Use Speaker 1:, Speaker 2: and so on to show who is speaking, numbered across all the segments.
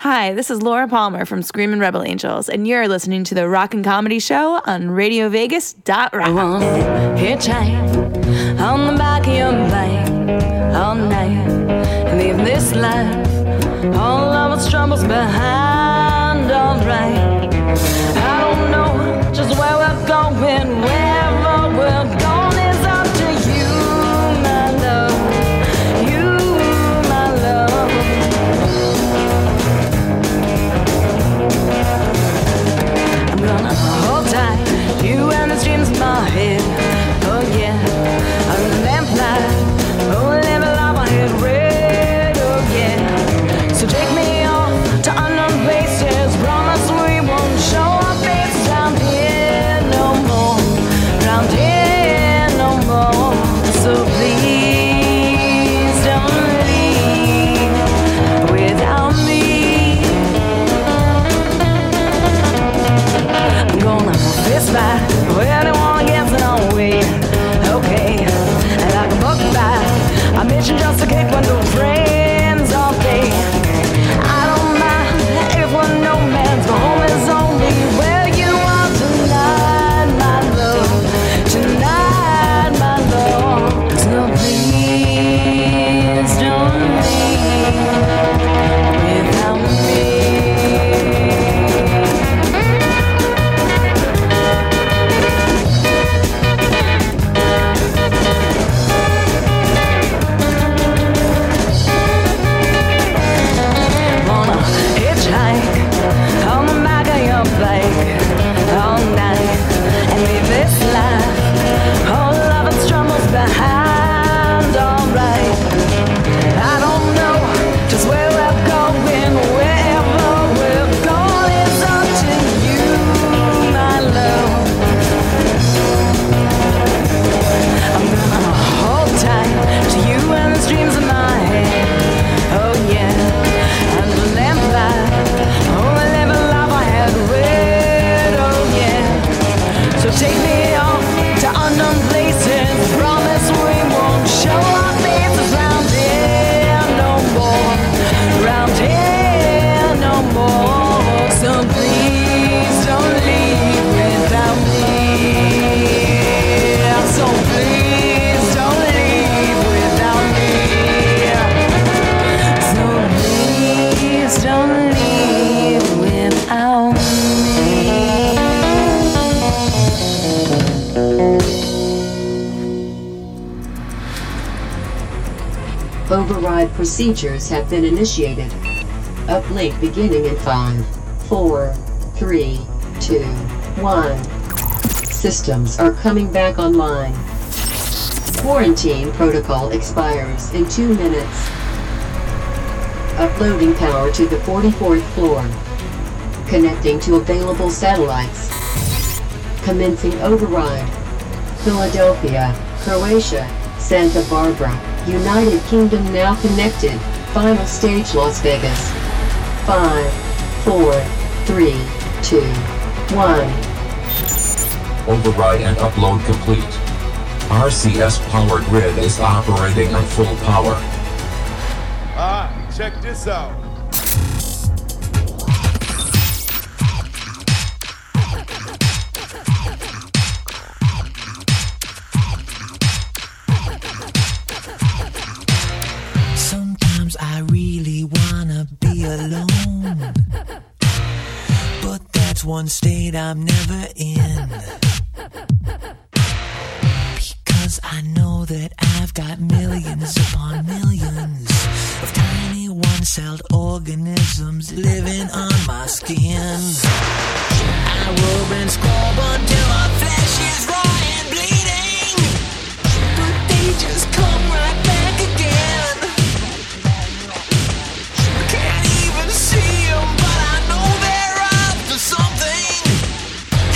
Speaker 1: Hi, this is Laura Palmer from Screaming Rebel Angels, and you're listening to the Rock and Comedy Show on RadioVegas.rock.
Speaker 2: One hitchhike on the back of your bike all night. Leave this life, all of its troubles behind, alright. I don't know just where we're going, wherever we're going is up to you, my love. You, my love. I'm gonna hold tight You and the dreams in my head Oh yeah I'm the vampire Oh level up my head red Oh yeah So take me off to unknown places Promise we won't show our face Round here no more Round here no more So please don't leave Without me I'm gonna fist fight with anyone gets in our way. Okay, and I can book back. I mentioned just a kick when the friends all day. I don't mind if we're no man's, but home is only where you are tonight, my love. Tonight, my love. So please don't leave without me. wanna hitchhike on the back of your bike all night and leave this life. All of its troubles behind, alright. I don't know just where we're going, wherever we're going is up to you, my love. I'm gonna hold tight to you and the dreams in my head. Oh yeah, and the lamplight. Oh, the lemon love I had red. Oh yeah, so take me off to unknown places. Promise we won't show our faces round here no more. Round here no more. So please don't leave without me. So please don't leave without me. So please don't leave without me.
Speaker 3: Override procedures have been initiated. Uplink beginning in 5, 4, 3, 2, 1. Systems are coming back online. Quarantine protocol expires in 2 minutes. Uploading power to the 44th floor. Connecting to available satellites. Commencing override. Philadelphia, Croatia, Santa Barbara, United Kingdom now connected. Final stage Las Vegas. 5, 4, 3, 2, 1.
Speaker 4: Override and upload complete. RCS power grid is operating on full power.
Speaker 5: Ah, check this out.
Speaker 6: Sometimes I really wanna be alone. But that's one state I'm never in. Because I know that I've got millions upon millions of tiny one celled organisms living on my skin. I rub and scrub until my flesh is raw and bleeding. But they just come right back again. Can't even see 'em, but I know they're up to something.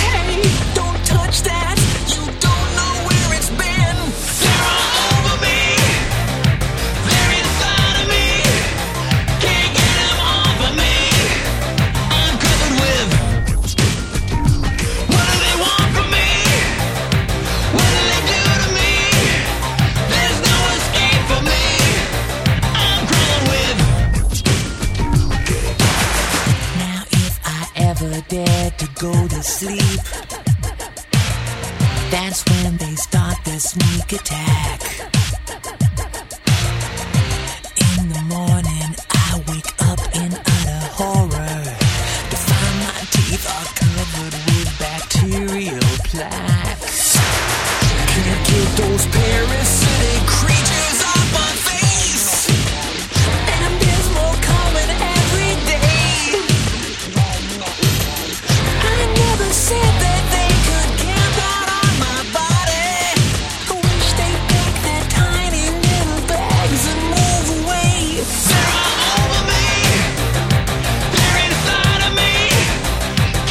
Speaker 6: Hey, don't touch that. You don't know where it's been. They're all over me. They're inside of me. Can't get 'em off of me. I'm covered with
Speaker 7: dare to go to sleep. That's when they start their sneak attack. In the morning, I wake up in utter horror to find my teeth are covered with bacterial plaques. Can't get those parasitic creatures off my face. And there's more coming every day. I never said that they could camp out on my body. I wish they pack their tiny little bags and move away. They're all over me. They're inside of me.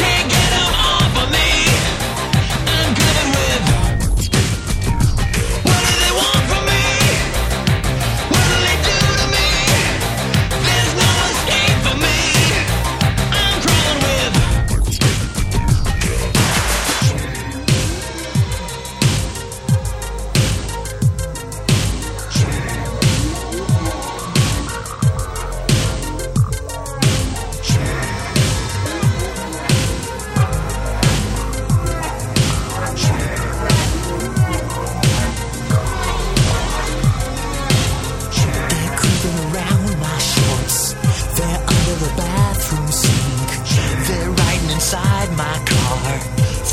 Speaker 7: Can't get them off of me. I'm good with. What do they want from me? What do they do to me? There's no escape for me. I'm crawling with. They're creeping around my shorts. They're under the bathroom sink. They're riding inside my car.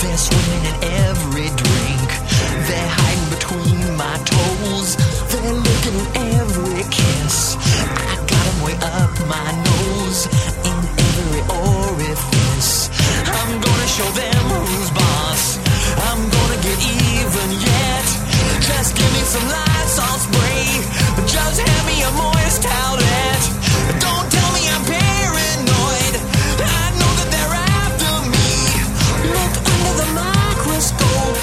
Speaker 7: They're swimming in every drink. They're hiding between my toes. They're looking at every kiss. I got 'em way up my nose in every orifice. I'm gonna show them who's boss. I'm gonna get even yet. Just give me some Lysol spray. Just hand me a moist towelette. Don't tell me I'm paranoid. I know that they're after me. Look under the microscope.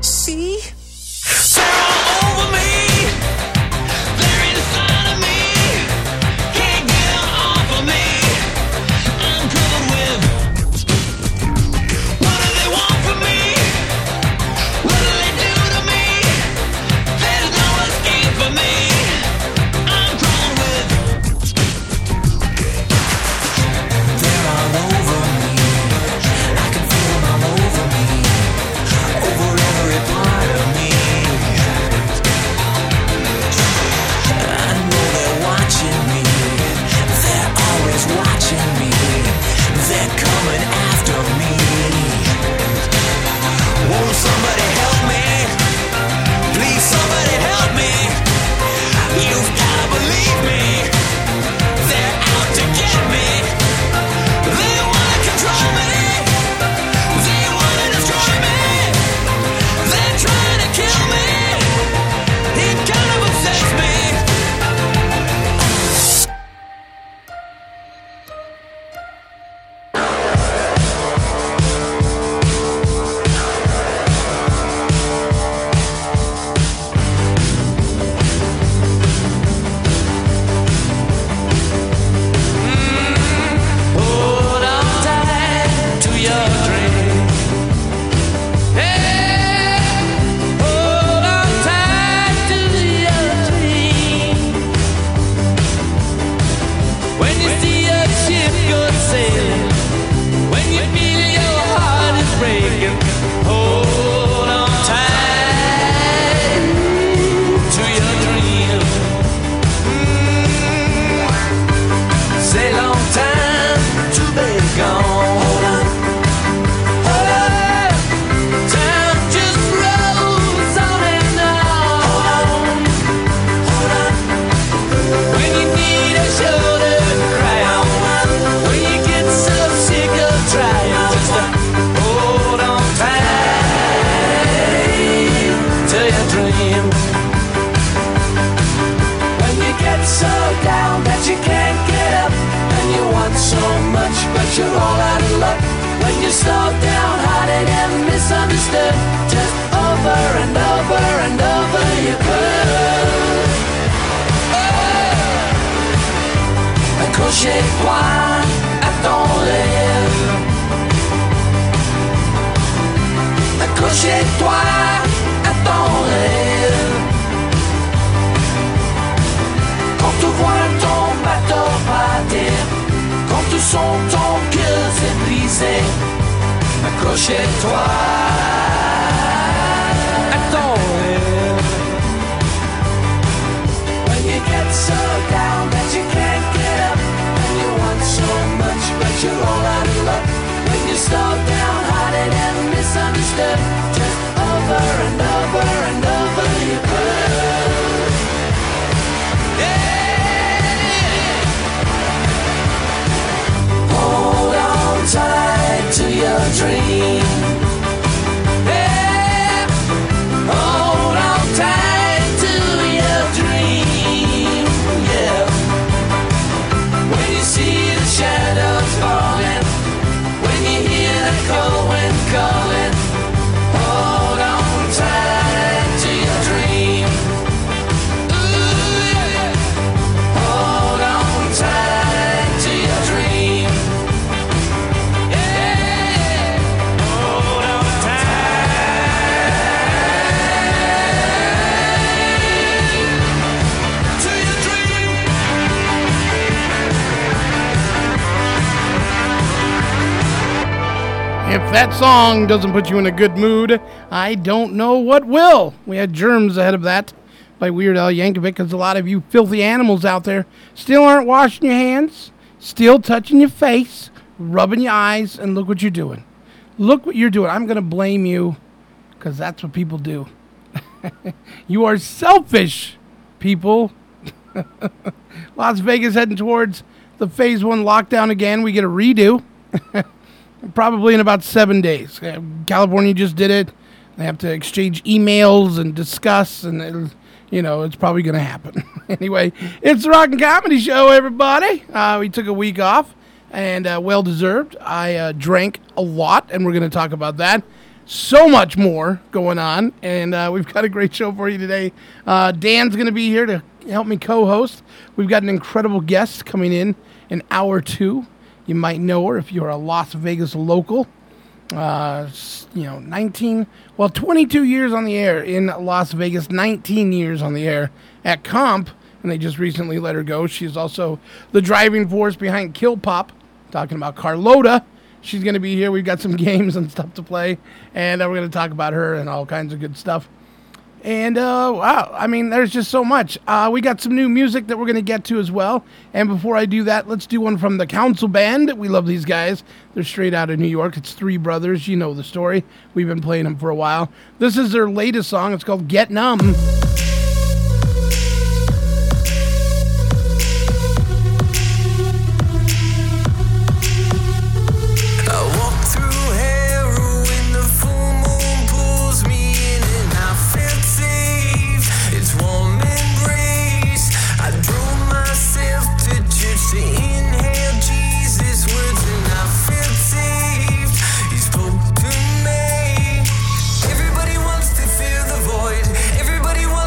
Speaker 7: See? They're all over me. They're inside of me. Can't get 'em off of me. I'm covered with. What do they want from me? What do they do to me? There's no escape for me. I'm crawling with. They're all over me. I can feel them all over me, over every part of me. I know they're watching me. They're always watching me. They're coming after me. Won't somebody help me? Please somebody help me. You've gotta believe me. They're out to get me. They wanna control me. They wanna destroy me. They're trying to kill me. It kind of upsets me.
Speaker 2: Hold on tight to your dream. Hey, hold on tight to your dream. When you see your ship go sailing, when you feel your heart is breaking, hold on tight to your dream. Mm. C'est longtemps to be gone. Hold on. Hold on. Time just rolls on and on. Hold on. Hold on. When you need a shoulder to cry on. When you get so sick of trying. Just a hold on tight to your dream. When you get so down that you can't get up, and you want so much, but you're all out of luck. When you're so downhearted and misunderstood, just over and over and over you could. Oh! Accrochez-toi à ton rêve. Accrochez-toi à ton rêve. Quand tu vois ton bateau partir Quand tu sens ton cœur s'épuiser Accrochez-toi. Attends. When you get so down that you can't get up, and you want so much but you're all out of luck. When you're so downhearted and misunderstood, just over and over and over you burn. Yeah. Hold on tight to your dream. Yeah. Hold on tight to your dream. Yeah. When you see the shadows falling, when you hear the cold wind calling, hold on tight to your dream. Ooh, yeah. Hold on tight to your dream. Yeah. Hold on tight to your dream.
Speaker 8: If that song doesn't put you in a good mood, I don't know what will. We had Germs ahead of that by Weird Al Yankovic because a lot of you filthy animals out there still aren't washing your hands, still touching your face, rubbing your eyes, and look what you're doing. Look what you're doing. I'm going to blame you because that's what people do. you are selfish, people. Las Vegas heading towards the phase one lockdown again. We get a redo probably in about seven days. Uh, California just did it. They have to exchange emails and discuss, and it'll, you know it's probably going to happen. anyway, it's the Rock and Comedy Show, everybody. Uh, we took a week off, and uh, well deserved. I uh, drank a lot, and we're going to talk about that. So much more going on, and uh, we've got a great show for you today. Uh, Dan's going to be here to help me co-host. We've got an incredible guest coming in in hour two. You might know her if you're a Las Vegas local. Uh, s- you know, 19, well, 22 years on the air in Las Vegas, 19 years on the air at Comp, and they just recently let her go. She's also the driving force behind Kill Pop, talking about Carlota. She's going to be here. We've got some games and stuff to play, and uh, we're going to talk about her and all kinds of good stuff. And uh, wow, I mean, there's just so much. Uh, we got some new music that we're going to get to as well. And before I do that, let's do one from the Council Band. We love these guys. They're straight out of New York. It's three brothers. You know the story. We've been playing them for a while. This is their latest song. It's called Get Numb.
Speaker 2: I walk through heroin, the full moon pulls me in, and I feel safe. It's warm embrace. I drove myself to church to inhale Jesus' words, and I feel safe. He spoke to me. Everybody wants to fill the void. Everybody wants.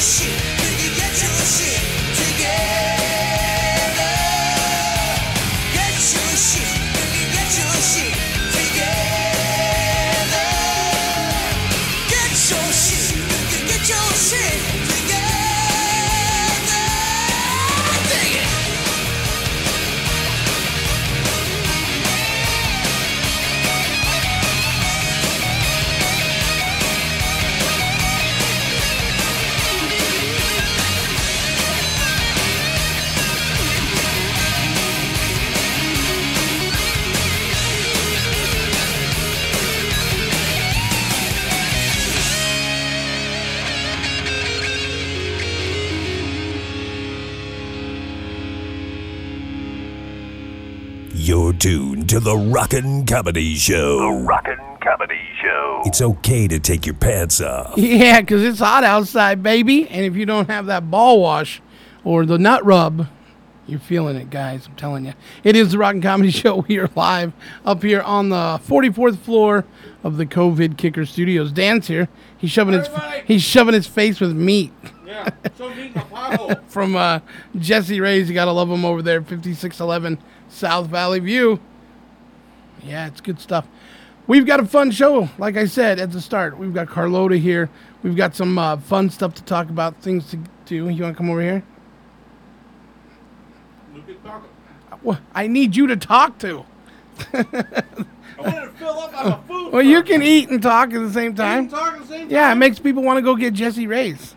Speaker 2: shit? Can you get your shit together? Get your shit. Can you get your shit together? Get your shit. Can you get your shit together? Dig it.
Speaker 9: You're tuned to the Rockin' Comedy Show. The Rockin' Comedy Show. It's okay to take your pants off.
Speaker 8: Yeah, 'cause it's hot outside, baby. And if you don't have that ball wash or the nut rub, you're feeling it, guys. I'm telling you. It is the Rock and Comedy Show. We are live up here on the 44th floor of the COVID Kicker Studios. Dan's here. He's shoving his
Speaker 10: Everybody.
Speaker 8: he's shoving his face with meat
Speaker 10: Yeah, show me the pothole.
Speaker 8: from uh, Jesse Ray's. You gotta love him over there, 5611 South Valley View. Yeah, it's good stuff. We've got a fun show, like I said at the start. We've got Carlota here. We've got some uh, fun stuff to talk about, things to do. You want to come over here?
Speaker 10: Look at Malcolm.
Speaker 8: Wha- I need you to talk to.
Speaker 10: I wanted to fill up on the food.
Speaker 8: Well, you can eat and talk at the same
Speaker 10: I'm
Speaker 8: time.
Speaker 10: talking the same
Speaker 8: Yeah, it
Speaker 10: time.
Speaker 8: makes people want to go get Jesse Ray's.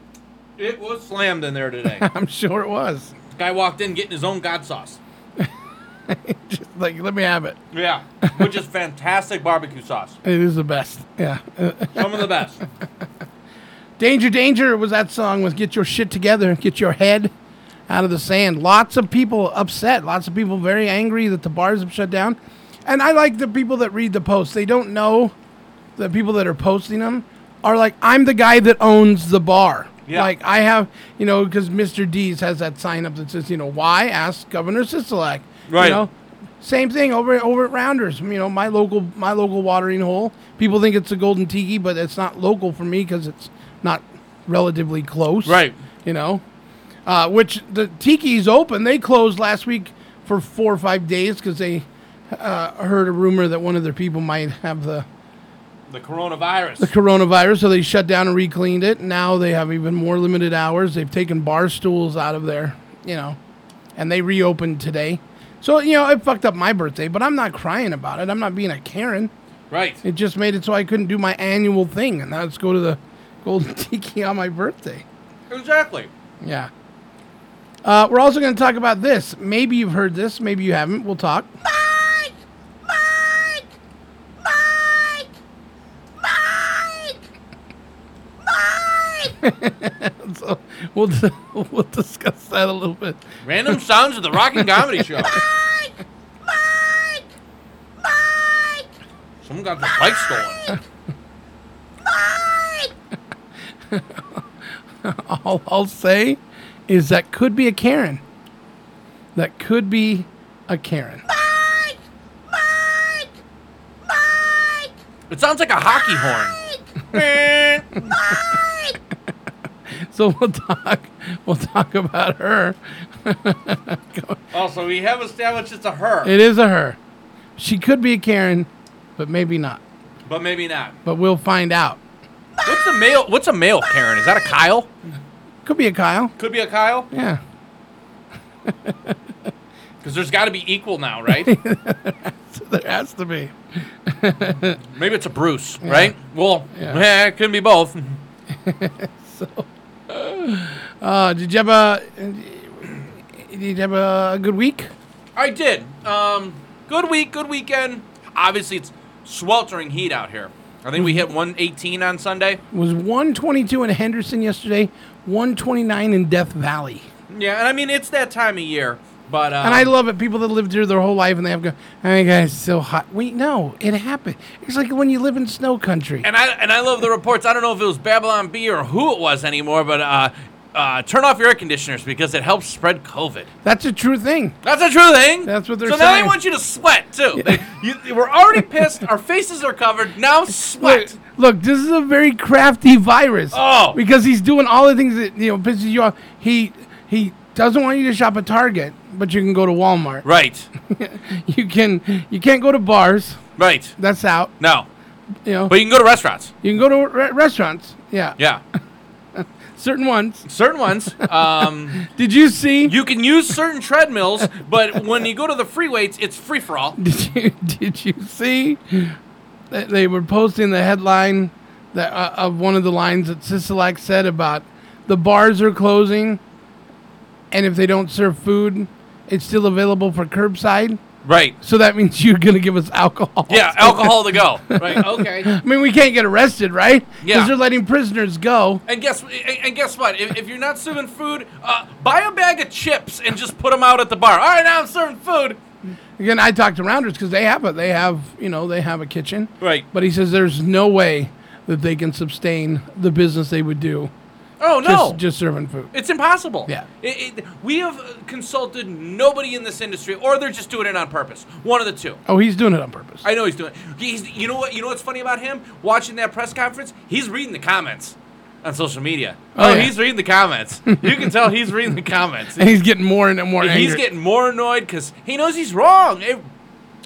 Speaker 11: It was slammed in there today.
Speaker 8: I'm sure it was.
Speaker 11: Guy walked in getting his own God sauce.
Speaker 8: Just like, let me have it.
Speaker 11: Yeah, which is fantastic barbecue sauce.
Speaker 8: It is the best. Yeah.
Speaker 11: Some of the best.
Speaker 8: Danger, Danger was that song with Get Your Shit Together, Get Your Head Out of the Sand. Lots of people upset. Lots of people very angry that the bars have shut down. And I like the people that read the posts. They don't know the people that are posting them are like, I'm the guy that owns the bar.
Speaker 11: Yeah.
Speaker 8: Like, I have, you know, because Mr. D's has that sign up that says, you know, why ask Governor Sisolak?
Speaker 11: Right.
Speaker 8: You know, same thing over over at Rounders. You know, my local my local watering hole. People think it's a golden tiki, but it's not local for me because it's not relatively close.
Speaker 11: Right.
Speaker 8: You know, uh, which the tiki's open. They closed last week for four or five days because they uh, heard a rumor that one of their people might have the
Speaker 11: The coronavirus.
Speaker 8: coronavirus, so they shut down and recleaned it. Now they have even more limited hours. They've taken bar stools out of there, you know, and they reopened today. So, you know, it fucked up my birthday, but I'm not crying about it. I'm not being a Karen.
Speaker 11: Right.
Speaker 8: It just made it so I couldn't do my annual thing, and now let's go to the Golden Tiki on my birthday.
Speaker 11: Exactly.
Speaker 8: Yeah. Uh, we're also going to talk about this. Maybe you've heard this, maybe you haven't. We'll talk. so we'll, we'll discuss that a little bit.
Speaker 11: Random sounds of the rock and comedy show. Someone got the bike stolen.
Speaker 8: all I'll say is that could be a Karen. That could be a Karen.
Speaker 11: It sounds like a hockey horn.
Speaker 8: So we'll talk. We'll talk about her.
Speaker 11: Also, we have established it's a Oh, her,
Speaker 8: It is a her. She could be a Karen, but maybe not.
Speaker 11: but maybe not.
Speaker 8: But we'll find out.
Speaker 11: What's a male? What's a male Karen? Is that a Kyle?
Speaker 8: Could be a Kyle.
Speaker 11: Could be a Kyle.
Speaker 8: Yeah.
Speaker 11: Because there's got to be equal now, right?
Speaker 8: There has to be.
Speaker 11: Maybe it's a Bruce, right? Well,
Speaker 8: Yeah.
Speaker 11: yeah. it could be both.
Speaker 8: Uh, did you have a did you have a good week?
Speaker 11: I did. Um, good week, good weekend. Obviously, it's sweltering heat out here. I think
Speaker 8: Mm-hmm.
Speaker 11: we hit 118 on Sunday.
Speaker 8: It was 122 in Henderson yesterday, 129 in Death Valley.
Speaker 11: Yeah, and I mean it's that time of year, but uh,
Speaker 8: And I love it. People that lived here their whole life and they have go, oh my God, it's so hot. Wait, no, it happened. It's like when you live in snow country.
Speaker 11: and I and I love the reports. I don't know if it was Babylon B or who it was anymore, but uh, uh, turn off your air conditioners because it helps spread COVID.
Speaker 8: That's a true thing.
Speaker 11: That's a true thing.
Speaker 8: That's what they're
Speaker 11: So now they
Speaker 8: saying.
Speaker 11: want you to sweat too. They, you, we're already pissed. Our faces are covered. Now sweat.
Speaker 8: Look, Look, this is a very crafty virus.
Speaker 11: Oh.
Speaker 8: Because he's doing all the things that you know pisses you off. He he doesn't want you to shop at Target, but you can go to Walmart.
Speaker 11: Right.
Speaker 8: You can you can't go to bars.
Speaker 11: Right.
Speaker 8: That's out.
Speaker 11: No.
Speaker 8: You know.
Speaker 11: But you can go to restaurants.
Speaker 8: You can go to re- restaurants. Yeah.
Speaker 11: Yeah.
Speaker 8: Certain ones.
Speaker 11: Certain ones. Um,
Speaker 8: Did you see?
Speaker 11: you can use certain treadmills, but when you go to the free weights, it's free for all.
Speaker 8: Did you did you see? That they were posting the headline that uh, of one of the lines that Sisalak said about the bars are closing, and if they don't serve food, it's still available for curbside.
Speaker 11: Right.
Speaker 8: So that means you're gonna give us alcohol.
Speaker 11: Yeah, alcohol to go. Right. Okay.
Speaker 8: I mean, we can't get arrested, right?
Speaker 11: Yeah.
Speaker 8: they're letting prisoners go.
Speaker 11: And guess and and guess what? If, if you're not serving food, uh, buy a bag of chips and just put them out at the bar. All right, now I'm serving food.
Speaker 8: Again, I talked to Rounders because they have a they have you know they have a kitchen.
Speaker 11: Right.
Speaker 8: But he says there's no way that they can sustain the business they would do.
Speaker 11: Oh no.
Speaker 8: Just, just serving food.
Speaker 11: It's impossible.
Speaker 8: Yeah.
Speaker 11: It, it, we have uh, consulted nobody in this industry, or they're just doing it on purpose. One of the two.
Speaker 8: Oh, he's doing it on purpose.
Speaker 11: I know he's doing. It. He's. You know what? You know what's funny about him? Watching that press conference, he's reading the comments on social media.
Speaker 8: Oh,
Speaker 11: Oh,
Speaker 8: yeah.
Speaker 11: he's reading the comments. you can tell he's reading the comments.
Speaker 8: And he's getting more and more angry.
Speaker 11: He's getting more annoyed because he knows he's wrong. They-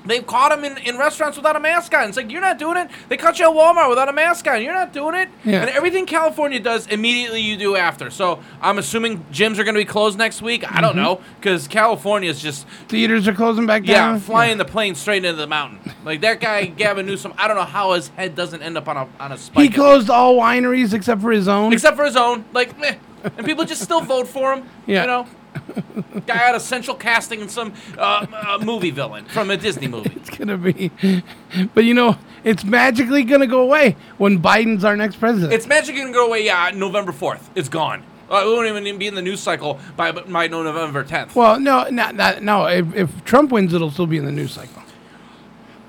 Speaker 11: they've caught him in, in restaurants without a mask on. It's like, you're not doing it. They caught you at Walmart without a mask on. You're not doing it.
Speaker 8: Yeah.
Speaker 11: And everything California does, immediately you do after. So I'm assuming gyms are going to be closed next week. I
Speaker 8: Mm-hmm.
Speaker 11: don't know because California is just,
Speaker 8: Theaters are closing back
Speaker 11: yeah,
Speaker 8: down.
Speaker 11: flying the plane straight into the mountain. Like that guy, Gavin Newsom, I don't know how his head doesn't end up on a, on a spike.
Speaker 8: He closed all wineries except for his own.
Speaker 11: Except for his own. Like, meh. And people just still vote for him.
Speaker 8: Yeah.
Speaker 11: You know? Guy out of central casting and some uh, uh, movie villain from a Disney movie.
Speaker 8: it's gonna be, but you know, it's magically gonna go away when Biden's our next president.
Speaker 11: It's magically going to go away, yeah, November 4th. It's gone. Uh, it won't even be in the news cycle by, by November 10th.
Speaker 8: well, no, not, not no. If, if Trump wins, it'll still be in the news cycle.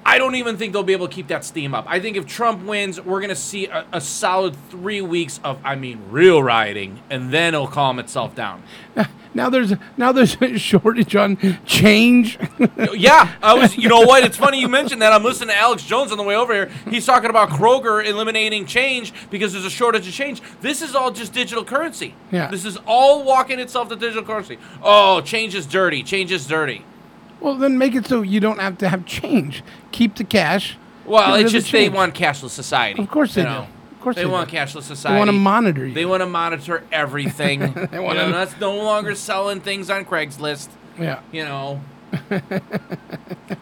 Speaker 11: I don't even think they'll be able to keep that steam up. I think if Trump wins, we're going to see a, a solid three weeks of, I mean, real rioting, and then it'll calm itself down.
Speaker 8: Now there's now there's a shortage on change.
Speaker 11: Yeah, I was. You know what? It's funny you mentioned that. I'm listening to Alex Jones on the way over here. He's talking about Kroger eliminating change because there's a shortage of change. This is all just digital currency.
Speaker 8: Yeah.
Speaker 11: This is all walking itself to digital currency. Oh, change is dirty. Change is dirty.
Speaker 8: well, then make it so you don't have to have change. Keep the cash. Get
Speaker 11: Well,
Speaker 8: rid
Speaker 11: it's
Speaker 8: of the
Speaker 11: just they
Speaker 8: change.
Speaker 11: want cashless society.
Speaker 8: Of course
Speaker 11: you
Speaker 8: they do.
Speaker 11: know.
Speaker 8: Of course
Speaker 11: they,
Speaker 8: they
Speaker 11: want
Speaker 8: do.
Speaker 11: cashless society.
Speaker 8: They want to monitor you.
Speaker 11: They want to monitor everything. they
Speaker 8: wanna-
Speaker 11: that's no longer selling things on Craigslist.
Speaker 8: yeah.
Speaker 11: you know.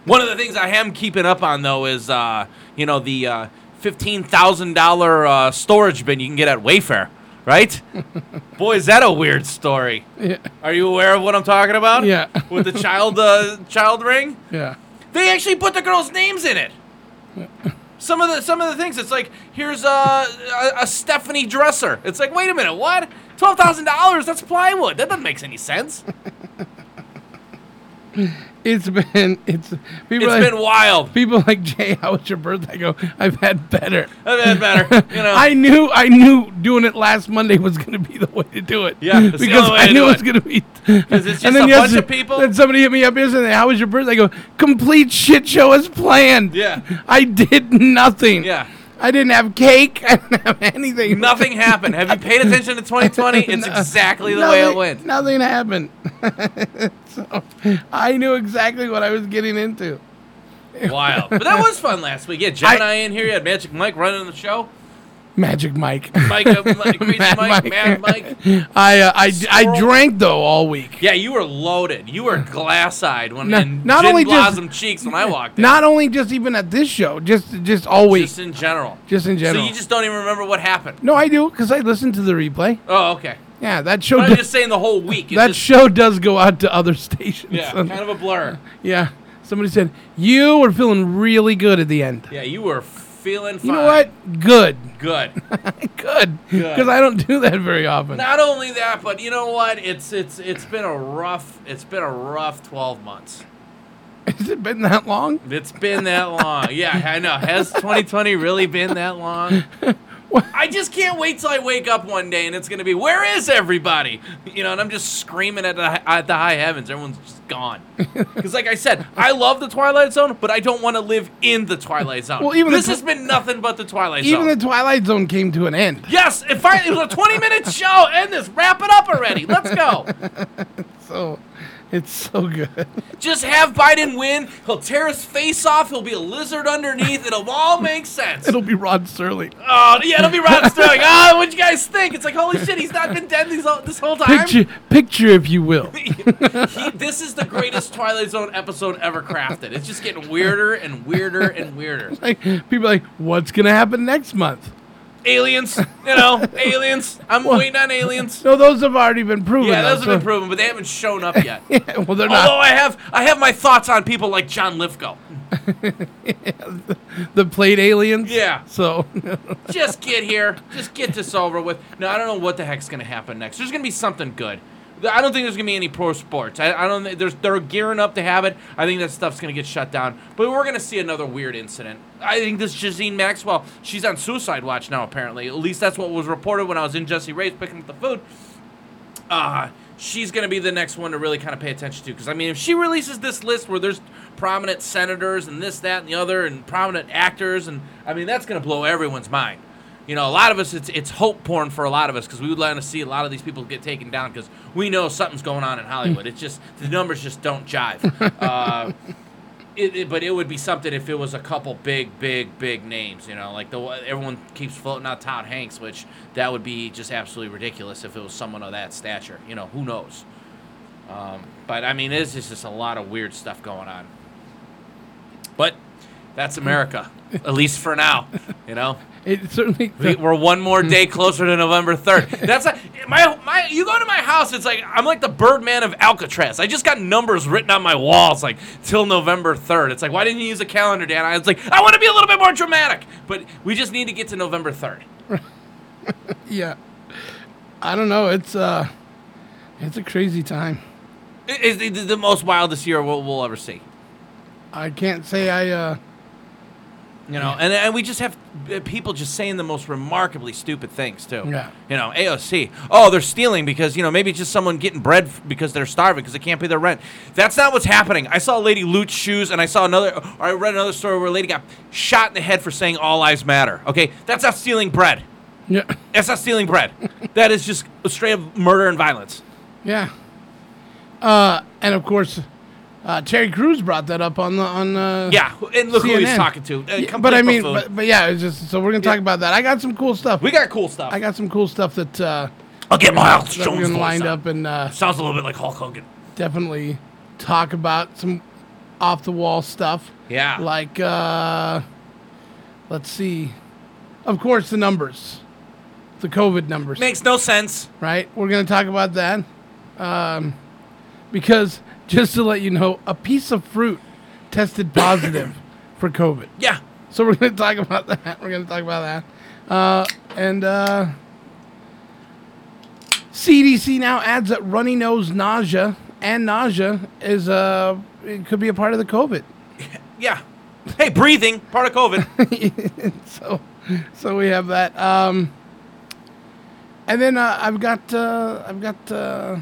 Speaker 11: One of the things I am keeping up on though is uh, you know the uh, fifteen thousand dollar uh, storage bin you can get at Wayfair, right? Boy, is that a weird story.
Speaker 8: Yeah.
Speaker 11: Are you aware of what I'm talking about?
Speaker 8: Yeah.
Speaker 11: With the child uh, child ring,
Speaker 8: Yeah.
Speaker 11: they actually put the girls' names in it. Some of the some of the things it's like here's a a, a Stephanie dresser. It's like wait a minute, what? Twelve thousand dollars? That's plywood. That doesn't make any sense.
Speaker 8: It's been it's people
Speaker 11: It's
Speaker 8: like,
Speaker 11: been wild.
Speaker 8: people like Jay. How was your birthday? I go. I've had better.
Speaker 11: I've had better. You know.
Speaker 8: I knew I knew doing it last Monday was going to be the way to do it.
Speaker 11: Yeah, it's the
Speaker 8: because
Speaker 11: only way
Speaker 8: I
Speaker 11: to
Speaker 8: knew
Speaker 11: do
Speaker 8: it was
Speaker 11: it.
Speaker 8: going to be. Because
Speaker 11: it's just a bunch of people.
Speaker 8: Then somebody hit me up yesterday. How was your birthday? I go complete shit show as planned.
Speaker 11: Yeah.
Speaker 8: I did nothing.
Speaker 11: Yeah.
Speaker 8: I didn't have cake. I didn't have anything.
Speaker 11: Nothing happened. Have you paid attention to 2020? It's exactly the way it
Speaker 8: Nothing-
Speaker 11: went.
Speaker 8: Nothing happened. so I knew exactly what I was getting into.
Speaker 11: Wild. But that was fun last week. Yeah, Gemini in here. You had Magic Mike running the show.
Speaker 8: Magic Mike.
Speaker 11: Mike, uh, Mike Crazy Mike, Mad Mike.
Speaker 8: I, uh, I, I
Speaker 11: Squirrel.
Speaker 8: drank though all week.
Speaker 11: Yeah, you were loaded. You were glass-eyed when
Speaker 8: No-
Speaker 11: and
Speaker 8: not
Speaker 11: gin
Speaker 8: only just-
Speaker 11: blossom cheeks when I walked in.
Speaker 8: Not only just even at this show, just just all week.
Speaker 11: just in general.
Speaker 8: Just in general.
Speaker 11: So you just don't even remember what happened.
Speaker 8: no, I do because I listen to the replay.
Speaker 11: Oh, okay.
Speaker 8: Yeah, that show.
Speaker 11: But I'm
Speaker 8: Does,
Speaker 11: just saying the whole week. It's
Speaker 8: that
Speaker 11: just,
Speaker 8: show does go out to other stations.
Speaker 11: yeah, kind of a blur.
Speaker 8: yeah. Somebody said you were feeling really good at the end.
Speaker 11: Yeah, you were feeling fine.
Speaker 8: You know what? Good,
Speaker 11: Good.
Speaker 8: good, because I don't do that very often.
Speaker 11: Not only that, but you know what? It's it's it's been a rough it's been a rough twelve months.
Speaker 8: Has it been that long?
Speaker 11: It's been that long. Yeah, I know. Has 2020 really been that long? I just can't wait till I wake up one day and it's gonna be where is everybody? You know, and I'm just screaming at the, at the high heavens. Everyone's just gone. Because like I said, I love the Twilight Zone, but I don't want to live in the Twilight Zone.
Speaker 8: Well, even the
Speaker 11: this
Speaker 8: tw-
Speaker 11: has been nothing but the Twilight
Speaker 8: Even
Speaker 11: Zone.
Speaker 8: the Twilight Zone came to an end.
Speaker 11: yes, it finally it was a 20 minute show. End this. Wrap it up already. Let's go.
Speaker 8: So it's so good.
Speaker 11: Just have Biden win. He'll tear his face off. He'll be a lizard underneath. It'll all make sense.
Speaker 8: It'll be Rod Serling.
Speaker 11: Oh yeah, it'll be Rod Sterling. Ah, what you guys think? It's like holy shit, he's not been dead these, whole- this whole time.
Speaker 8: Picture, picture if you will.
Speaker 11: He, this is the greatest Twilight Zone episode ever crafted. It's just getting weirder and weirder and weirder.
Speaker 8: Like people are like, what's gonna happen next month?
Speaker 11: Aliens, you know, aliens. I'm waiting on aliens.
Speaker 8: No, those have already been proven.
Speaker 11: Yeah, those
Speaker 8: though,
Speaker 11: have been
Speaker 8: so-
Speaker 11: proven, but they haven't shown up yet.
Speaker 8: Yeah, well, they're
Speaker 11: Although
Speaker 8: not.
Speaker 11: I have, I have my thoughts on people like John Lithgow.
Speaker 8: The plate aliens.
Speaker 11: Yeah.
Speaker 8: So
Speaker 11: Just get here. Just get this over with. No, I don't know what the heck's gonna happen next. There's gonna be something good. Th- I don't think there's gonna be any pro sports. I, I don't. thi- There's they're gearing up to have it. I think that stuff's gonna get shut down. But we're gonna see another weird incident. I think this Jazine Maxwell. She's on suicide watch now. Apparently, at least that's what was reported when I was in Jesse Ray's picking up the food. Uh, she's going to be the next one to really kind of pay attention to. Because, I mean, if she releases this list where there's prominent senators and this, that, and the other, and prominent actors, and I mean, that's going to blow everyone's mind. You know, a lot of us, it's, it's hope porn for a lot of us because we would like to see a lot of these people get taken down because we know something's going on in Hollywood. It's just, the numbers just don't jive. Uh, it, it- but it would be something if it was a couple big, big, big names. You know, like the one- everyone keeps floating out Todd Hanks, which that would be just absolutely ridiculous if it was someone of that stature. You know, who knows? Um, but I mean, this is just a lot of weird stuff going on. But that's America, at least for now. You know.
Speaker 8: it certainly.
Speaker 11: We, we're one more day closer to November third. That's like my my. You go to my house, it's like I'm like the Birdman of Alcatraz. I just got numbers written on my walls, like till November third. It's like why didn't you use a calendar, Dan? I was like I want to be a little bit more dramatic, but we just need to get to November third.
Speaker 8: yeah. I don't know. It's uh, it's a crazy time.
Speaker 11: It's the, the most wildest year we'll, we'll ever see.
Speaker 8: I can't say I uh.
Speaker 11: You know, and, and we just have uh, people just saying the most remarkably stupid things too.
Speaker 8: Yeah.
Speaker 11: You know, AOC. Oh, they're stealing because you know maybe it's just someone getting bread f- because they're starving because they can't pay their rent. That's not what's happening. I saw a lady loot shoes, and I saw another. or I read another story where a lady got shot in the head for saying all lives matter. Okay, that's not stealing bread.
Speaker 8: Yeah.
Speaker 11: That's not stealing bread. that is just straight up murder and violence.
Speaker 8: Yeah. Uh, and of course, uh, Terry Crews brought that up on the on. Uh,
Speaker 11: Yeah, and look who he's
Speaker 8: CNN.
Speaker 11: talking to.
Speaker 8: Yeah,
Speaker 11: Uh, complete
Speaker 8: but I mean,
Speaker 11: buffoon.
Speaker 8: but, but yeah, it's just so we're gonna talk about that. I got some cool stuff.
Speaker 11: we got cool stuff.
Speaker 8: I got some cool stuff that uh,
Speaker 11: I'll get Miles
Speaker 8: that we're
Speaker 11: Jones
Speaker 8: gonna
Speaker 11: lined
Speaker 8: lined
Speaker 11: up.
Speaker 8: up and uh,
Speaker 11: Sounds a little bit like Hulk Hogan.
Speaker 8: definitely talk about some off the wall stuff.
Speaker 11: Yeah.
Speaker 8: Like, uh, let's see. Of course, the numbers, the COVID numbers.
Speaker 11: Makes no sense.
Speaker 8: right? We're going to talk about that. Um, because just to let you know, a piece of fruit tested positive for COVID.
Speaker 11: Yeah.
Speaker 8: So we're going to talk about that. We're going to talk about that. Uh, and uh, CDC now adds that runny nose nausea and nausea is uh, it could be a part of the COVID.
Speaker 11: Yeah. Hey, breathing, part of COVID.
Speaker 8: So, so we have that. Um, and then uh, I've got uh, I've got uh,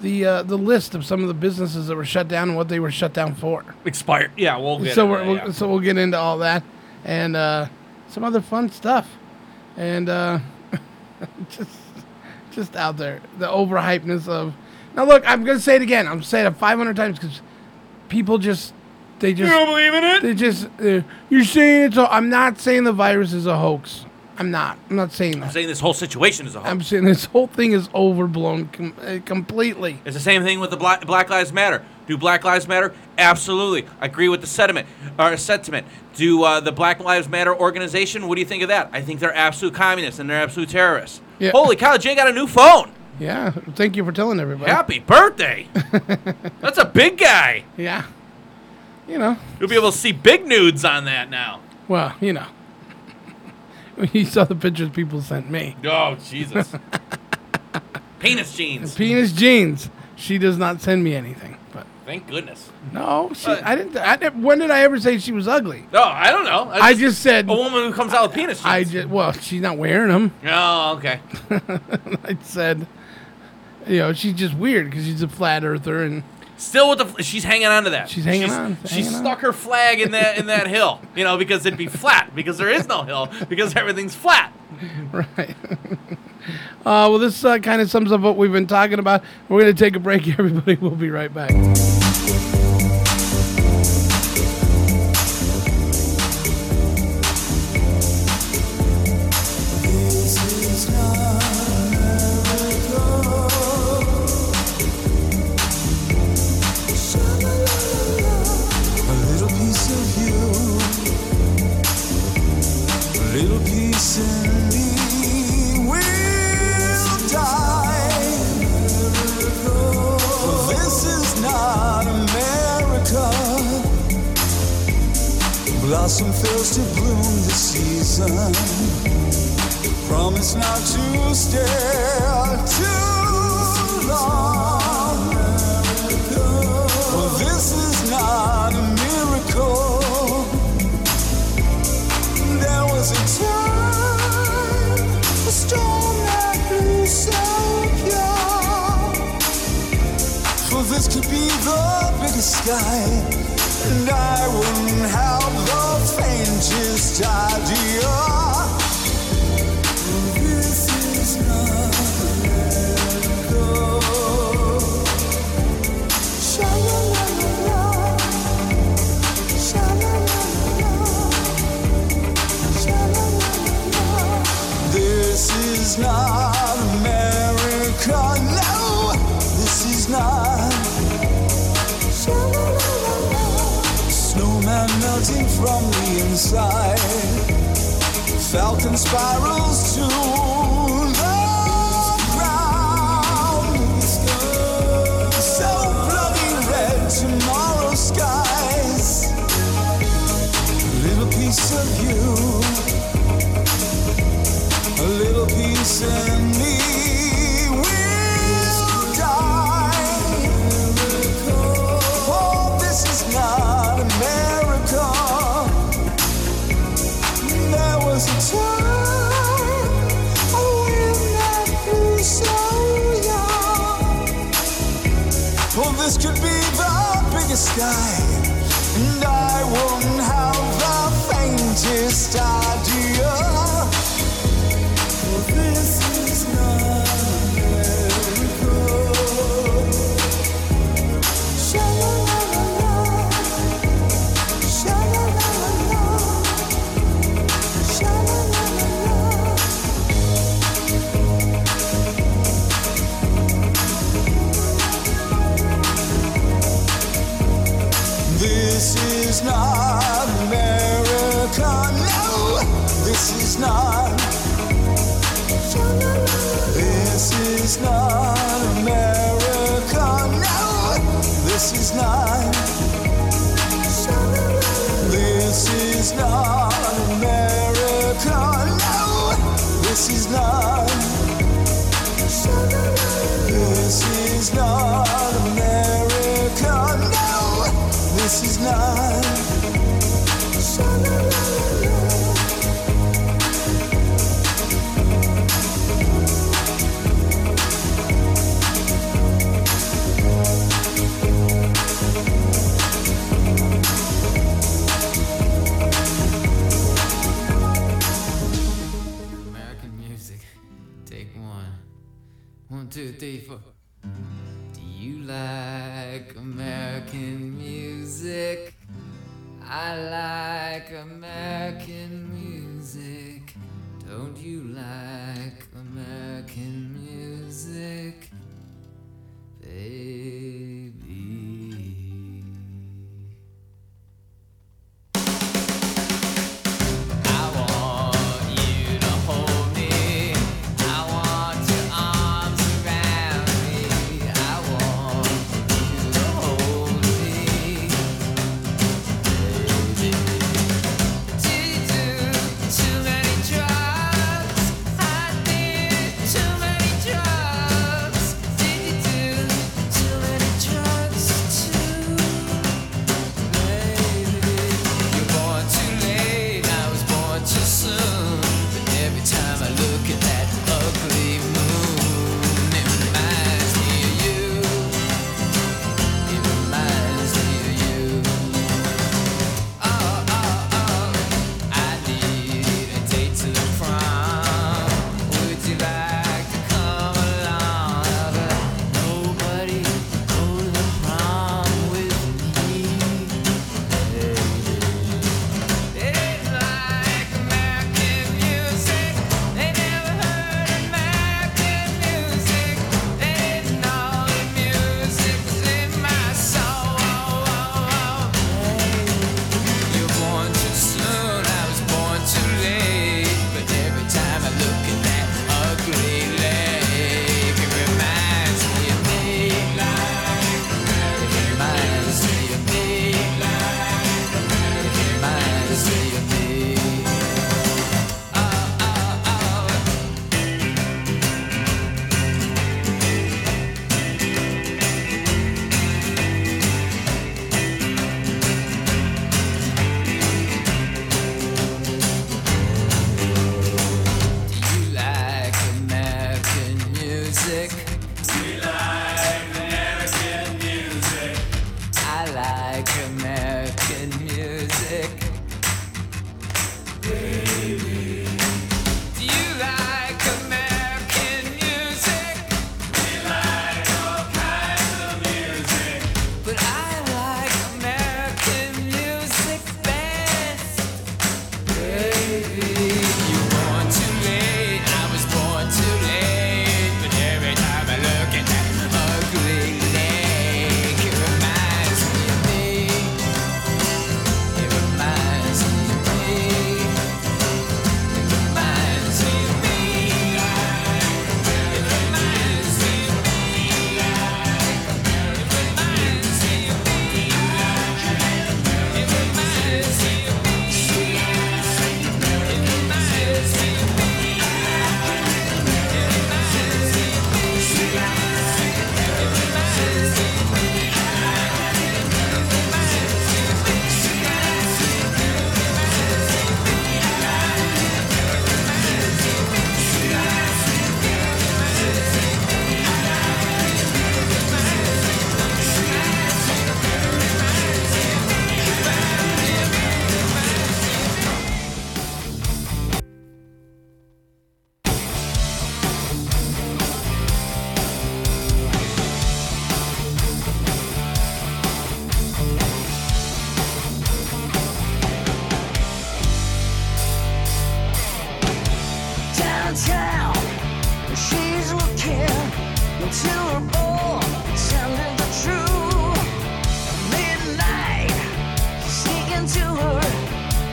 Speaker 8: the uh, the list of some of the businesses that were shut down and what they were shut down for.
Speaker 11: Expired. Yeah, we'll get
Speaker 8: so
Speaker 11: it.
Speaker 8: we're,
Speaker 11: yeah,
Speaker 8: we'll,
Speaker 11: yeah.
Speaker 8: so we'll get into all that and uh, some other fun stuff, and uh, just just out there the overhypeness of. Now look, I'm gonna say it again. I'm saying it 500 times because people just they just
Speaker 11: You don't believe in it?
Speaker 8: they just uh, you're saying it's. A, I'm not saying the virus is a hoax. I'm not. I'm not saying
Speaker 11: I'm
Speaker 8: that.
Speaker 11: saying this whole situation is a hoax.
Speaker 8: I'm saying this whole thing is overblown com- uh, completely.
Speaker 11: it's the same thing with the Black, Black Lives Matter. Do Black Lives Matter? Absolutely. I agree with the sentiment. Or sentiment. Do uh, the Black Lives Matter organization? What do you think of that? I think they're absolute communists and they're absolute terrorists.
Speaker 8: Yeah.
Speaker 11: Holy cow! Jay got a new phone.
Speaker 8: Yeah. Thank you for telling everybody.
Speaker 11: Happy birthday! That's a big guy.
Speaker 8: Yeah. You know.
Speaker 11: You'll be able to see big nudes on that now.
Speaker 8: Well, you know. you saw the pictures people sent me.
Speaker 11: Oh Jesus! Penis jeans.
Speaker 8: Penis jeans. She does not send me anything, but
Speaker 11: Thank goodness.
Speaker 8: No, she, I didn't. I didn't- When did I ever say she was ugly?
Speaker 11: No, I don't know.
Speaker 8: I just said-
Speaker 11: a woman who comes out with penis.
Speaker 8: I just well, she's not wearing them.
Speaker 11: Oh, okay.
Speaker 8: I said, you know, she's just weird because she's a flat earther and
Speaker 11: Still with the fl- she's hanging on to that.
Speaker 8: She's hanging on,
Speaker 11: She stuck her flag in that in that hill, you know, because it'd be flat because there is no hill because everything's flat.
Speaker 8: right. Uh, well, this uh, kind of sums up what we've been talking about. We're going to take a break, everybody. We'll be right back.
Speaker 2: A little piece of you, a little piece in me will die. For this is not America. Blossom fails to bloom this season. Promise not to stare too long. Well, this is not a miracle. There was a time, a storm that blew so pure. For this could be the biggest sky, and I wouldn't have the faintest idea. This is not America. This is not America, no, this is not. Snowman melting from the inside, falcon spirals to the ground. So bloody red tomorrow skies, little piece of you. A little piece in me will die. Oh, this is not America. There was a time a wind that blew so young. Oh, this could be the biggest sky, and I wouldn't have the faintest idea. This is not America, no, this is not. This is not America, no, this is not. This is not America, no, this is not. This is not America, no, this is not.
Speaker 12: American music. Take one. One, two, three, four. Do you like American music? I like American music. Don't you like American music? Baby. I want you to hold me. I want your arms around me. I want you to hold me. Did you do too many drugs? I think
Speaker 2: Oh, into a bowl, telling the truth. Midnight, sneaking to her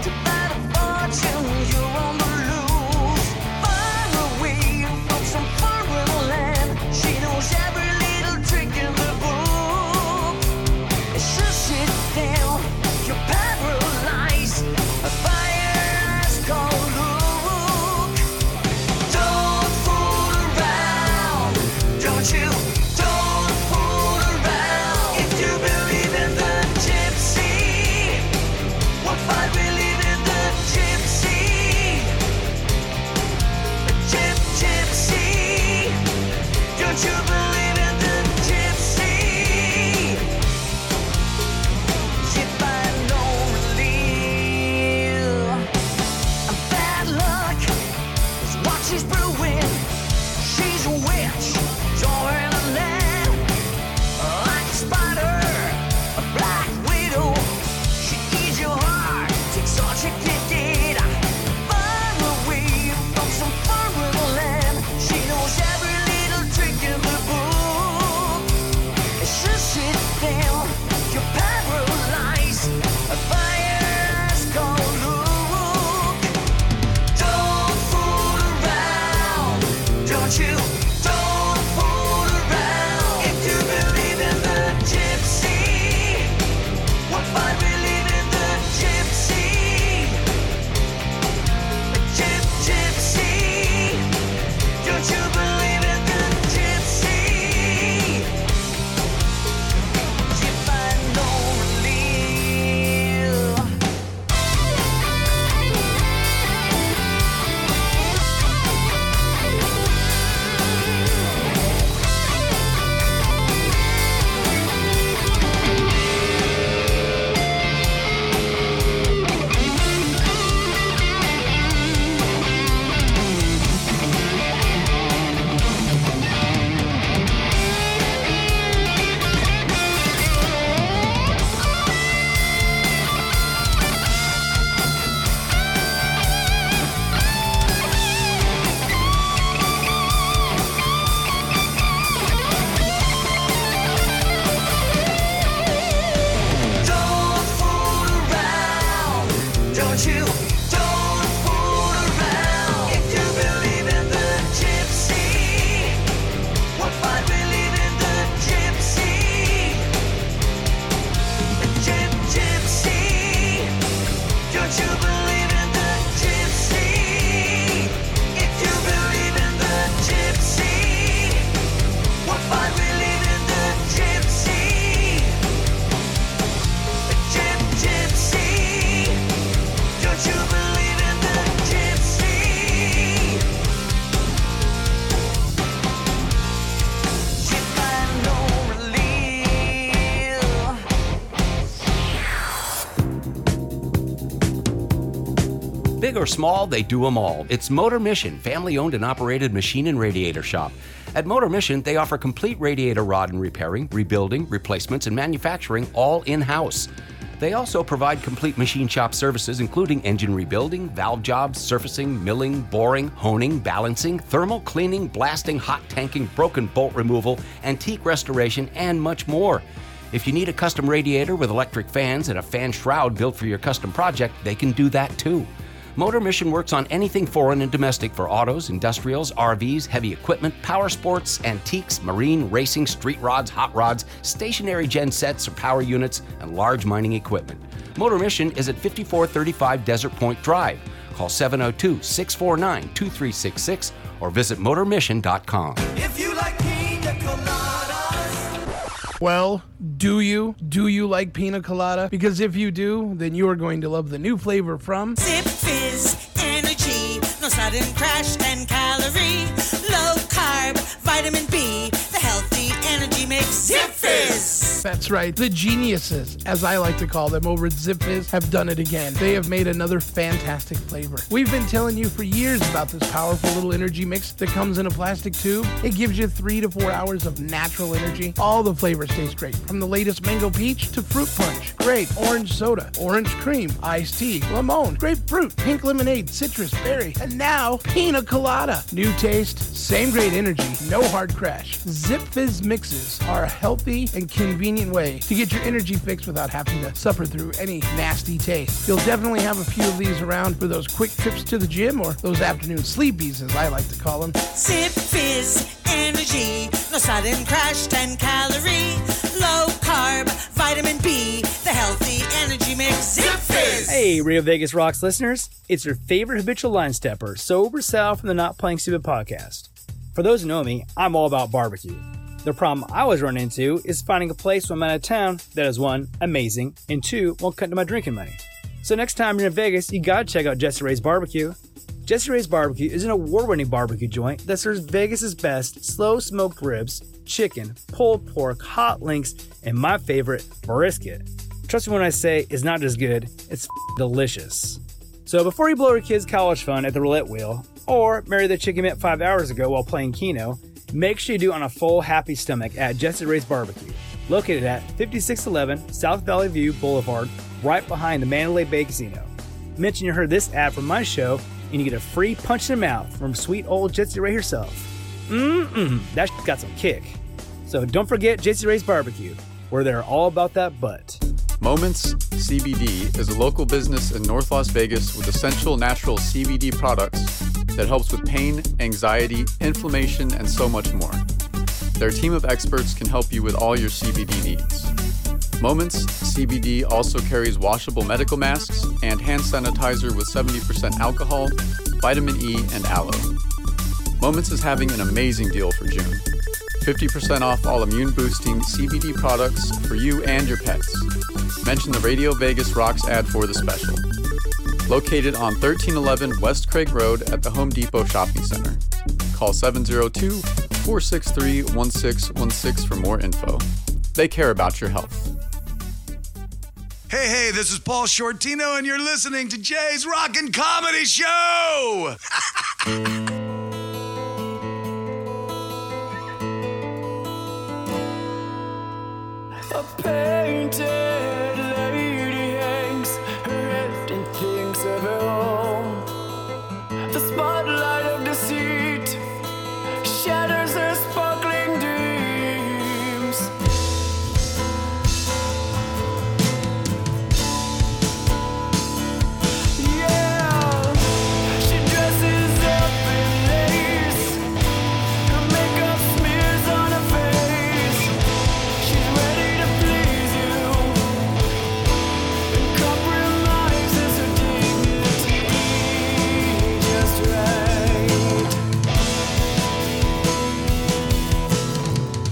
Speaker 2: to find a fortune you're on the loose. Far away from some foreign land, she knows every little trick in the book. Should sit down, you're paralyzed by her eyes gone look. Don't fool around, don't you? Don't fool around. If you believe in the gypsy, what fight believe in the gypsy? Gyp gypsy, don't you believe in the gypsy? If I know bad luck is what she's brewing. She's a witch, door in a land. Like a spider, a black widow. She eats your heart, takes all she can get. Far away from some foreign land. She knows every little trick in the book. She'll sit down, you're paralyzed. A fire's gone look. Don't fool around, don't you? Don't fool around. If you believe in the gypsy, what might believe in the gypsy? Gyp gypsy, don't you believe in the gypsy? If I know real. Don't fool around, don't you? Don't fool around. If you believe in the gypsy, what fun believe in the gypsy? Gyp gypsy, don't you believe in the gypsy? If you believe in the gypsy, what fun believe in the gypsy? Gyp gypsy, don't you believe in the gypsy? She find no relief.
Speaker 4: Big or small, they do 'em all. It's Motor Mission, family owned and operated machine and radiator shop. At Motor Mission, they offer complete radiator rod and repairing, rebuilding, replacements, and manufacturing all in house. They also provide complete machine shop services, including engine rebuilding, valve jobs, surfacing, milling, boring, honing, balancing, thermal cleaning, blasting, hot tanking, broken bolt removal, antique restoration, and much more. If you need a custom radiator with electric fans and a fan shroud built for your custom project, they can do that too. Motor Mission works on anything foreign and domestic for autos, industrials, RVs, heavy equipment, power sports, antiques, marine, racing, street rods, hot rods, stationary gen sets or power units, and large mining equipment. Motor Mission is at 5435 Desert Point Drive. Call 702 649 2366 or visit motormission.com.
Speaker 2: If you like pina coladas,
Speaker 8: Well, do you? Do you like pina colada? Because if you do, then you are going to love the new flavor from
Speaker 1: Zip fizz, energy, no sudden crash and calorie. Low carb, vitamin B, the healthy energy mix. Zip fizz.
Speaker 8: That's right. The geniuses, as I like to call them, over at Zip Fizz have done it again. They have made another fantastic flavor. We've been telling you for years about this powerful little energy mix that comes in a plastic tube. It gives you three to four hours of natural energy. All the flavors taste great, from the latest mango peach to fruit punch, grape, orange soda, orange cream, iced tea, lemon, grapefruit, pink lemonade, citrus, berry, and now pina colada. New taste, same great energy, no hard crash. Zip Fizz mixes are a healthy and convenient way to get your energy fix without having to suffer through any nasty taste. You'll definitely have a few of these around for those quick trips to the gym or those afternoon sleepies, as I like to call them.
Speaker 1: Sip fizz energy, no sudden crash, 10 calorie, low carb, vitamin B, the healthy energy mix. Zip fizz.
Speaker 13: Hey, Rio Vegas Rocks listeners, it's your favorite habitual line stepper, Sober Sal from the Not Playing Stupid podcast. For those who know me, I'm all about barbecue. The problem I was running into is finding a place when I'm out of town that is one, amazing, and two, won't cut into my drinking money. So next time you're in Vegas, you gotta check out Jesse Ray's Barbecue. Jesse Ray's Barbecue is an award-winning barbecue joint that serves Vegas's best slow smoked ribs, chicken, pulled pork, hot links, and my favorite, brisket. Trust me when I say it's not just good, it's f***ing delicious. So before you blow your kids' college fund at the roulette wheel, or marry the chicken met five hours ago while playing Keno, make sure you do it on a full, happy stomach at Jesse Ray's Barbecue, located at 5611 South Valley View Boulevard, right behind the Mandalay Bay Casino. Mention you heard this ad from my show, and you get a free punch in the mouth from sweet old Jesse Ray herself. Mmm, that sh- got some kick. So don't forget Jesse Ray's Barbecue, where they're all about that butt.
Speaker 14: Moments CBD is a local business in North Las Vegas with essential natural CBD products that helps with pain, anxiety, inflammation, and so much more. Their team of experts can help you with all your CBD needs. Moments CBD also carries washable medical masks and hand sanitizer with 70% alcohol, vitamin E, and aloe. Moments is having an amazing deal for June. 50% off all immune boosting CBD products for you and your pets. Mention the Radio Vegas Rocks ad for the special. Located on 1311 West Craig Road at the Home Depot Shopping Center. Call 702 463 1616 for more info. They care about your health.
Speaker 15: Hey, hey, this is Paul Shortino, and you're listening to Jay's Rockin' Comedy Show!
Speaker 2: A painted lady hangs her head and thinks of her home. The spotlight of deceit shatters her sparkling dreams. Yeah, she dresses up in lace. Her makeup smears on her face. She's ready to please you.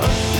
Speaker 2: Oh,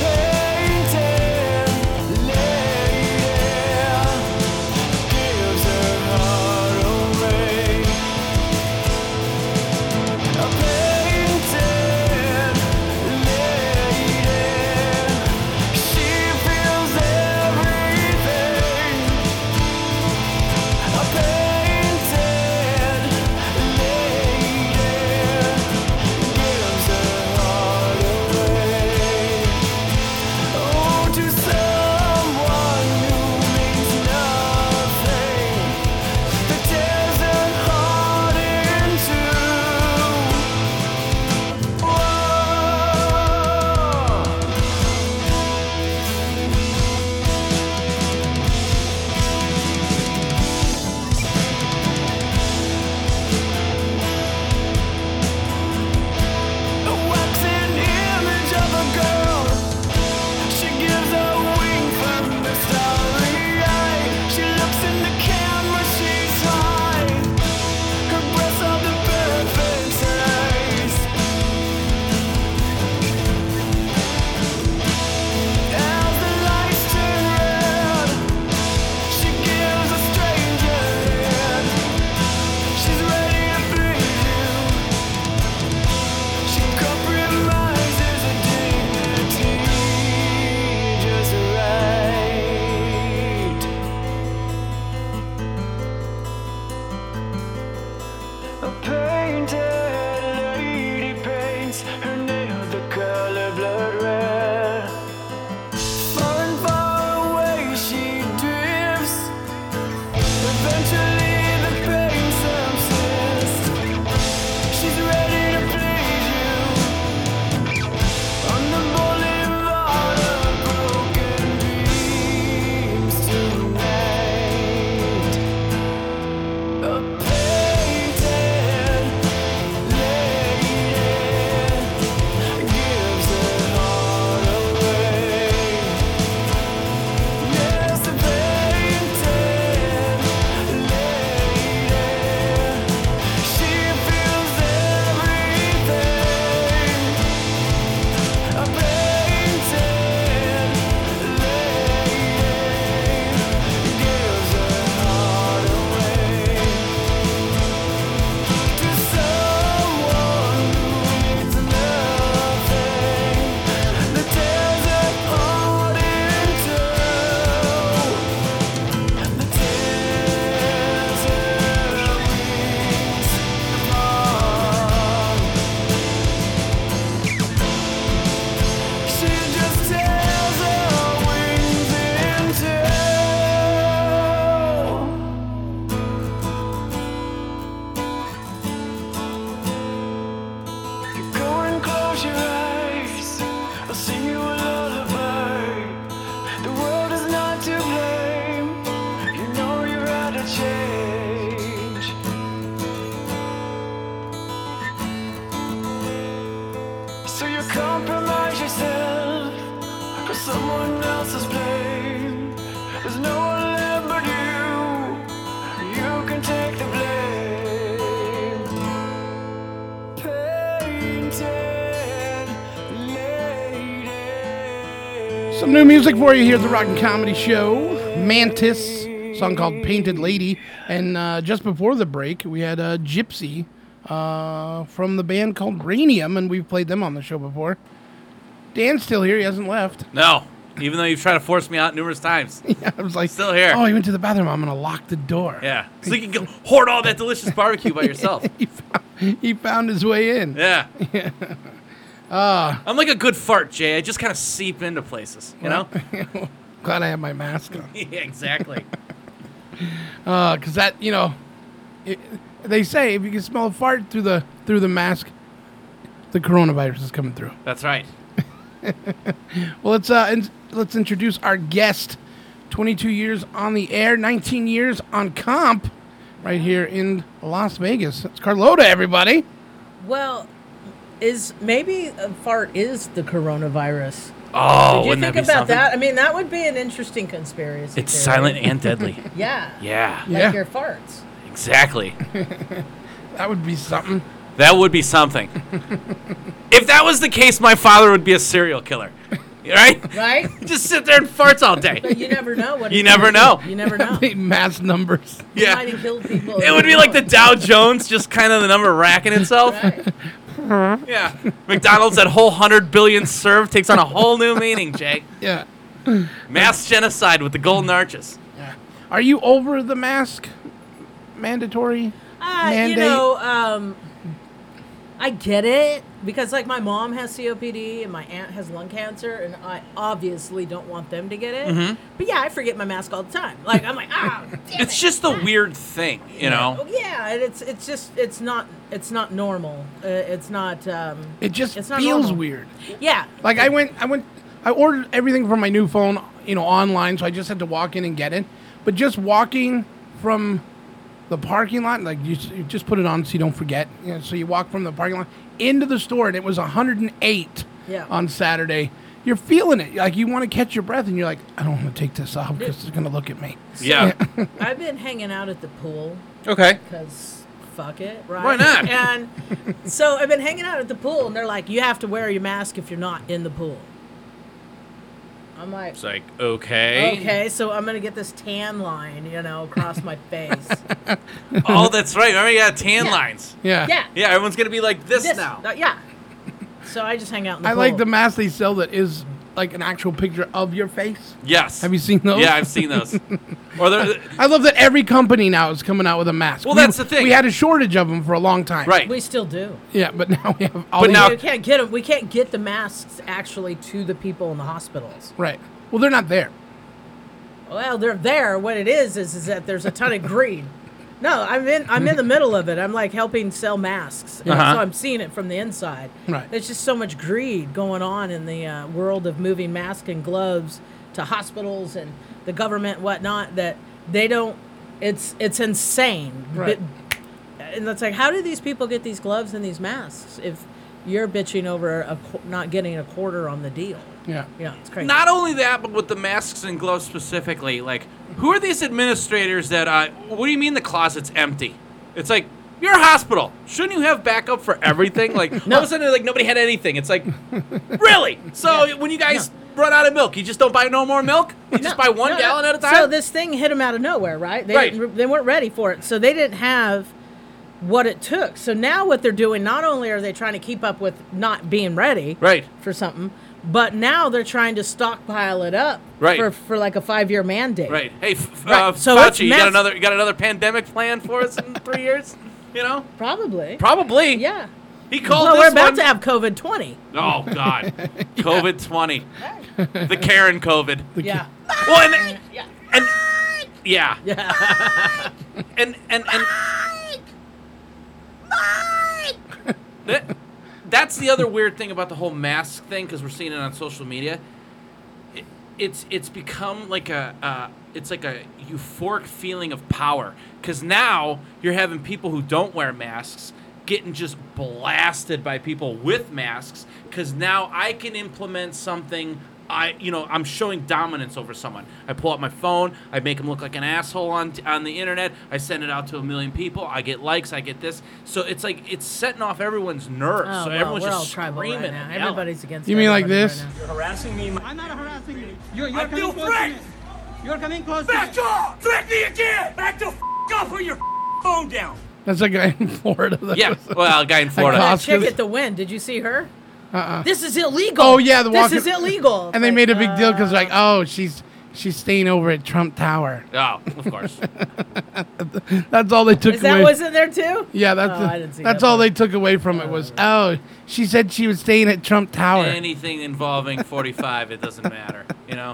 Speaker 16: you compromise yourself for someone else's blame. There's no one left but you. You can take the blame. Painted
Speaker 8: Some new music for you here at the Rock and Comedy Show. Mantis, song called Painted Lady. And uh, just before the break, we had uh, Gypsy uh, from the band called Ranium, and we've played them on the show before. Dan's still here, he hasn't left.
Speaker 11: No, even though you've tried to force me out numerous times.
Speaker 8: Yeah, I was like,
Speaker 11: still here.
Speaker 8: Oh, he went to the bathroom. I'm going to lock the door.
Speaker 11: yeah, so you can go hoard all that delicious barbecue by yourself.
Speaker 8: He found his way in.
Speaker 11: Yeah.
Speaker 8: Uh,
Speaker 11: I'm like a good fart, Jay. I just kind of seep into places, you know?
Speaker 8: glad I have my mask on.
Speaker 11: yeah, exactly.
Speaker 8: because that you know, it, they say if you can smell a fart through the through the mask, the coronavirus is coming through.
Speaker 11: That's right.
Speaker 8: Well, let's uh, in, let's introduce our guest. 22 years on the air, 19 years on comp, right here in Las Vegas. It's Carlota, everybody.
Speaker 17: Well, is maybe a fart is the coronavirus?
Speaker 11: Oh,
Speaker 17: Did you
Speaker 11: wouldn't
Speaker 17: think
Speaker 11: that be
Speaker 17: about
Speaker 11: something?
Speaker 17: that? I mean, that would be an interesting conspiracy.
Speaker 11: It's
Speaker 17: theory.
Speaker 11: silent and deadly.
Speaker 17: yeah.
Speaker 11: Yeah.
Speaker 17: Like
Speaker 11: Yeah.
Speaker 17: your farts.
Speaker 11: Exactly.
Speaker 8: That would be something.
Speaker 11: That would be something. if that was the case, my father would be a serial killer. Right?
Speaker 17: Right?
Speaker 11: Just sit there and farts all day.
Speaker 17: But you never know what.
Speaker 11: You
Speaker 17: he's
Speaker 11: never
Speaker 17: gonna do.
Speaker 11: know.
Speaker 17: You never know.
Speaker 8: Mass numbers.
Speaker 17: He
Speaker 11: Yeah.
Speaker 17: might have killed people.
Speaker 11: It would be like the Dow Jones, just kind of the number racking itself. Yeah. McDonald's, that whole 100 billion serve takes on a whole new meaning, Jay.
Speaker 8: Yeah.
Speaker 11: Mass genocide with the golden arches.
Speaker 8: Are you over the mask mandatory
Speaker 17: Uh, you know, um, I get it because like my mom has COPD and my aunt has lung cancer, and I obviously don't want them to get it.
Speaker 8: Mm-hmm.
Speaker 11: Mhm.
Speaker 17: But yeah, I forget my mask all the time. Like I'm like, ah,
Speaker 11: It's just a weird thing, you know?
Speaker 17: oh, yeah, and it's it's just it's not it's not normal. Uh, it's not. Um,
Speaker 8: It just
Speaker 17: it's not
Speaker 8: feels
Speaker 17: normal.
Speaker 8: weird.
Speaker 17: Yeah,
Speaker 8: Like I went, I went, I ordered everything from my new phone, you know, online. So I just had to walk in and get it. But just walking from the parking lot, like you, s- you just put it on so you don't forget. You know, so you walk from the parking lot into the store, and it was 108
Speaker 17: Yeah.
Speaker 8: on Saturday. You're feeling it, like you want to catch your breath, and you're like, I don't want to take this off because they're gonna look at me.
Speaker 11: Yeah.
Speaker 17: I've been hanging out at the pool.
Speaker 11: Okay.
Speaker 17: Because fuck it, right?
Speaker 11: Why not?
Speaker 17: And so I've been hanging out at the pool, and they're like, you have to wear your mask if you're not in the pool. I'm like,
Speaker 11: It's like, okay.
Speaker 17: okay, so I'm going to get this tan line, you know, across my face.
Speaker 11: Oh, that's right. Remember, you got tan lines.
Speaker 8: Yeah.
Speaker 17: Yeah.
Speaker 11: Yeah, everyone's going to be like this, now.
Speaker 17: uh, yeah. So I just hang out in the
Speaker 8: I
Speaker 17: pool.
Speaker 8: like the mask they sell that is like an actual picture of your face.
Speaker 11: Yes.
Speaker 8: Have you seen those?
Speaker 11: Yeah, I've seen those. or they're,
Speaker 8: I love that every company now is coming out with a mask.
Speaker 11: Well,
Speaker 8: We-
Speaker 11: that's the thing.
Speaker 8: We had a shortage of them for a long time.
Speaker 17: We still do.
Speaker 8: Yeah, but now we have all
Speaker 17: But
Speaker 8: these-
Speaker 17: now we can't get 'em- We can't get the masks actually to the people in the hospitals.
Speaker 8: Right. Well, they're not there.
Speaker 17: Well, they're there. What it is is is that there's a ton of greed. No, I'm in. I'm in the middle of it. I'm like helping sell masks, and
Speaker 11: Uh-huh.
Speaker 17: so I'm seeing it from the inside.
Speaker 11: Right.
Speaker 17: There's just so much greed going on in the uh, world of moving masks and gloves to hospitals and the government, and whatnot. That they don't. It's it's insane.
Speaker 8: Right.
Speaker 17: But- and that's like, how do these people get these gloves and these masks if you're bitching over a, qu- not getting a quarter on the deal?
Speaker 8: Yeah.
Speaker 17: Yeah, it's crazy.
Speaker 11: Not only that, but with the masks and gloves specifically, like, who are these administrators that, uh, what do you mean the closet's empty? It's like, you're a hospital. Shouldn't you have backup for everything? Like, all of a sudden, like, nobody had anything. It's like, really? So when you guys run out of milk, you just don't buy no more milk? You just buy one
Speaker 17: No, no.
Speaker 11: gallon at a time?
Speaker 17: So this thing hit them out of nowhere, right? They
Speaker 11: Right.
Speaker 17: Didn't, they weren't ready for it, so they didn't have what it took. So now what they're doing? Not only are they trying to keep up with not being ready,
Speaker 11: Right.
Speaker 17: for something, but now they're trying to stockpile it up,
Speaker 11: Right.
Speaker 17: for for like a five year mandate,
Speaker 11: Right. Hey, f- f-
Speaker 17: Right,
Speaker 11: Uh,
Speaker 17: so it's
Speaker 11: Fauci, you got
Speaker 17: mass-
Speaker 11: another you got another pandemic plan for us in three years? You know?
Speaker 17: Probably.
Speaker 11: Probably.
Speaker 17: Yeah.
Speaker 11: He called
Speaker 17: Well,
Speaker 11: this
Speaker 17: we're about
Speaker 11: one-
Speaker 17: to have COVID twenty.
Speaker 11: Oh God, COVID twenty, the Karen COVID.
Speaker 17: yeah.
Speaker 11: Well, and, then- and yeah, and and and. That- that's the other weird thing about the whole mask thing because we're seeing it on social media. It, it's it's become like a uh, it's like a euphoric feeling of power because now you're having people who don't wear masks getting just blasted by people with masks because now I can implement something. I, you know, I'm showing dominance over someone. I pull out my phone. I make them look like an asshole on on the internet. I send it out to a million people. I get likes. I get this. So it's like it's setting off everyone's nerves.
Speaker 17: Oh,
Speaker 11: so
Speaker 17: well,
Speaker 11: everyone's
Speaker 17: we're all
Speaker 11: just
Speaker 17: tribal
Speaker 11: screaming.
Speaker 17: right
Speaker 11: and
Speaker 17: now.
Speaker 11: yelling.
Speaker 17: Everybody's against.
Speaker 8: You mean like
Speaker 17: everybody right
Speaker 8: this?
Speaker 17: now.
Speaker 10: You're harassing me. I'm not harassing you. You're, you're I
Speaker 16: coming
Speaker 10: feel
Speaker 16: close to
Speaker 10: threatened. You're coming close. Back off! Threaten me again! Back the f- off with your f- phone down.
Speaker 8: That's a guy in Florida. That
Speaker 11: Yeah, well, a guy in Florida.
Speaker 17: That
Speaker 8: Cost
Speaker 17: chick
Speaker 8: us-
Speaker 17: at the win. Did you see her?
Speaker 8: Uh-uh.
Speaker 17: This is illegal.
Speaker 8: Oh yeah, the walking,
Speaker 17: This is illegal. uh,
Speaker 8: And they made a big deal because like, oh, she's she's staying over at Trump Tower.
Speaker 11: Oh, of course.
Speaker 8: that's all they took
Speaker 17: Is that
Speaker 8: away.
Speaker 17: wasn't there too?
Speaker 8: yeah, that's
Speaker 17: Oh, I didn't see
Speaker 8: that's
Speaker 17: that
Speaker 8: all they took away from it was oh, she said she was staying at Trump Tower.
Speaker 11: Anything involving 45, it doesn't matter. You know.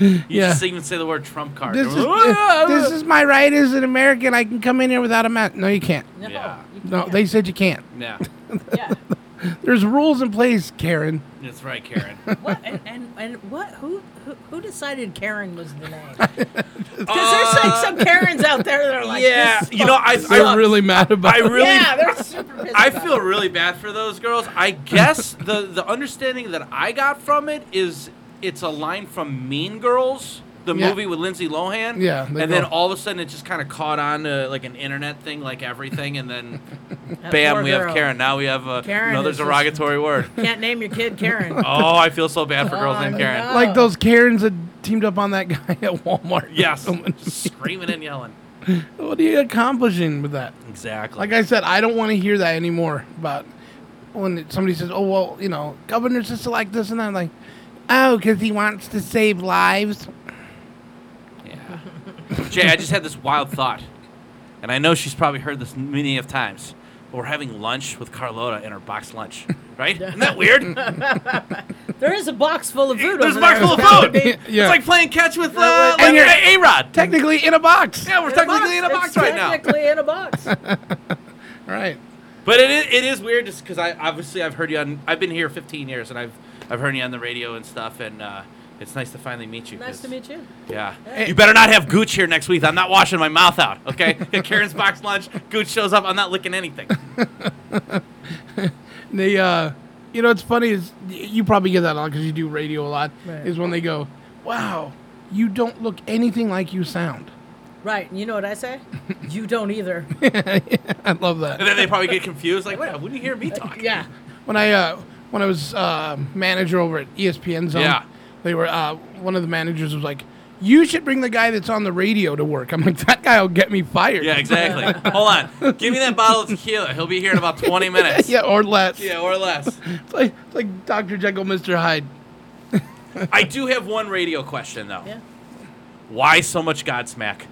Speaker 11: You
Speaker 8: yeah.
Speaker 11: just even say the word Trump card.
Speaker 8: This is this is my right as an American. I can come in here without a mask. No, you can't.
Speaker 11: No, Yeah. you
Speaker 8: No, they said you can't.
Speaker 11: Yeah.
Speaker 8: There's rules in place, Karen.
Speaker 11: That's right, Karen.
Speaker 17: What and, and, and what? Who, who who decided Karen was the name? Because there's like some Karens out there that are like,
Speaker 11: Uh, yeah,
Speaker 17: this
Speaker 11: you know, I,
Speaker 17: sucks.
Speaker 11: I
Speaker 8: really mad about
Speaker 11: I
Speaker 8: it.
Speaker 11: really,
Speaker 17: yeah, they're super pissed.
Speaker 11: I feel really bad for those girls. I guess the the understanding that I got from it is it's a line from Mean Girls, the
Speaker 8: Yeah.
Speaker 11: movie with Lindsay Lohan.
Speaker 8: Yeah,
Speaker 11: and
Speaker 8: they
Speaker 11: then
Speaker 8: go-
Speaker 11: all of a sudden it just kind of caught on to like an internet thing, like everything, and then
Speaker 17: That
Speaker 11: bam,
Speaker 17: poor
Speaker 11: we
Speaker 17: girl.
Speaker 11: have Karen. Now we have uh,
Speaker 17: Karen
Speaker 11: another
Speaker 17: is just-
Speaker 11: derogatory word.
Speaker 17: Can't name your kid Karen.
Speaker 11: Oh, I feel so bad for girls
Speaker 17: Oh,
Speaker 11: named Karen.
Speaker 8: Like those Karens that teamed up on that guy at Walmart.
Speaker 11: Yes, screaming and yelling.
Speaker 8: What are you accomplishing with that?
Speaker 11: Exactly.
Speaker 8: Like I said, I don't want to hear that anymore. But when it- somebody says, "Oh well, you know, governor's just like this," and I'm like, "Oh, because he wants to save lives."
Speaker 11: Jay, I just had this wild thought, and I know she's probably heard this many of times. But we're having lunch with Carlota in her box lunch, right? Isn't that weird?
Speaker 17: there is a box full of food.
Speaker 11: There's
Speaker 17: over
Speaker 11: a box
Speaker 17: there.
Speaker 11: full of food.
Speaker 8: Yeah.
Speaker 11: It's like playing catch with uh,
Speaker 17: And
Speaker 11: like
Speaker 8: you're-
Speaker 11: a Rod.
Speaker 8: Technically in a box.
Speaker 11: Yeah, we're technically in a box
Speaker 17: It's
Speaker 11: right now.
Speaker 17: Technically in a box.
Speaker 8: Right.
Speaker 11: But it is, it is weird just because I obviously I've heard you on I've been here 15 years and I've I've heard you on the radio and stuff and uh, it's nice to finally meet you.
Speaker 17: Nice to meet you.
Speaker 11: Yeah.
Speaker 17: Hey.
Speaker 11: You better not have Gooch here next week. I'm not washing my mouth out, okay? At Karen's box lunch, Gooch shows up. I'm not licking anything.
Speaker 8: the uh, you know, it's funny is y- you probably get that a lot because you do radio a lot.
Speaker 17: Right.
Speaker 8: Is when they go, "Wow, you don't look anything like you sound."
Speaker 17: Right. and You know what I say? You don't either.
Speaker 8: I love that.
Speaker 11: And then they probably get confused, like, wait, wouldn't you hear me talk?
Speaker 17: Yeah.
Speaker 8: when I uh, when I was uh, manager over at E ESPN Zone,
Speaker 11: Yeah.
Speaker 8: they were uh, one of the managers was like, "You should bring the guy that's on the radio to work." I'm like, "That guy will get me fired."
Speaker 11: Yeah, exactly. Hold on. Give me that bottle of tequila. He'll be here in about 20 minutes.
Speaker 8: yeah, or less.
Speaker 11: Yeah, or less.
Speaker 8: It's like it's like Dr. Jekyll, Mr. Hyde.
Speaker 11: I do have one radio question though. Yeah. Why so much Godsmack?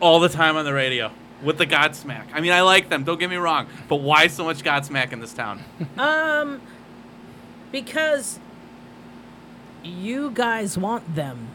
Speaker 11: All the time on the radio with the Godsmack. I mean, I like them. Don't get me wrong, but why so much Godsmack in this town?
Speaker 17: Um, because you guys want them.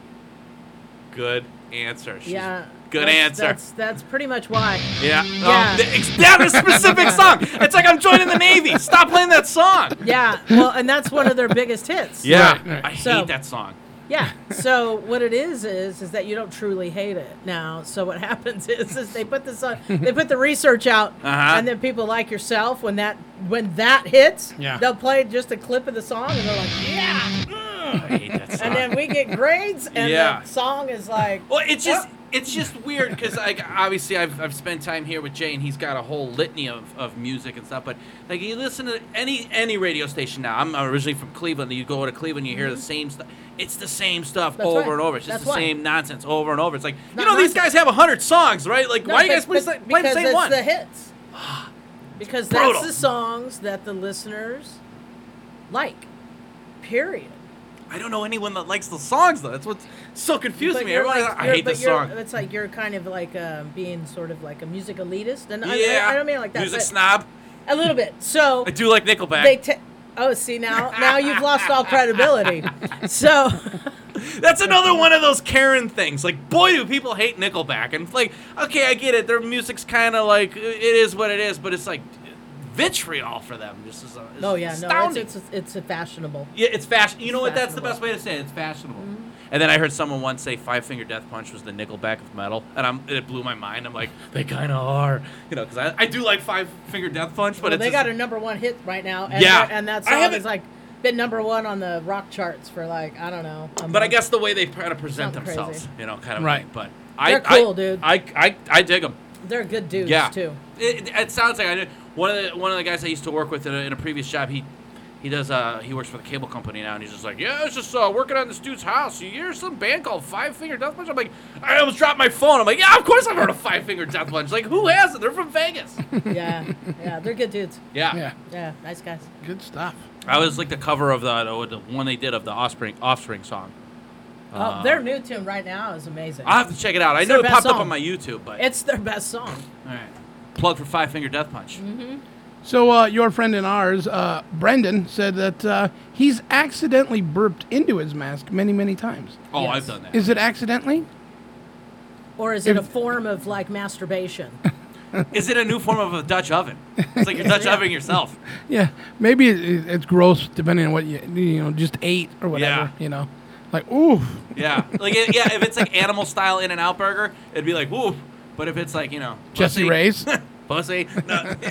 Speaker 11: Good answer. She's-
Speaker 17: yeah.
Speaker 11: Good
Speaker 17: that's-
Speaker 11: answer.
Speaker 17: That's that's pretty much why.
Speaker 11: yeah.
Speaker 17: Yeah.
Speaker 11: Oh, th- ex- that is a specific song. It's like I'm joining the Navy. Stop playing that song.
Speaker 17: Yeah. Well, and that's one of their biggest hits.
Speaker 11: Yeah. I
Speaker 17: So-
Speaker 11: hate that song.
Speaker 17: Yeah. So what it is is is that you don't truly hate it now. So what happens is is they put this on they put the research out
Speaker 11: Uh-huh.
Speaker 17: and then people like yourself when that when that hits,
Speaker 11: Yeah.
Speaker 17: they'll play just a clip of the song and they're like, Yeah
Speaker 11: I hate that song.
Speaker 17: And then we get grades and
Speaker 11: Yeah.
Speaker 17: the song is like
Speaker 11: Well, it's just it's just weird because like obviously I've, I've spent time here with Jay and he's got a whole litany of, of music and stuff. But like you listen to any any radio station now. I'm originally from Cleveland. You go to Cleveland, you hear the same stuff. It's the same stuff
Speaker 17: Mm-hmm. That's
Speaker 11: over
Speaker 17: right.
Speaker 11: and over. It's just
Speaker 17: That's
Speaker 11: the
Speaker 17: why.
Speaker 11: same nonsense over and over. It's like
Speaker 17: not
Speaker 11: you know these guys have hundred songs, right? Like
Speaker 17: No,
Speaker 11: why do
Speaker 17: but-
Speaker 11: you guys play,
Speaker 17: but
Speaker 11: play the
Speaker 17: because
Speaker 11: same
Speaker 17: it's
Speaker 11: one?
Speaker 17: the hits. Because
Speaker 11: Brutal.
Speaker 17: that's the songs that the listeners like. Period.
Speaker 11: I don't know anyone that likes the songs though. That's what's so confusing
Speaker 17: But
Speaker 11: me.
Speaker 17: you're
Speaker 11: Everyone,
Speaker 17: like-
Speaker 11: I
Speaker 17: you're-
Speaker 11: hate
Speaker 17: but
Speaker 11: this
Speaker 17: you're-
Speaker 11: song.
Speaker 17: It's like you're kind of like um, being sort of like a music elitist, and I-
Speaker 11: yeah,
Speaker 17: I, I don't mean it like that.
Speaker 11: Music
Speaker 17: but
Speaker 11: snob.
Speaker 17: A little bit. So
Speaker 11: I do like Nickelback.
Speaker 17: they. T- oh, see now, now you've lost all credibility. So
Speaker 11: That's another one of those Karen things. Like, boy, do people hate Nickelback. And it's like, okay, I get it. Their music's kind of like it is what it is, but it's like vitriol for them. This is, a, is
Speaker 17: no, Oh, yeah, no,
Speaker 11: astounding.
Speaker 17: it's, it's it's fashionable.
Speaker 11: yeah, it's fashion. You know what? That's the
Speaker 17: fashionable. Mm-hmm.
Speaker 11: best way to say it. It's fashionable. And then I heard someone once say Five Finger Death Punch was the Nickelback of metal, and I'm it blew my mind. I'm like, they kind of are, you know, because I, I do like Five Finger Death Punch, but
Speaker 17: Well,
Speaker 11: it's
Speaker 17: they
Speaker 11: just-
Speaker 17: got a number one hit right now. And
Speaker 11: Yeah.
Speaker 17: they're- and that
Speaker 11: I
Speaker 17: song
Speaker 11: haven't-
Speaker 17: is like been number one on the rock charts for like I don't know. Um, a
Speaker 11: But I
Speaker 17: month.
Speaker 11: guess the way they kind of present
Speaker 17: Sound crazy.
Speaker 11: themselves, you know, kind of
Speaker 17: Right.
Speaker 11: thing. But
Speaker 17: They're
Speaker 11: I,
Speaker 17: cool,
Speaker 11: I,
Speaker 17: dude.
Speaker 11: I, I, I dig them.
Speaker 17: they're good dudes
Speaker 11: yeah.
Speaker 17: too.
Speaker 11: It, it, it sounds like I did. One of the one of the guys I used to work with in a, in a previous job, he he does uh he works for the cable company now, and he's just like, yeah, I was just uh, working on this dude's house. You hear some band called Five Finger Death Punch? I'm like, I almost dropped my phone. I'm like, yeah, of course I've heard of Five Finger Death Punch. Like, who hasn't? They're from Vegas.
Speaker 17: yeah, yeah, they're good dudes.
Speaker 11: Yeah.
Speaker 17: yeah, nice guys.
Speaker 8: Good stuff.
Speaker 11: I was like the cover of the, the, the one they did of the Offspring Offspring song. Uh,
Speaker 17: Oh, their new tune right now is amazing.
Speaker 11: Um, I'll have to check it out. I
Speaker 17: It's
Speaker 11: know
Speaker 17: their
Speaker 11: it
Speaker 17: best
Speaker 11: popped up
Speaker 17: song.
Speaker 11: on my YouTube, but
Speaker 17: It's their best song.
Speaker 11: all right. Plug for Five Finger Death Punch.
Speaker 17: Mm-hmm.
Speaker 8: So uh, your friend and ours, uh, Brendan, said that uh, he's accidentally burped into his mask many, many times.
Speaker 11: Oh, I've done that.
Speaker 8: Is it accidentally?
Speaker 17: Or is it a
Speaker 8: If-
Speaker 17: form of like masturbation?
Speaker 11: Is it a new form of a Dutch oven? It's like you're Dutch oven yourself.
Speaker 8: Yeah, maybe it, it, it's gross depending on what you you know just ate or whatever.
Speaker 11: Yeah.
Speaker 8: You know, like ooh,
Speaker 11: Yeah, like it, yeah, if it's like animal style In and Out Burger, it'd be like woo. But if it's like you know
Speaker 8: Jesse
Speaker 11: pussy-
Speaker 8: Ray's.
Speaker 11: pussy, no.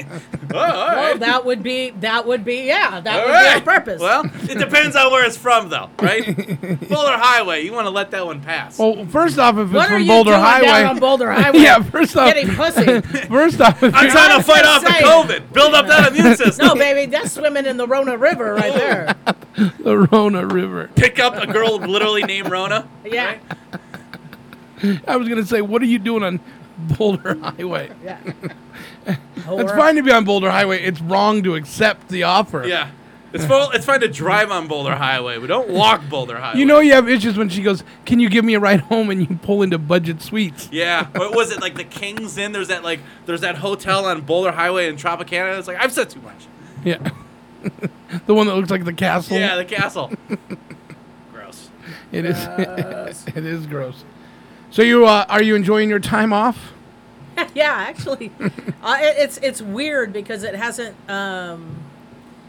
Speaker 11: Oh, all
Speaker 17: well,
Speaker 11: right.
Speaker 17: that would be that would be yeah, that
Speaker 11: All
Speaker 17: would be on
Speaker 11: right.
Speaker 17: purpose.
Speaker 11: Well, it depends on where it's from, though, right? Boulder Highway, you want to let that one pass.
Speaker 8: Well, first off, if
Speaker 11: What
Speaker 8: it's
Speaker 11: are
Speaker 8: from
Speaker 11: you
Speaker 8: Boulder
Speaker 11: doing down
Speaker 8: Highway,
Speaker 11: on Boulder Highway?
Speaker 8: yeah, first off,
Speaker 17: Getting pussy.
Speaker 8: first off, if
Speaker 11: I'm
Speaker 8: you're-
Speaker 11: trying to fight off the COVID, build up that immune system.
Speaker 17: no, baby, that's swimming in the Rona River right there.
Speaker 8: the Rona River.
Speaker 11: Pick up a girl literally named Rona.
Speaker 17: Yeah,
Speaker 8: I was gonna say, what are you doing on Boulder Highway?
Speaker 17: Yeah.
Speaker 8: it's fine to be on Boulder Highway. It's wrong to accept the offer.
Speaker 11: Yeah, it's full, it's fine to drive on Boulder Highway. We don't walk Boulder Highway.
Speaker 8: You know you have issues when she goes, "Can you give me a ride home?" and you pull into Budget Suites.
Speaker 11: Yeah, what was it like the King's Inn? There's that like there's that hotel on Boulder Highway in Tropicana. It's like I've said too much.
Speaker 8: Yeah, the one that looks like the castle.
Speaker 11: Yeah, the castle. Gross.
Speaker 8: It is. it is gross. So you uh, are you enjoying your time off?
Speaker 17: yeah, actually, uh, it, it's it's weird because it hasn't um,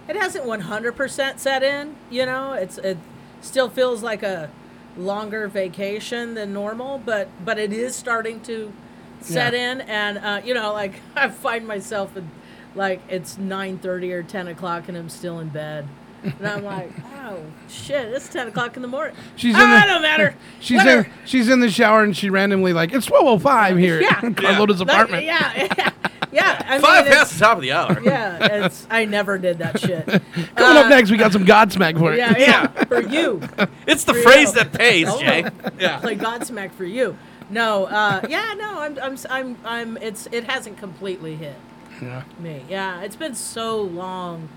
Speaker 17: it hasn't one hundred percent set in. You know, it's it still feels like a longer vacation than normal, but but it is starting to set
Speaker 18: Yeah.
Speaker 17: in, and uh, you know, like I find myself in, like it's nine thirty or ten o'clock, and I'm still in bed. and I'm like, oh shit! It's ten o'clock in the morning.
Speaker 8: She's
Speaker 17: ah,
Speaker 8: in. The,
Speaker 17: don't matter.
Speaker 8: She's
Speaker 17: Whatever.
Speaker 8: in. She's in the shower and she randomly like it's twelve oh five here.
Speaker 17: Yeah.
Speaker 8: in Carlota's
Speaker 17: Like,
Speaker 8: apartment.
Speaker 17: yeah, yeah, yeah. I
Speaker 11: Five
Speaker 17: mean, it's-
Speaker 11: past the top of the hour.
Speaker 17: Yeah, it's, I never did that shit.
Speaker 8: Coming
Speaker 17: Uh,
Speaker 8: up next, we got some Godsmack for you.
Speaker 17: Yeah, yeah, for you.
Speaker 11: It's the
Speaker 17: For
Speaker 11: phrase
Speaker 17: you.
Speaker 11: that pays,
Speaker 17: Oh,
Speaker 11: Jay. Yeah.
Speaker 17: Play Godsmack for you. No, uh, yeah, no, I'm, I'm, I'm, I'm. It's, it hasn't completely hit
Speaker 8: Yeah.
Speaker 17: me. Yeah, it's been so long,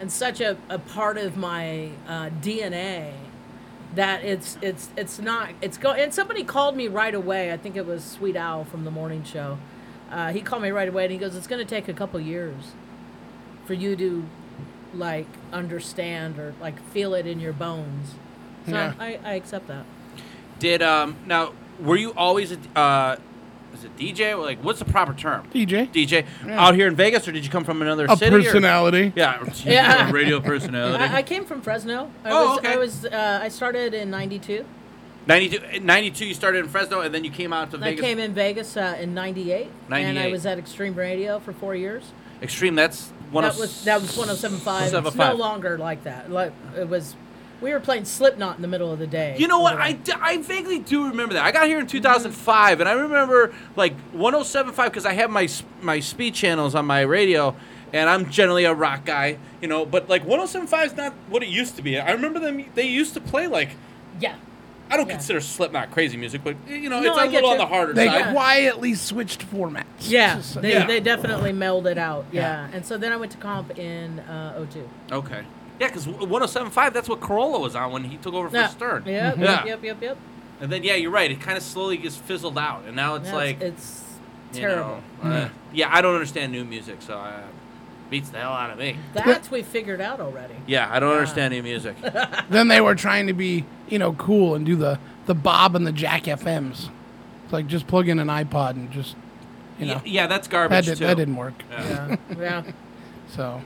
Speaker 17: and such a, a part of my uh, DNA that it's, it's, it's not, it's go. And somebody called me right away. I think it was Sweet Owl from the morning show. Uh, he called me right away, and he goes, "It's going to take a couple years for you to like understand or like feel it in your bones." So
Speaker 11: Yeah.
Speaker 17: I, I accept that.
Speaker 11: Did um now were you always a uh, is it DJ? Or, Like what's the proper term?
Speaker 8: DJ.
Speaker 11: DJ
Speaker 17: Yeah.
Speaker 11: out here in Vegas, or did you come from another
Speaker 8: A
Speaker 11: city? or-
Speaker 8: personality.
Speaker 11: Yeah, or-
Speaker 17: Yeah.
Speaker 11: a radio personality.
Speaker 17: I, I came from Fresno. I
Speaker 11: Oh,
Speaker 17: was,
Speaker 11: okay.
Speaker 17: I was uh, I started in '92.
Speaker 11: 92, 92, eh, you started in Fresno, and then you came out to
Speaker 17: I
Speaker 11: Vegas.
Speaker 17: came in Vegas uh, in '98, and I
Speaker 11: 98.
Speaker 17: was at Extreme Radio for four years.
Speaker 11: Extreme. That's one
Speaker 17: that
Speaker 11: of
Speaker 17: was that was 1075. It's no
Speaker 11: 107.5.
Speaker 17: longer like that. Like it was, we were playing Slipknot in the middle of the day.
Speaker 11: You know what? I, d- I vaguely do remember that. I got here in 2005, and I remember like 107.5 because I have my s- my speed channels on my radio, and I'm generally a rock guy, you know. But like 107.5 is not what it used to be. I remember them; they used to play like
Speaker 17: yeah.
Speaker 11: I don't consider Slipknot crazy music, but you know
Speaker 17: No,
Speaker 11: it's a
Speaker 17: I
Speaker 11: little
Speaker 17: get
Speaker 11: on
Speaker 17: you.
Speaker 11: the harder
Speaker 8: They
Speaker 11: side.
Speaker 8: quietly switched formats.
Speaker 17: Yeah,
Speaker 8: So-
Speaker 17: they,
Speaker 11: Yeah.
Speaker 17: they definitely melded out.
Speaker 11: Yeah.
Speaker 17: Yeah. and so then I went to comp in uh, 02.
Speaker 11: Okay. Yeah, because 107.5 that's what Corolla was on when he took over for
Speaker 17: Yeah.
Speaker 11: Stern.
Speaker 17: Yep,
Speaker 11: Yeah.
Speaker 17: yep, yep, yep, yep.
Speaker 11: And then yeah, you're right. It kind of slowly gets fizzled out, and now it's
Speaker 17: Yeah,
Speaker 11: like
Speaker 17: it's
Speaker 11: you
Speaker 17: terrible.
Speaker 11: know, uh, yeah, I don't understand new music, so uh, beats the hell out of me.
Speaker 17: That's we figured out already.
Speaker 11: Yeah, I don't understand new music.
Speaker 8: then they were trying to be you know cool and do the the Bob and the Jack FMs. It's like just plug in an iPod and just you know.
Speaker 11: yeah, yeah, that's garbage
Speaker 8: That, did,
Speaker 11: too.
Speaker 8: that didn't work.
Speaker 11: Yeah.
Speaker 17: Yeah.
Speaker 8: so,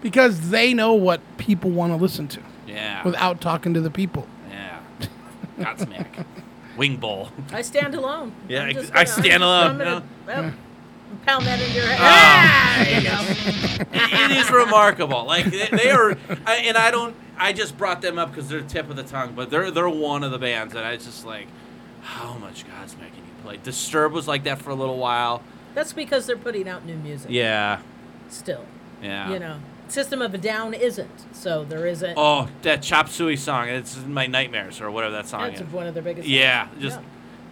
Speaker 8: because they know what people want to listen to.
Speaker 11: Yeah.
Speaker 8: Without talking to the people.
Speaker 11: Yeah. Godsmack. Wing Bowl.
Speaker 17: I stand alone.
Speaker 11: Yeah,
Speaker 17: I'm just
Speaker 11: I
Speaker 17: gonna-
Speaker 11: stand alone,
Speaker 17: I'm gonna-
Speaker 11: yeah.
Speaker 17: oh, pound that in your head. Ah, there you
Speaker 11: Oh.
Speaker 17: go.
Speaker 11: it it is remarkable. Like they, they are, I, and I don't. I just brought them up because they're tip of the tongue, but they're they're one of the bands that I just like. How much Godsmack can you play? Disturb was like that for a little while.
Speaker 17: That's because they're putting out new music.
Speaker 11: Yeah,
Speaker 17: Still.
Speaker 11: yeah.
Speaker 17: You know, System of a Down isn't. So there isn't.
Speaker 11: Oh, that Chop Suey song. It's my nightmares or whatever that song
Speaker 17: That's
Speaker 11: is.
Speaker 17: one of their biggest.
Speaker 11: Yeah, just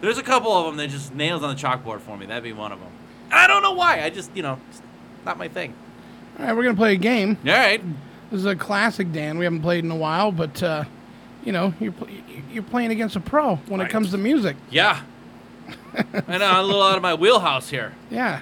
Speaker 11: there's a couple of them that just nails on the chalkboard for me. That'd be one of them. And I don't know why. I just you know, it's not my thing.
Speaker 8: All right, we're gonna play a game.
Speaker 11: All right.
Speaker 8: This is a classic, Dan. We haven't played in a while, but uh, you know, you're pl- you're playing against a pro when it comes to music.
Speaker 11: Yeah. I know. I'm a little out of my wheelhouse here.
Speaker 8: Yeah.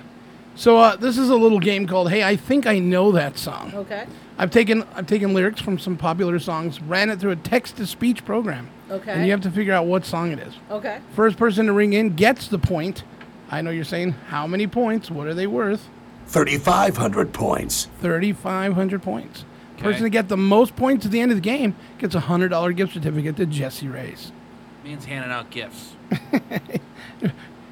Speaker 8: So uh, this is a little game called Hey, I think I know that song.
Speaker 17: Okay.
Speaker 8: I've taken I've taken lyrics from some popular songs, ran it through a text to speech program.
Speaker 17: Okay.
Speaker 8: And you have to figure out what song it is.
Speaker 17: Okay.
Speaker 8: First person to ring in gets the point. I know you're saying how many points? What are they worth?
Speaker 9: 3,500 points.
Speaker 8: 3,500 points. Person
Speaker 9: Okay.
Speaker 8: to get the most points at the end of the game gets a $100 gift certificate to Jesse Reyes.
Speaker 11: Man's handing out gifts. you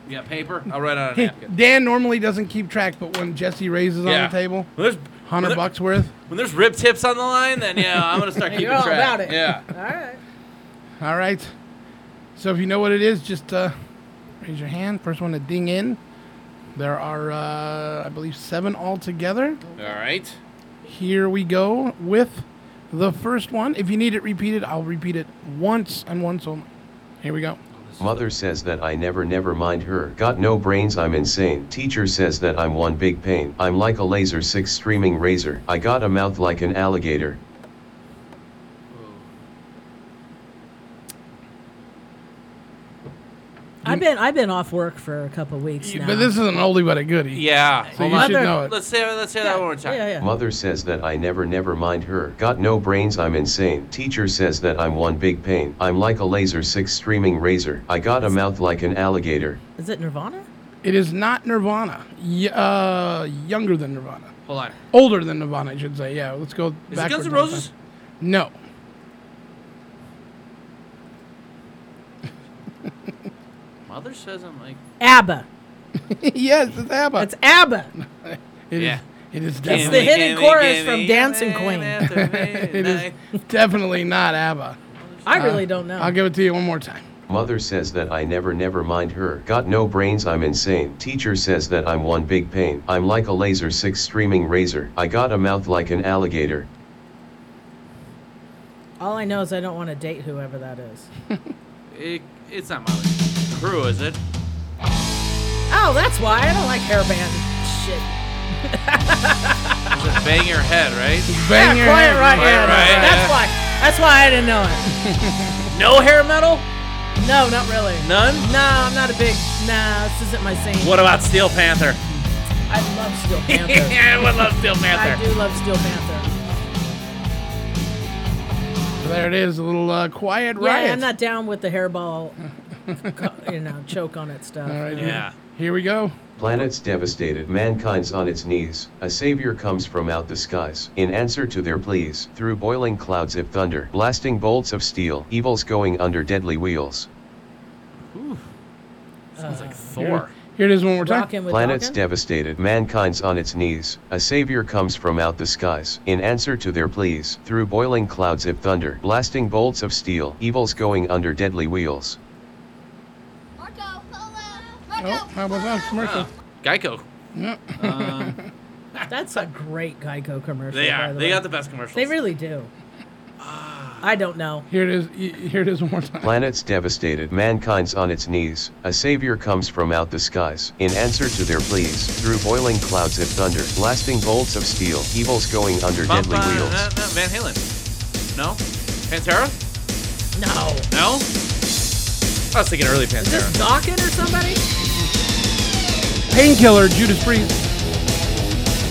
Speaker 11: got paper? I'll write on a
Speaker 8: Hey,
Speaker 11: napkin.
Speaker 8: Dan normally doesn't keep track, but when Jesse Reyes is
Speaker 11: Yeah.
Speaker 8: on the table,
Speaker 11: Well, there's-
Speaker 8: 100
Speaker 11: well, there-
Speaker 8: bucks worth.
Speaker 11: When there's rib tips on the line, then yeah, I'm gonna start
Speaker 17: You're
Speaker 11: keeping
Speaker 17: all
Speaker 11: track.
Speaker 17: about it.
Speaker 11: Yeah.
Speaker 17: All right.
Speaker 8: All right. So if you know what it is, just uh, raise your hand. First one to ding in. There are, uh, I believe, seven altogether.
Speaker 11: All right.
Speaker 8: Here we go with the first one. If you need it repeated, I'll repeat it once and once only. Here we go.
Speaker 19: Mother says that I never never mind her. Got no brains, I'm insane. Teacher says that I'm one big pain. I'm like a laser six streaming razor. I got a mouth like an alligator.
Speaker 17: I've been I've been off work for a couple weeks now.
Speaker 8: But this is an oldie but a goodie.
Speaker 11: Yeah.
Speaker 8: So you should know it.
Speaker 11: Let's say let's say that one more time.
Speaker 17: Yeah, yeah.
Speaker 19: Mother says that I never never mind her. Got no brains, I'm insane. Teacher says that I'm one big pain. I'm like a laser six streaming razor. I got a mouth like an alligator.
Speaker 17: Is it Nirvana?
Speaker 8: It is not Nirvana. Y- uh, younger than Nirvana.
Speaker 11: Hold on.
Speaker 8: Older than Nirvana, I should say. Yeah, let's go
Speaker 11: Is it
Speaker 8: back.
Speaker 11: Guns N' Roses?
Speaker 8: No.
Speaker 11: Mother says I'm like.
Speaker 17: ABBA.
Speaker 8: yes, it's ABBA. It's
Speaker 17: ABBA.
Speaker 8: It is.
Speaker 11: Yeah.
Speaker 8: It is
Speaker 17: That's
Speaker 8: definitely.
Speaker 17: the hidden chorus from Dancing Queen.
Speaker 8: it is definitely not ABBA.
Speaker 17: I
Speaker 8: Uh,
Speaker 17: really don't know.
Speaker 8: I'll give it to you one more time.
Speaker 19: Mother says that I never never mind her. Got no brains, I'm insane. Teacher says that I'm one big pain. I'm like a laser six streaming razor. I got a mouth like an alligator.
Speaker 17: All I know is I don't want to date whoever that is.
Speaker 11: It, it's not Molly. Crew, is it?
Speaker 17: oh, that's why I don't like hair band. Shit.
Speaker 11: Just bang your head, right?
Speaker 17: yeah, quiet right.
Speaker 11: Quiet
Speaker 17: yeah, no,
Speaker 11: Riot,
Speaker 17: That's
Speaker 11: yeah.
Speaker 17: why. That's why I didn't know it.
Speaker 11: no hair metal?
Speaker 17: No, not really.
Speaker 11: None?
Speaker 17: No, I'm not a big. Nah, this isn't my scene.
Speaker 11: What about Steel Panther?
Speaker 17: I love Steel Panther.
Speaker 11: Yeah, everyone loves Steel Panther.
Speaker 17: I do love Steel Panther.
Speaker 8: There it is, a little uh, quiet
Speaker 17: yeah,
Speaker 8: riot.
Speaker 17: I'm not down with the hairball, co- you know, choke on it stuff.
Speaker 8: All right, yeah. Here we go.
Speaker 19: Planets devastated, mankind's on its knees. A savior comes from out the skies. In answer to their pleas, through boiling clouds of thunder, blasting bolts of steel, evils going under deadly wheels.
Speaker 11: Sounds like
Speaker 8: Uh, Here,
Speaker 11: Thor.
Speaker 8: here it is one more time.
Speaker 19: Planets devastated, mankind's on its knees. A savior comes from out the skies. In answer to their pleas, through boiling clouds of thunder, blasting bolts of steel, evils going under deadly wheels.
Speaker 8: Oh, how about that commercial?
Speaker 11: Geico.
Speaker 8: Yep.
Speaker 11: Um,
Speaker 17: That's a great Geico commercial.
Speaker 11: They
Speaker 17: by
Speaker 11: are. Ah.
Speaker 17: the
Speaker 11: They
Speaker 17: way.
Speaker 11: got the best commercials.
Speaker 17: They really do. I don't know.
Speaker 8: Here it is. y- Here it is one more time.
Speaker 19: Planets devastated, mankind's on its knees. A savior comes from out the skies. In answer to their pleas, through boiling clouds of thunder, blasting bolts of steel, evils going under
Speaker 11: Bum,
Speaker 19: deadly
Speaker 11: bum,
Speaker 19: wheels.
Speaker 11: uh, uh, Van Halen. No? Pantera?
Speaker 17: No.
Speaker 11: No? I was thinking early
Speaker 17: Is this
Speaker 11: Pantera.
Speaker 17: Dawkins or somebody?
Speaker 8: Oh, Painkiller, Judas Priest.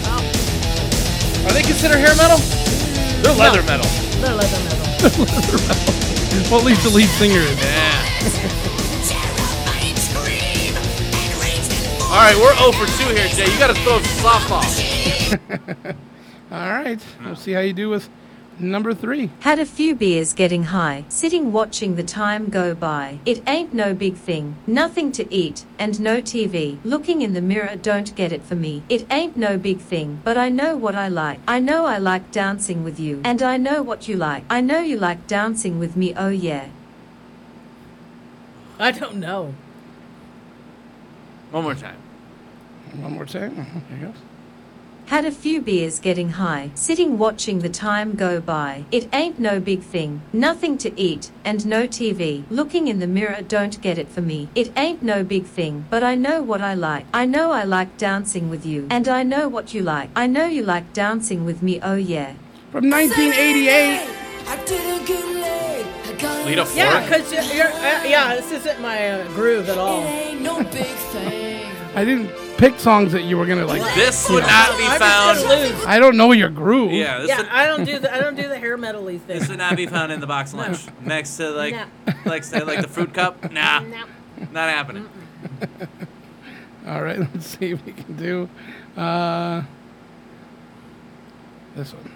Speaker 17: Oh.
Speaker 11: Are they considered hair metal?
Speaker 17: Mm.
Speaker 11: They're leather metal.
Speaker 17: They're leather metal.
Speaker 8: well, at least the lead singer is.
Speaker 11: All right, we're 0 for 2 here, Jay. You got to throw a softball.
Speaker 8: All right. We'll see how you do with number three.
Speaker 20: Had a few beers getting high, sitting watching the time go by. It ain't no big thing, nothing to eat, and no TV. Looking in the mirror don't get it for me. It ain't no big thing, but I know what I like. I know I like dancing with you, and I know what you like. I know you like dancing with me, oh yeah.
Speaker 17: I don't know.
Speaker 11: One more time.
Speaker 8: One more time. Uh-huh, I guess.
Speaker 20: Had a few beers getting high, sitting watching the time go by. It ain't no big thing, nothing to eat, and no TV. Looking in the mirror don't get it for me. It ain't no big thing, but I know what I like. I know I like dancing with you, and I know what you like. I know you like dancing with me, oh yeah.
Speaker 8: From 1988.
Speaker 16: I didn't get laid. I got
Speaker 11: Lita Ford?
Speaker 17: Yeah, because you're, you're uh, yeah, this isn't my uh, groove at all.
Speaker 16: no big thing.
Speaker 8: I didn't pick songs that you were gonna like.
Speaker 11: This
Speaker 8: you
Speaker 11: would
Speaker 8: know.
Speaker 11: not be found.
Speaker 8: I don't know your groove.
Speaker 11: Yeah, this
Speaker 17: yeah, I don't do the I don't do the hair metally thing.
Speaker 11: This would not be found in the box lunch next to like like say, like the fruit cup. Nah, not happening.
Speaker 8: All right, let's see if we can do uh, this one.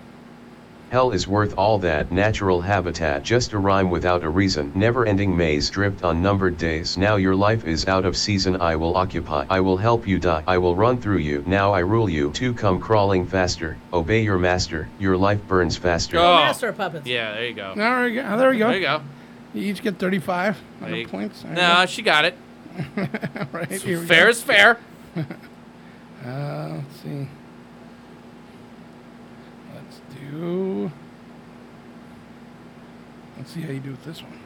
Speaker 19: Hell is worth all that natural habitat. Just a rhyme without a reason. Never ending maze dripped on numbered days. Now your life is out of season. I will occupy. I will help you die. I will run through you. Now I rule you. Two come crawling faster. Obey your master. Your life burns faster.
Speaker 11: Oh.
Speaker 17: Master puppets.
Speaker 11: Yeah, there you go.
Speaker 8: There we go. There we go.
Speaker 11: There you go.
Speaker 8: You each get 35 on the
Speaker 11: Like,
Speaker 8: points. There you
Speaker 11: No, she got it.
Speaker 8: go. All right, here we
Speaker 11: fair
Speaker 8: go.
Speaker 11: is fair.
Speaker 8: Uh, let's see. Let's do. Let's see how you do with this one.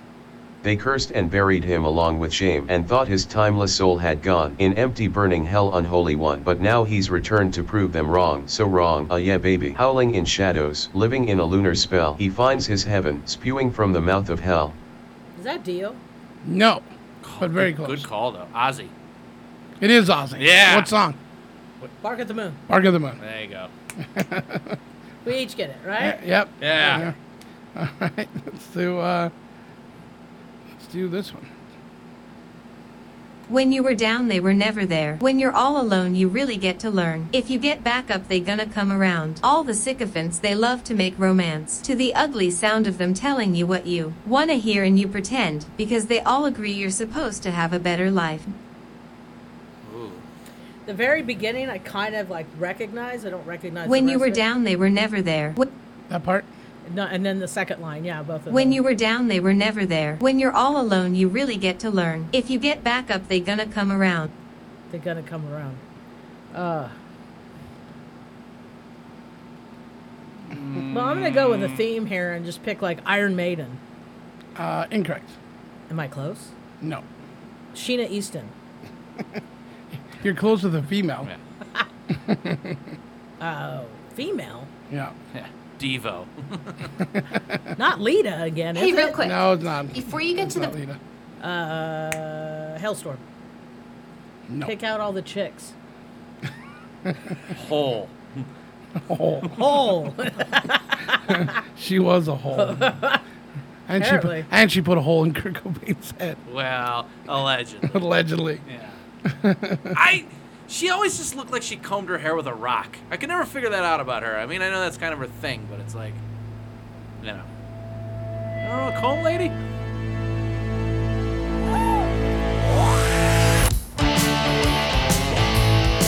Speaker 19: They cursed and buried him along with shame, and thought his timeless soul had gone in empty burning hell, unholy one. But now he's returned to prove them wrong, so wrong, ah yeah, baby. Howling in shadows, living in a lunar spell, he finds his heaven, spewing from the mouth of hell.
Speaker 17: Is that Dio?
Speaker 8: No, but very close.
Speaker 11: Good call though, Ozzy.
Speaker 8: It is Ozzy.
Speaker 11: Yeah.
Speaker 8: What song?
Speaker 17: Bark at the moon.
Speaker 8: Bark of the Moon.
Speaker 11: There you go.
Speaker 17: We each get it, right?
Speaker 8: Yep.
Speaker 11: Yeah.
Speaker 8: All right. Let's do. Uh, let's do this one.
Speaker 20: When you were down, they were never there. When you're all alone, you really get to learn. If you get back up, they gonna come around. All the sycophants, they love to make romance. To the ugly sound of them telling you what you wanna hear and you pretend, because they all agree you're supposed to have a better life.
Speaker 17: The very beginning, I kind of like recognize. I don't recognize. the
Speaker 20: When you
Speaker 17: rest
Speaker 20: were
Speaker 17: of it.
Speaker 20: down, they were never there.
Speaker 8: That part?
Speaker 17: No, and then the second line, yeah, both of
Speaker 20: When
Speaker 17: them.
Speaker 20: you were down, they were never there. When you're all alone, you really get to learn. If you get back up, they gonna come around.
Speaker 17: They're gonna come around. Uh, well, I'm gonna go with a theme here and just pick like Iron Maiden.
Speaker 8: Uh, incorrect.
Speaker 17: Am I close?
Speaker 8: No.
Speaker 17: Sheena Easton.
Speaker 8: You're close with a female.
Speaker 17: Oh, female.
Speaker 8: Yeah.
Speaker 11: Devo.
Speaker 17: Not Lita again.
Speaker 21: Hey,
Speaker 17: is
Speaker 21: real
Speaker 17: it?
Speaker 21: quick.
Speaker 8: No, it's not.
Speaker 21: Before you get to the
Speaker 17: Uh, Hellstorm.
Speaker 8: No.
Speaker 17: Pick out all the chicks.
Speaker 11: Hole.
Speaker 8: Hole.
Speaker 17: Hole.
Speaker 8: she was a hole. And she, put,
Speaker 11: Apparently.
Speaker 8: and she put a hole in Kurt Cobain's head.
Speaker 11: Well, allegedly.
Speaker 8: Allegedly.
Speaker 11: Yeah. I. She always just looked like she combed her hair with a rock. I could never figure that out about her. I mean, I know that's kind of her thing, but it's like, you know. I don't know, comb lady.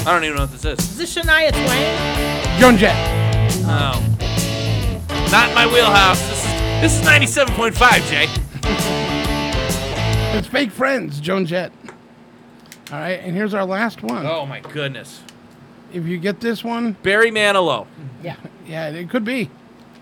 Speaker 11: I don't even know what this is.
Speaker 17: Is this Shania Twain?
Speaker 8: Joan Jett.
Speaker 11: Oh. Not in my wheelhouse. This is this is 97.5, Jay.
Speaker 8: It's fake friends, Joan Jett. All right, and here's our last one.
Speaker 11: Oh my goodness.
Speaker 8: If you get this one,
Speaker 11: Barry Manilow.
Speaker 17: Yeah.
Speaker 8: Yeah, it could be.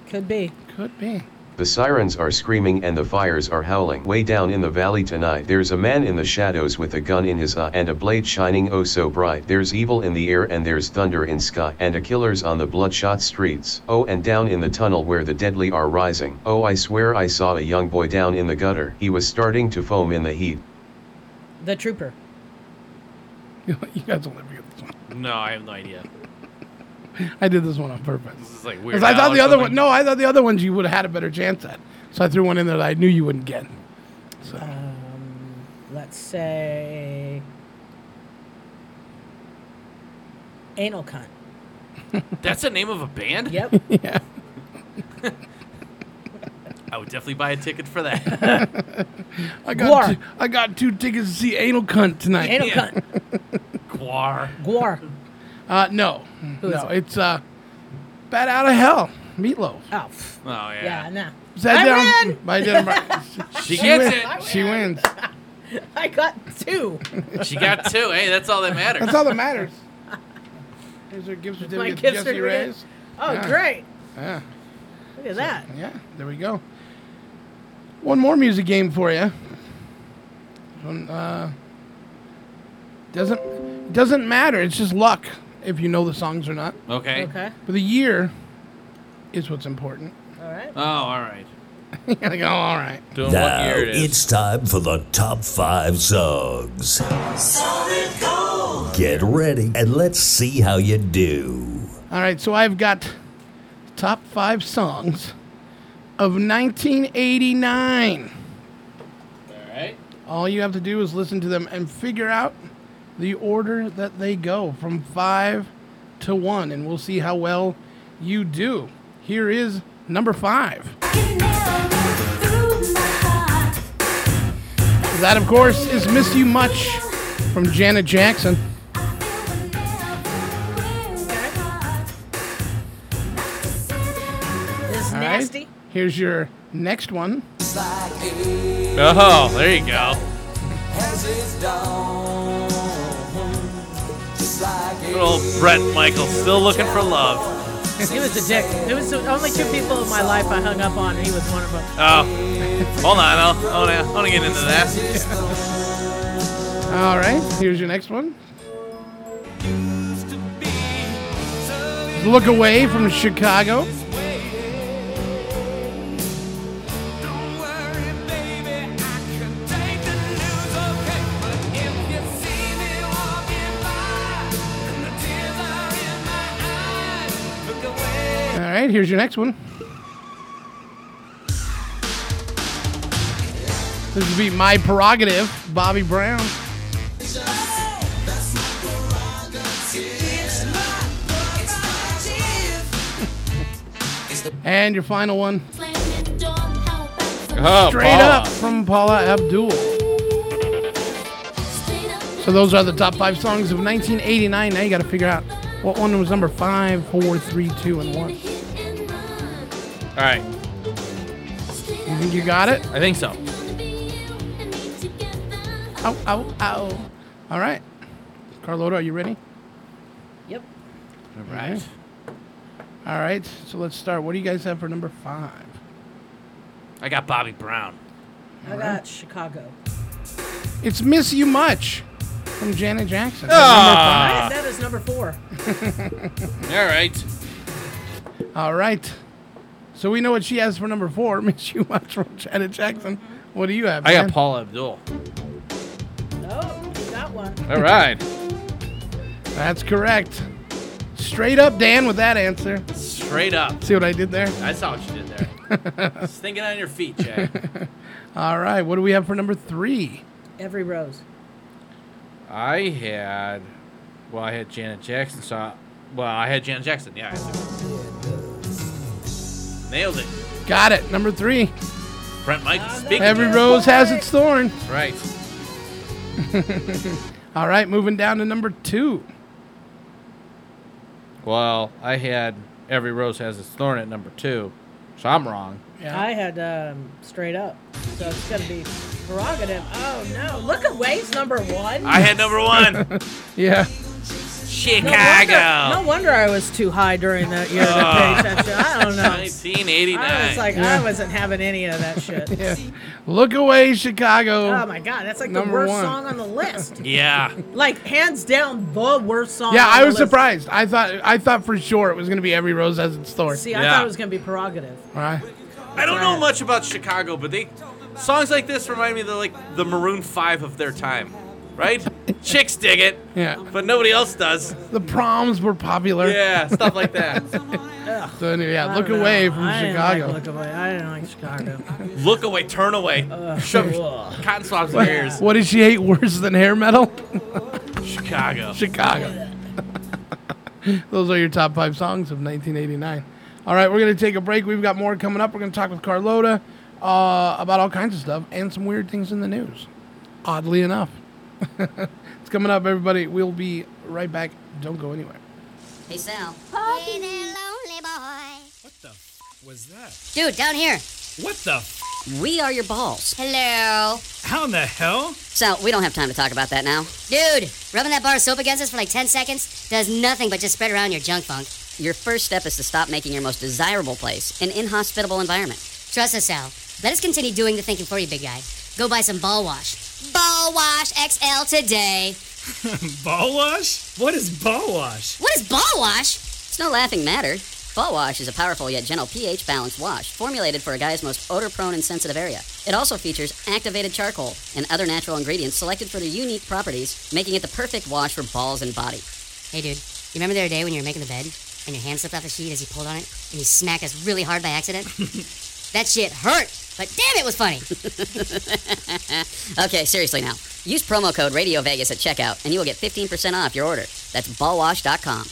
Speaker 17: Could be.
Speaker 8: Could be.
Speaker 19: The sirens are screaming and the fires are howling. Way down in the valley tonight, there's a man in the shadows with a gun in his eye and a blade shining oh so bright. There's evil in the air and there's thunder in sky and a killer's on the bloodshot streets. Oh, and down in the tunnel where the deadly are rising. Oh, I swear I saw a young boy down in the gutter. He was starting to foam in the heat.
Speaker 17: The Trooper.
Speaker 8: you guys will never get this one.
Speaker 11: No, I have no idea.
Speaker 8: I did this one on purpose.
Speaker 11: This is like weird.
Speaker 8: Because I
Speaker 11: Al
Speaker 8: thought
Speaker 11: or
Speaker 8: the other
Speaker 11: something.
Speaker 8: one. No, I thought the other ones you would have had a better chance at. So I threw one in there that I knew you wouldn't get. So
Speaker 11: Uh,
Speaker 17: Let's say. Anal cunt.
Speaker 11: That's the name of a band?
Speaker 17: Yep.
Speaker 8: yeah.
Speaker 11: I would definitely buy a ticket for that.
Speaker 8: I got two, I got two tickets to see Anal Cunt tonight.
Speaker 11: Anal Yeah. Guar.
Speaker 17: Guar.
Speaker 8: Uh, no,
Speaker 17: Who is
Speaker 8: no,
Speaker 17: it?
Speaker 8: it's uh, Bat Out of Hell, Meatloaf.
Speaker 17: Oh,
Speaker 11: Oh
Speaker 17: yeah,
Speaker 11: yeah.
Speaker 17: nah.
Speaker 8: Sat
Speaker 17: I
Speaker 8: down
Speaker 17: win!
Speaker 8: by Denver.
Speaker 11: She gets
Speaker 8: wins.
Speaker 11: it. I
Speaker 8: She wins.
Speaker 17: I got two.
Speaker 11: She got two. Hey, that's all that matters.
Speaker 8: That's all that matters. Here's her gift certificate.
Speaker 17: My
Speaker 8: to
Speaker 17: gift
Speaker 8: Jesse
Speaker 17: certificate.
Speaker 8: Reyes.
Speaker 17: Oh,
Speaker 8: Yeah.
Speaker 17: great.
Speaker 8: Yeah.
Speaker 17: Look at that.
Speaker 8: Yeah, there we go. One more music game for you. uh, doesn't doesn't matter. It's just luck if you know the songs or not.
Speaker 11: Okay.
Speaker 17: Okay.
Speaker 8: But the year is what's important.
Speaker 17: All right.
Speaker 11: Oh, all right.
Speaker 8: you gotta go. All right.
Speaker 11: Doing what
Speaker 9: now
Speaker 11: year it is.
Speaker 9: it's time for the top five songs.
Speaker 1: Solid gold.
Speaker 9: Get ready and let's see how you do.
Speaker 8: All right. So I've got top five songs of 1989.
Speaker 11: All right.
Speaker 8: All you have to do is listen to them and figure out the order that they go from five to one, and we'll see how well you do. Here is number five. That, of course, is Miss You Much from Janet Jackson.
Speaker 17: This is
Speaker 8: All right,
Speaker 17: nasty.
Speaker 8: Here's your next one.
Speaker 11: Oh, there you go.
Speaker 2: As it's dawn, just like
Speaker 11: Good old Brett Michael, still looking for love.
Speaker 17: He was a dick. There was the only two people in my life I hung up on, and he was one of them.
Speaker 11: Oh, hold on. I'll, I want to I wanna get into that.
Speaker 8: All right, here's your next one. Look Away from Chicago. All right, here's your next one. This would be My Prerogative, Bobby Brown. And your final one.
Speaker 11: Oh,
Speaker 8: Straight
Speaker 11: Paula.
Speaker 8: up from Paula Abdul. So those are the top five songs of 1989. Now you got to figure out what one was number five, four, three, two, and one. You
Speaker 11: All right.
Speaker 8: think you got it?
Speaker 11: I think so.
Speaker 8: Ow, ow, ow. All right. Carlota, are you ready?
Speaker 17: Yep.
Speaker 8: All right. All right. So let's start. What do you guys have for number five?
Speaker 11: I got Bobby Brown.
Speaker 17: I got Chicago.
Speaker 8: It's Miss You Much from Janet Jackson.
Speaker 11: Ah.
Speaker 17: That is number four.
Speaker 11: All right.
Speaker 8: All right. So we know what she has for number four. Miss You Much from
Speaker 11: Mm-hmm.
Speaker 8: Janet Jackson. What do you have?
Speaker 11: I got
Speaker 8: man?
Speaker 11: Paula Abdul.
Speaker 17: Oh, you got one.
Speaker 11: All right.
Speaker 8: That's correct. Straight up, Dan, with that answer.
Speaker 11: Straight up.
Speaker 8: See what I did there?
Speaker 11: I saw what you did there. Just thinking on your feet, Jack.
Speaker 8: All right. What do we have for number three?
Speaker 17: Every rose.
Speaker 11: I had, well, I had Janet Jackson. So, I, well, I had Janet Jackson. Yeah. I had- Nailed it.
Speaker 8: Got it. Number three.
Speaker 11: Brent Michael. Speaking.
Speaker 8: Every rose has its thorn.
Speaker 11: That's right.
Speaker 8: All right. Moving down to number two.
Speaker 11: Well, I had every rose has its thorn at number two, so I'm wrong.
Speaker 17: I had um, straight up. So it's going to be prerogative. Oh, no. Look away's number one.
Speaker 11: I had number one.
Speaker 8: yeah.
Speaker 17: No
Speaker 11: Chicago.
Speaker 17: wonder, no wonder I was too high during that year.
Speaker 11: Oh.
Speaker 17: That pay attention. I don't know.
Speaker 11: 1989.
Speaker 17: I was like,
Speaker 8: Yeah.
Speaker 17: I wasn't having any of that shit.
Speaker 8: Yeah. Look away, Chicago.
Speaker 17: Oh my god, that's like the
Speaker 8: Number
Speaker 17: worst
Speaker 8: one.
Speaker 17: song on the list.
Speaker 11: yeah.
Speaker 17: like hands down, the worst song.
Speaker 8: Yeah,
Speaker 17: on
Speaker 8: I
Speaker 17: the
Speaker 8: was
Speaker 17: list.
Speaker 8: surprised. I thought I thought for sure it was gonna be every rose has its thorn.
Speaker 17: See, I thought it was gonna be prerogative.
Speaker 8: All right.
Speaker 11: I don't know much about Chicago, but they songs like this remind me of the, like the Maroon Five of their time, right? Chicks dig it,
Speaker 8: Yeah.
Speaker 11: but nobody else does.
Speaker 8: The proms were popular.
Speaker 11: Yeah, stuff like that.
Speaker 8: so anyway, yeah,
Speaker 17: I
Speaker 8: look
Speaker 17: don't
Speaker 8: away
Speaker 17: know.
Speaker 8: from
Speaker 17: I
Speaker 8: Chicago.
Speaker 17: Didn't like look away. I didn't like Chicago.
Speaker 11: Look away, turn away. Shove cotton swabs in your ears.
Speaker 8: what did she hate worse than hair metal?
Speaker 11: Chicago.
Speaker 8: Chicago. Those are your top five songs of 1989. All right, we're going to take a break. We've got more coming up. We're going to talk with Carlota. uh, about all kinds of stuff and some weird things in the news. Oddly enough, it's coming up, everybody. We'll be right back. Don't go anywhere.
Speaker 21: Hey, Sal.
Speaker 22: lonely boy.
Speaker 13: What the f- was that?
Speaker 22: Dude, down here.
Speaker 13: What the f-
Speaker 22: We are your balls. Hello.
Speaker 13: How in the hell?
Speaker 22: So, we don't have time to talk about that now. Dude, rubbing that bar of soap against us for like 10 seconds does nothing but just spread around your junk funk. Your first step is to stop making your most desirable place an inhospitable environment.
Speaker 21: Trust us, Sal. Let us continue doing the thinking for you, big guy. Go buy some ball wash.
Speaker 22: Ball Wash XL today.
Speaker 13: Ball wash? What is ball wash?
Speaker 22: What is ball wash? It's no laughing matter. Ball wash is a powerful yet gentle pH balanced wash formulated for a guy's most odor prone and sensitive area. It also features activated charcoal and other natural ingredients selected for their unique properties, making it the perfect wash for balls and body.
Speaker 21: Hey, dude. You remember the other day when you were making the bed and your hand slipped off the sheet as you pulled on it and you smacked us really hard by accident? that shit hurt, but damn, it was funny.
Speaker 22: okay, seriously now. Use promo code Radio Vegas at checkout and you will get 15% off your order. That's ballwash.com.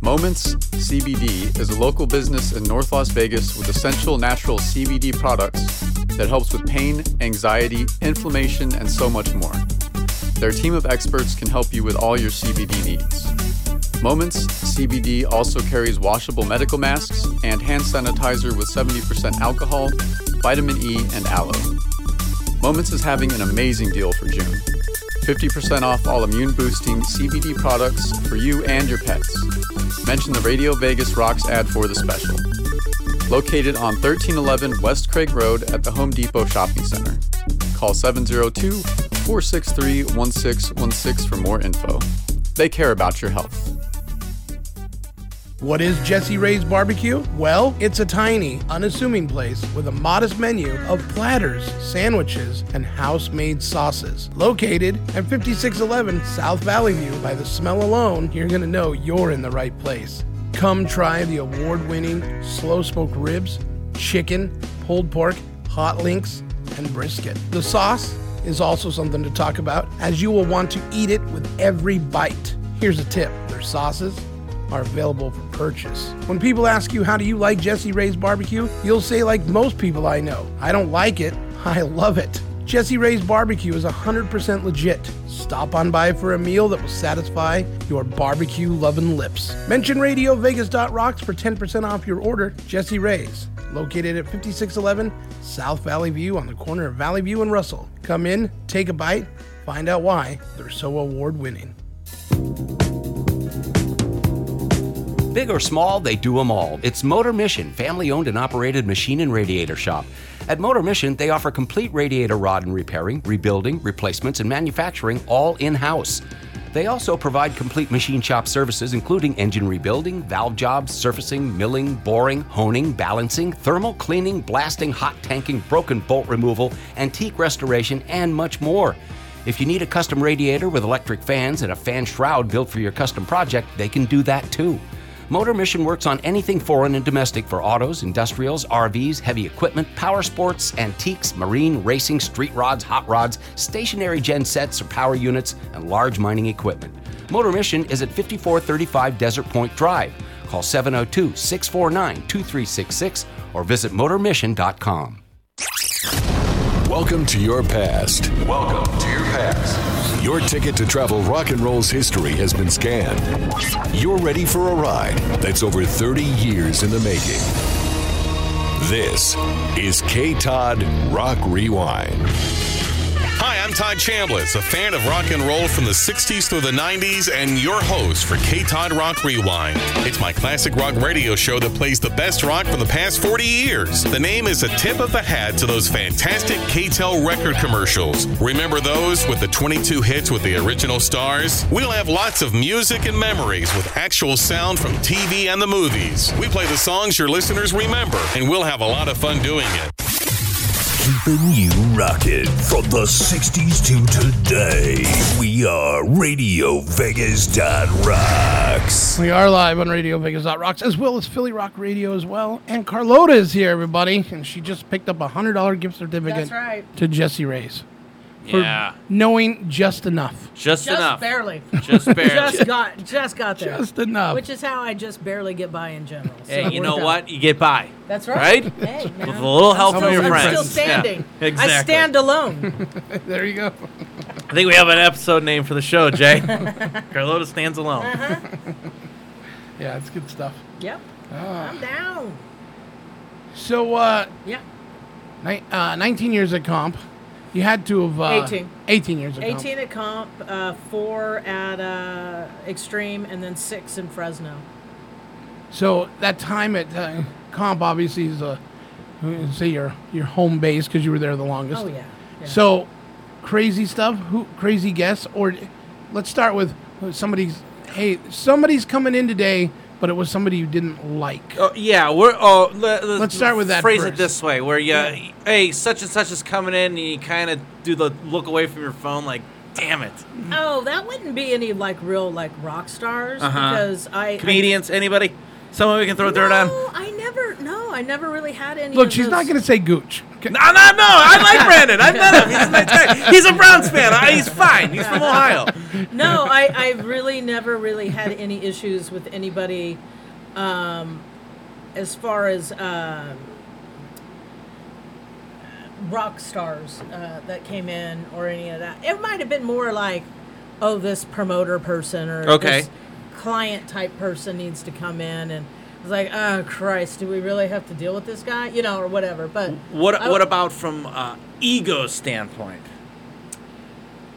Speaker 14: Moments CBD is a local business in North Las Vegas with essential natural CBD products that helps with pain, anxiety, inflammation, and so much more. Their team of experts can help you with all your CBD needs. Moments CBD also carries washable medical masks and hand sanitizer with 70% alcohol, vitamin E, and aloe. Moments is having an amazing deal for June 50% off all immune boosting CBD products for you and your pets. Mention the Radio Vegas Rocks ad for the special. Located on 1311 West Craig Road at the Home Depot Shopping Center. Call 702 463 1616 for more info. They care about your health.
Speaker 8: What is Jesse Ray's Barbecue? Well, it's a tiny, unassuming place with a modest menu of platters, sandwiches, and house made sauces. Located at 5611 South Valley View, by the smell alone, you're going to know you're in the right place. Come try the award winning slow smoked ribs, chicken, pulled pork, hot links, and brisket. The sauce is also something to talk about, as you will want to eat it with every bite. Here's a tip their sauces are available for purchase. When people ask you, How do you like Jesse Ray's barbecue? you'll say, Like most people I know, I don't like it, I love it. Jesse Ray's barbecue is 100% legit. Stop on by for a meal that will satisfy your barbecue loving lips. Mention RadioVegas.rocks for 10% off your order. Jesse Ray's, located at 5611 South Valley View on the corner of Valley View and Russell. Come in, take a bite, find out why they're so award winning.
Speaker 4: Big or small, they do them all. It's Motor Mission, family owned and operated machine and radiator shop. At Motor Mission, they offer complete radiator rod and repairing, rebuilding, replacements, and manufacturing all in house. They also provide complete machine shop services, including engine rebuilding, valve jobs, surfacing, milling, boring, honing, balancing, thermal cleaning, blasting, hot tanking, broken bolt removal, antique restoration, and much more. If you need a custom radiator with electric fans and a fan shroud built for your custom project, they can do that too. Motor Mission works on anything foreign and domestic for autos, industrials, RVs, heavy equipment, power sports, antiques, marine, racing, street rods, hot rods, stationary gen sets or power units, and large mining equipment. Motor Mission is at 5435 Desert Point Drive. Call 702 649 2366 or visit motormission.com.
Speaker 23: Welcome to your past. Welcome to your past. Your ticket to travel rock and roll's history has been scanned. You're ready for a ride that's over 30 years in the making. This is K Todd Rock Rewind.
Speaker 24: Hi, I'm Todd Chambliss, a fan of rock and roll from the 60s through the 90s, and your host for K Todd Rock Rewind. It's my classic rock radio show that plays the best rock from the past 40 years. The name is a tip of the hat to those fantastic KTEL record commercials. Remember those with the 22 hits with the original stars? We'll have lots of music and memories with actual sound from TV and the movies. We play the songs your listeners remember, and we'll have a lot of fun doing it.
Speaker 9: Keeping you rocking from the 60s to today. We are Radio Rocks.
Speaker 8: We are live on Radio Vegas Rocks as well as Philly Rock Radio as well. And Carlota is here, everybody, and she just picked up a hundred dollar gift certificate
Speaker 17: That's right.
Speaker 8: to Jesse Ray's for
Speaker 11: Yeah.
Speaker 8: knowing just enough.
Speaker 11: Just, enough.
Speaker 17: barely.
Speaker 11: Just barely.
Speaker 17: just got just got there.
Speaker 8: Just enough.
Speaker 17: Which is how I just barely get by in general. So
Speaker 11: Hey, you
Speaker 17: we're
Speaker 11: know
Speaker 17: done.
Speaker 11: what? You get by.
Speaker 17: That's right.
Speaker 11: Right?
Speaker 17: Hey, man.
Speaker 11: With a little help
Speaker 17: I'm
Speaker 11: from
Speaker 17: still-
Speaker 11: your
Speaker 17: I'm
Speaker 11: friends.
Speaker 17: still standing. I
Speaker 11: Yeah, exactly.
Speaker 17: stand alone.
Speaker 8: there you go.
Speaker 11: I think we have an episode name for the show, Jay. Carlota stands alone.
Speaker 17: Uh-huh.
Speaker 8: Yeah, it's good stuff.
Speaker 17: Yep.
Speaker 8: Ah.
Speaker 17: I'm down.
Speaker 8: So, uh,
Speaker 17: yeah,
Speaker 8: ni- uh, 19 years at comp. You had to have uh,
Speaker 17: 18.
Speaker 8: 18 years at comp.
Speaker 17: 18 at comp, uh, four at uh, extreme, and then six in Fresno.
Speaker 8: So that time at uh, comp obviously is a say your your home base because you were there the longest.
Speaker 17: Oh, yeah, yeah.
Speaker 8: So crazy stuff. Who crazy guests or let's start with somebody's. Hey, somebody's coming in today, but it was somebody you didn't like.
Speaker 11: Oh, yeah, we're. Oh, let,
Speaker 8: Let's start with that
Speaker 11: Phrase it
Speaker 8: first.
Speaker 11: this way: where you, hey, such and such is coming in, and you kind of do the look away from your phone, like, damn it.
Speaker 17: Oh, that wouldn't be any like real like rock stars
Speaker 11: Uh-huh.
Speaker 17: because I I-
Speaker 11: Comedians, anybody, someone we can throw dirt on.
Speaker 17: No, I never. No, I never really had any.
Speaker 8: Look,
Speaker 17: of
Speaker 8: she's
Speaker 17: those-
Speaker 8: not going to say gooch. Okay.
Speaker 11: No, no, no. I like Brandon. I met him. He's a nice guy. He's a Browns fan. I- he's fine. He's from Ohio.
Speaker 17: no, I, I really never really had any issues with anybody um, as far as um rock stars uh, that came in or any of that. It might have been more like, oh, this promoter person or
Speaker 11: Okay.
Speaker 17: this client type person needs to come in and it's like, oh, Christ, do we really have to deal with this guy? You know, or whatever. But
Speaker 11: What
Speaker 17: I-
Speaker 11: What about from uh, ego standpoint?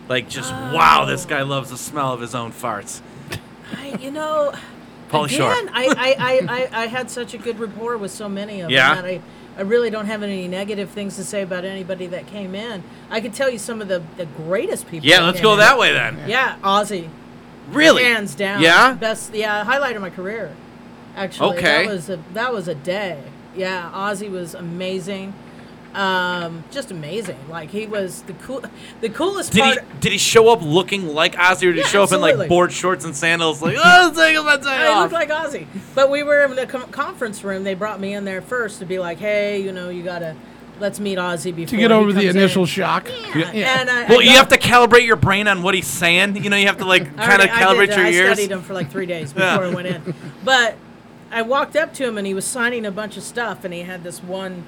Speaker 11: Like, just
Speaker 17: Um,
Speaker 11: wow, this guy loves the smell of his own farts.
Speaker 17: I, you know,
Speaker 11: Pauly
Speaker 17: again,
Speaker 11: Shore.
Speaker 17: I, I, I, I, I had such a good rapport with so many of
Speaker 11: Yeah.
Speaker 17: them that I, I really don't have any negative things to say about anybody that came in. I could tell you some of the, the greatest people.
Speaker 11: Yeah,
Speaker 17: that
Speaker 11: let's
Speaker 17: came
Speaker 11: go
Speaker 17: in.
Speaker 11: that way then.
Speaker 17: Yeah, Ozzy.
Speaker 11: Really?
Speaker 17: Hands down.
Speaker 11: Yeah?
Speaker 17: Best. Yeah, highlight of my career. Actually,
Speaker 11: Okay.
Speaker 17: That was a that was a day. Yeah, Ozzy was amazing. Um, just amazing. Like he was the cool, the coolest
Speaker 11: Did
Speaker 17: part.
Speaker 11: he Did he show up looking like Ozzy, or did
Speaker 17: Yeah,
Speaker 11: he show up in
Speaker 17: absolutely.
Speaker 11: like board shorts and sandals? Like, oh, it's like my time
Speaker 17: I
Speaker 11: off.
Speaker 17: looked like Ozzy. But we were in the com- conference room. They brought me in there first to be like, hey, you know, you gotta let's meet Ozzy before
Speaker 8: To get
Speaker 17: he
Speaker 8: over the
Speaker 17: comes in."
Speaker 8: initial shock.
Speaker 17: And I,
Speaker 11: well,
Speaker 17: I
Speaker 11: you
Speaker 17: got-
Speaker 11: have to calibrate your brain on what he's saying. You know, you have to like
Speaker 17: I
Speaker 11: kind of
Speaker 17: already- I
Speaker 11: calibrate
Speaker 17: did, uh,
Speaker 11: your
Speaker 17: I
Speaker 11: ears.
Speaker 17: studied him for like three days
Speaker 11: Yeah.
Speaker 17: before I went in. But I walked up to him and he was signing a bunch of stuff and he had this one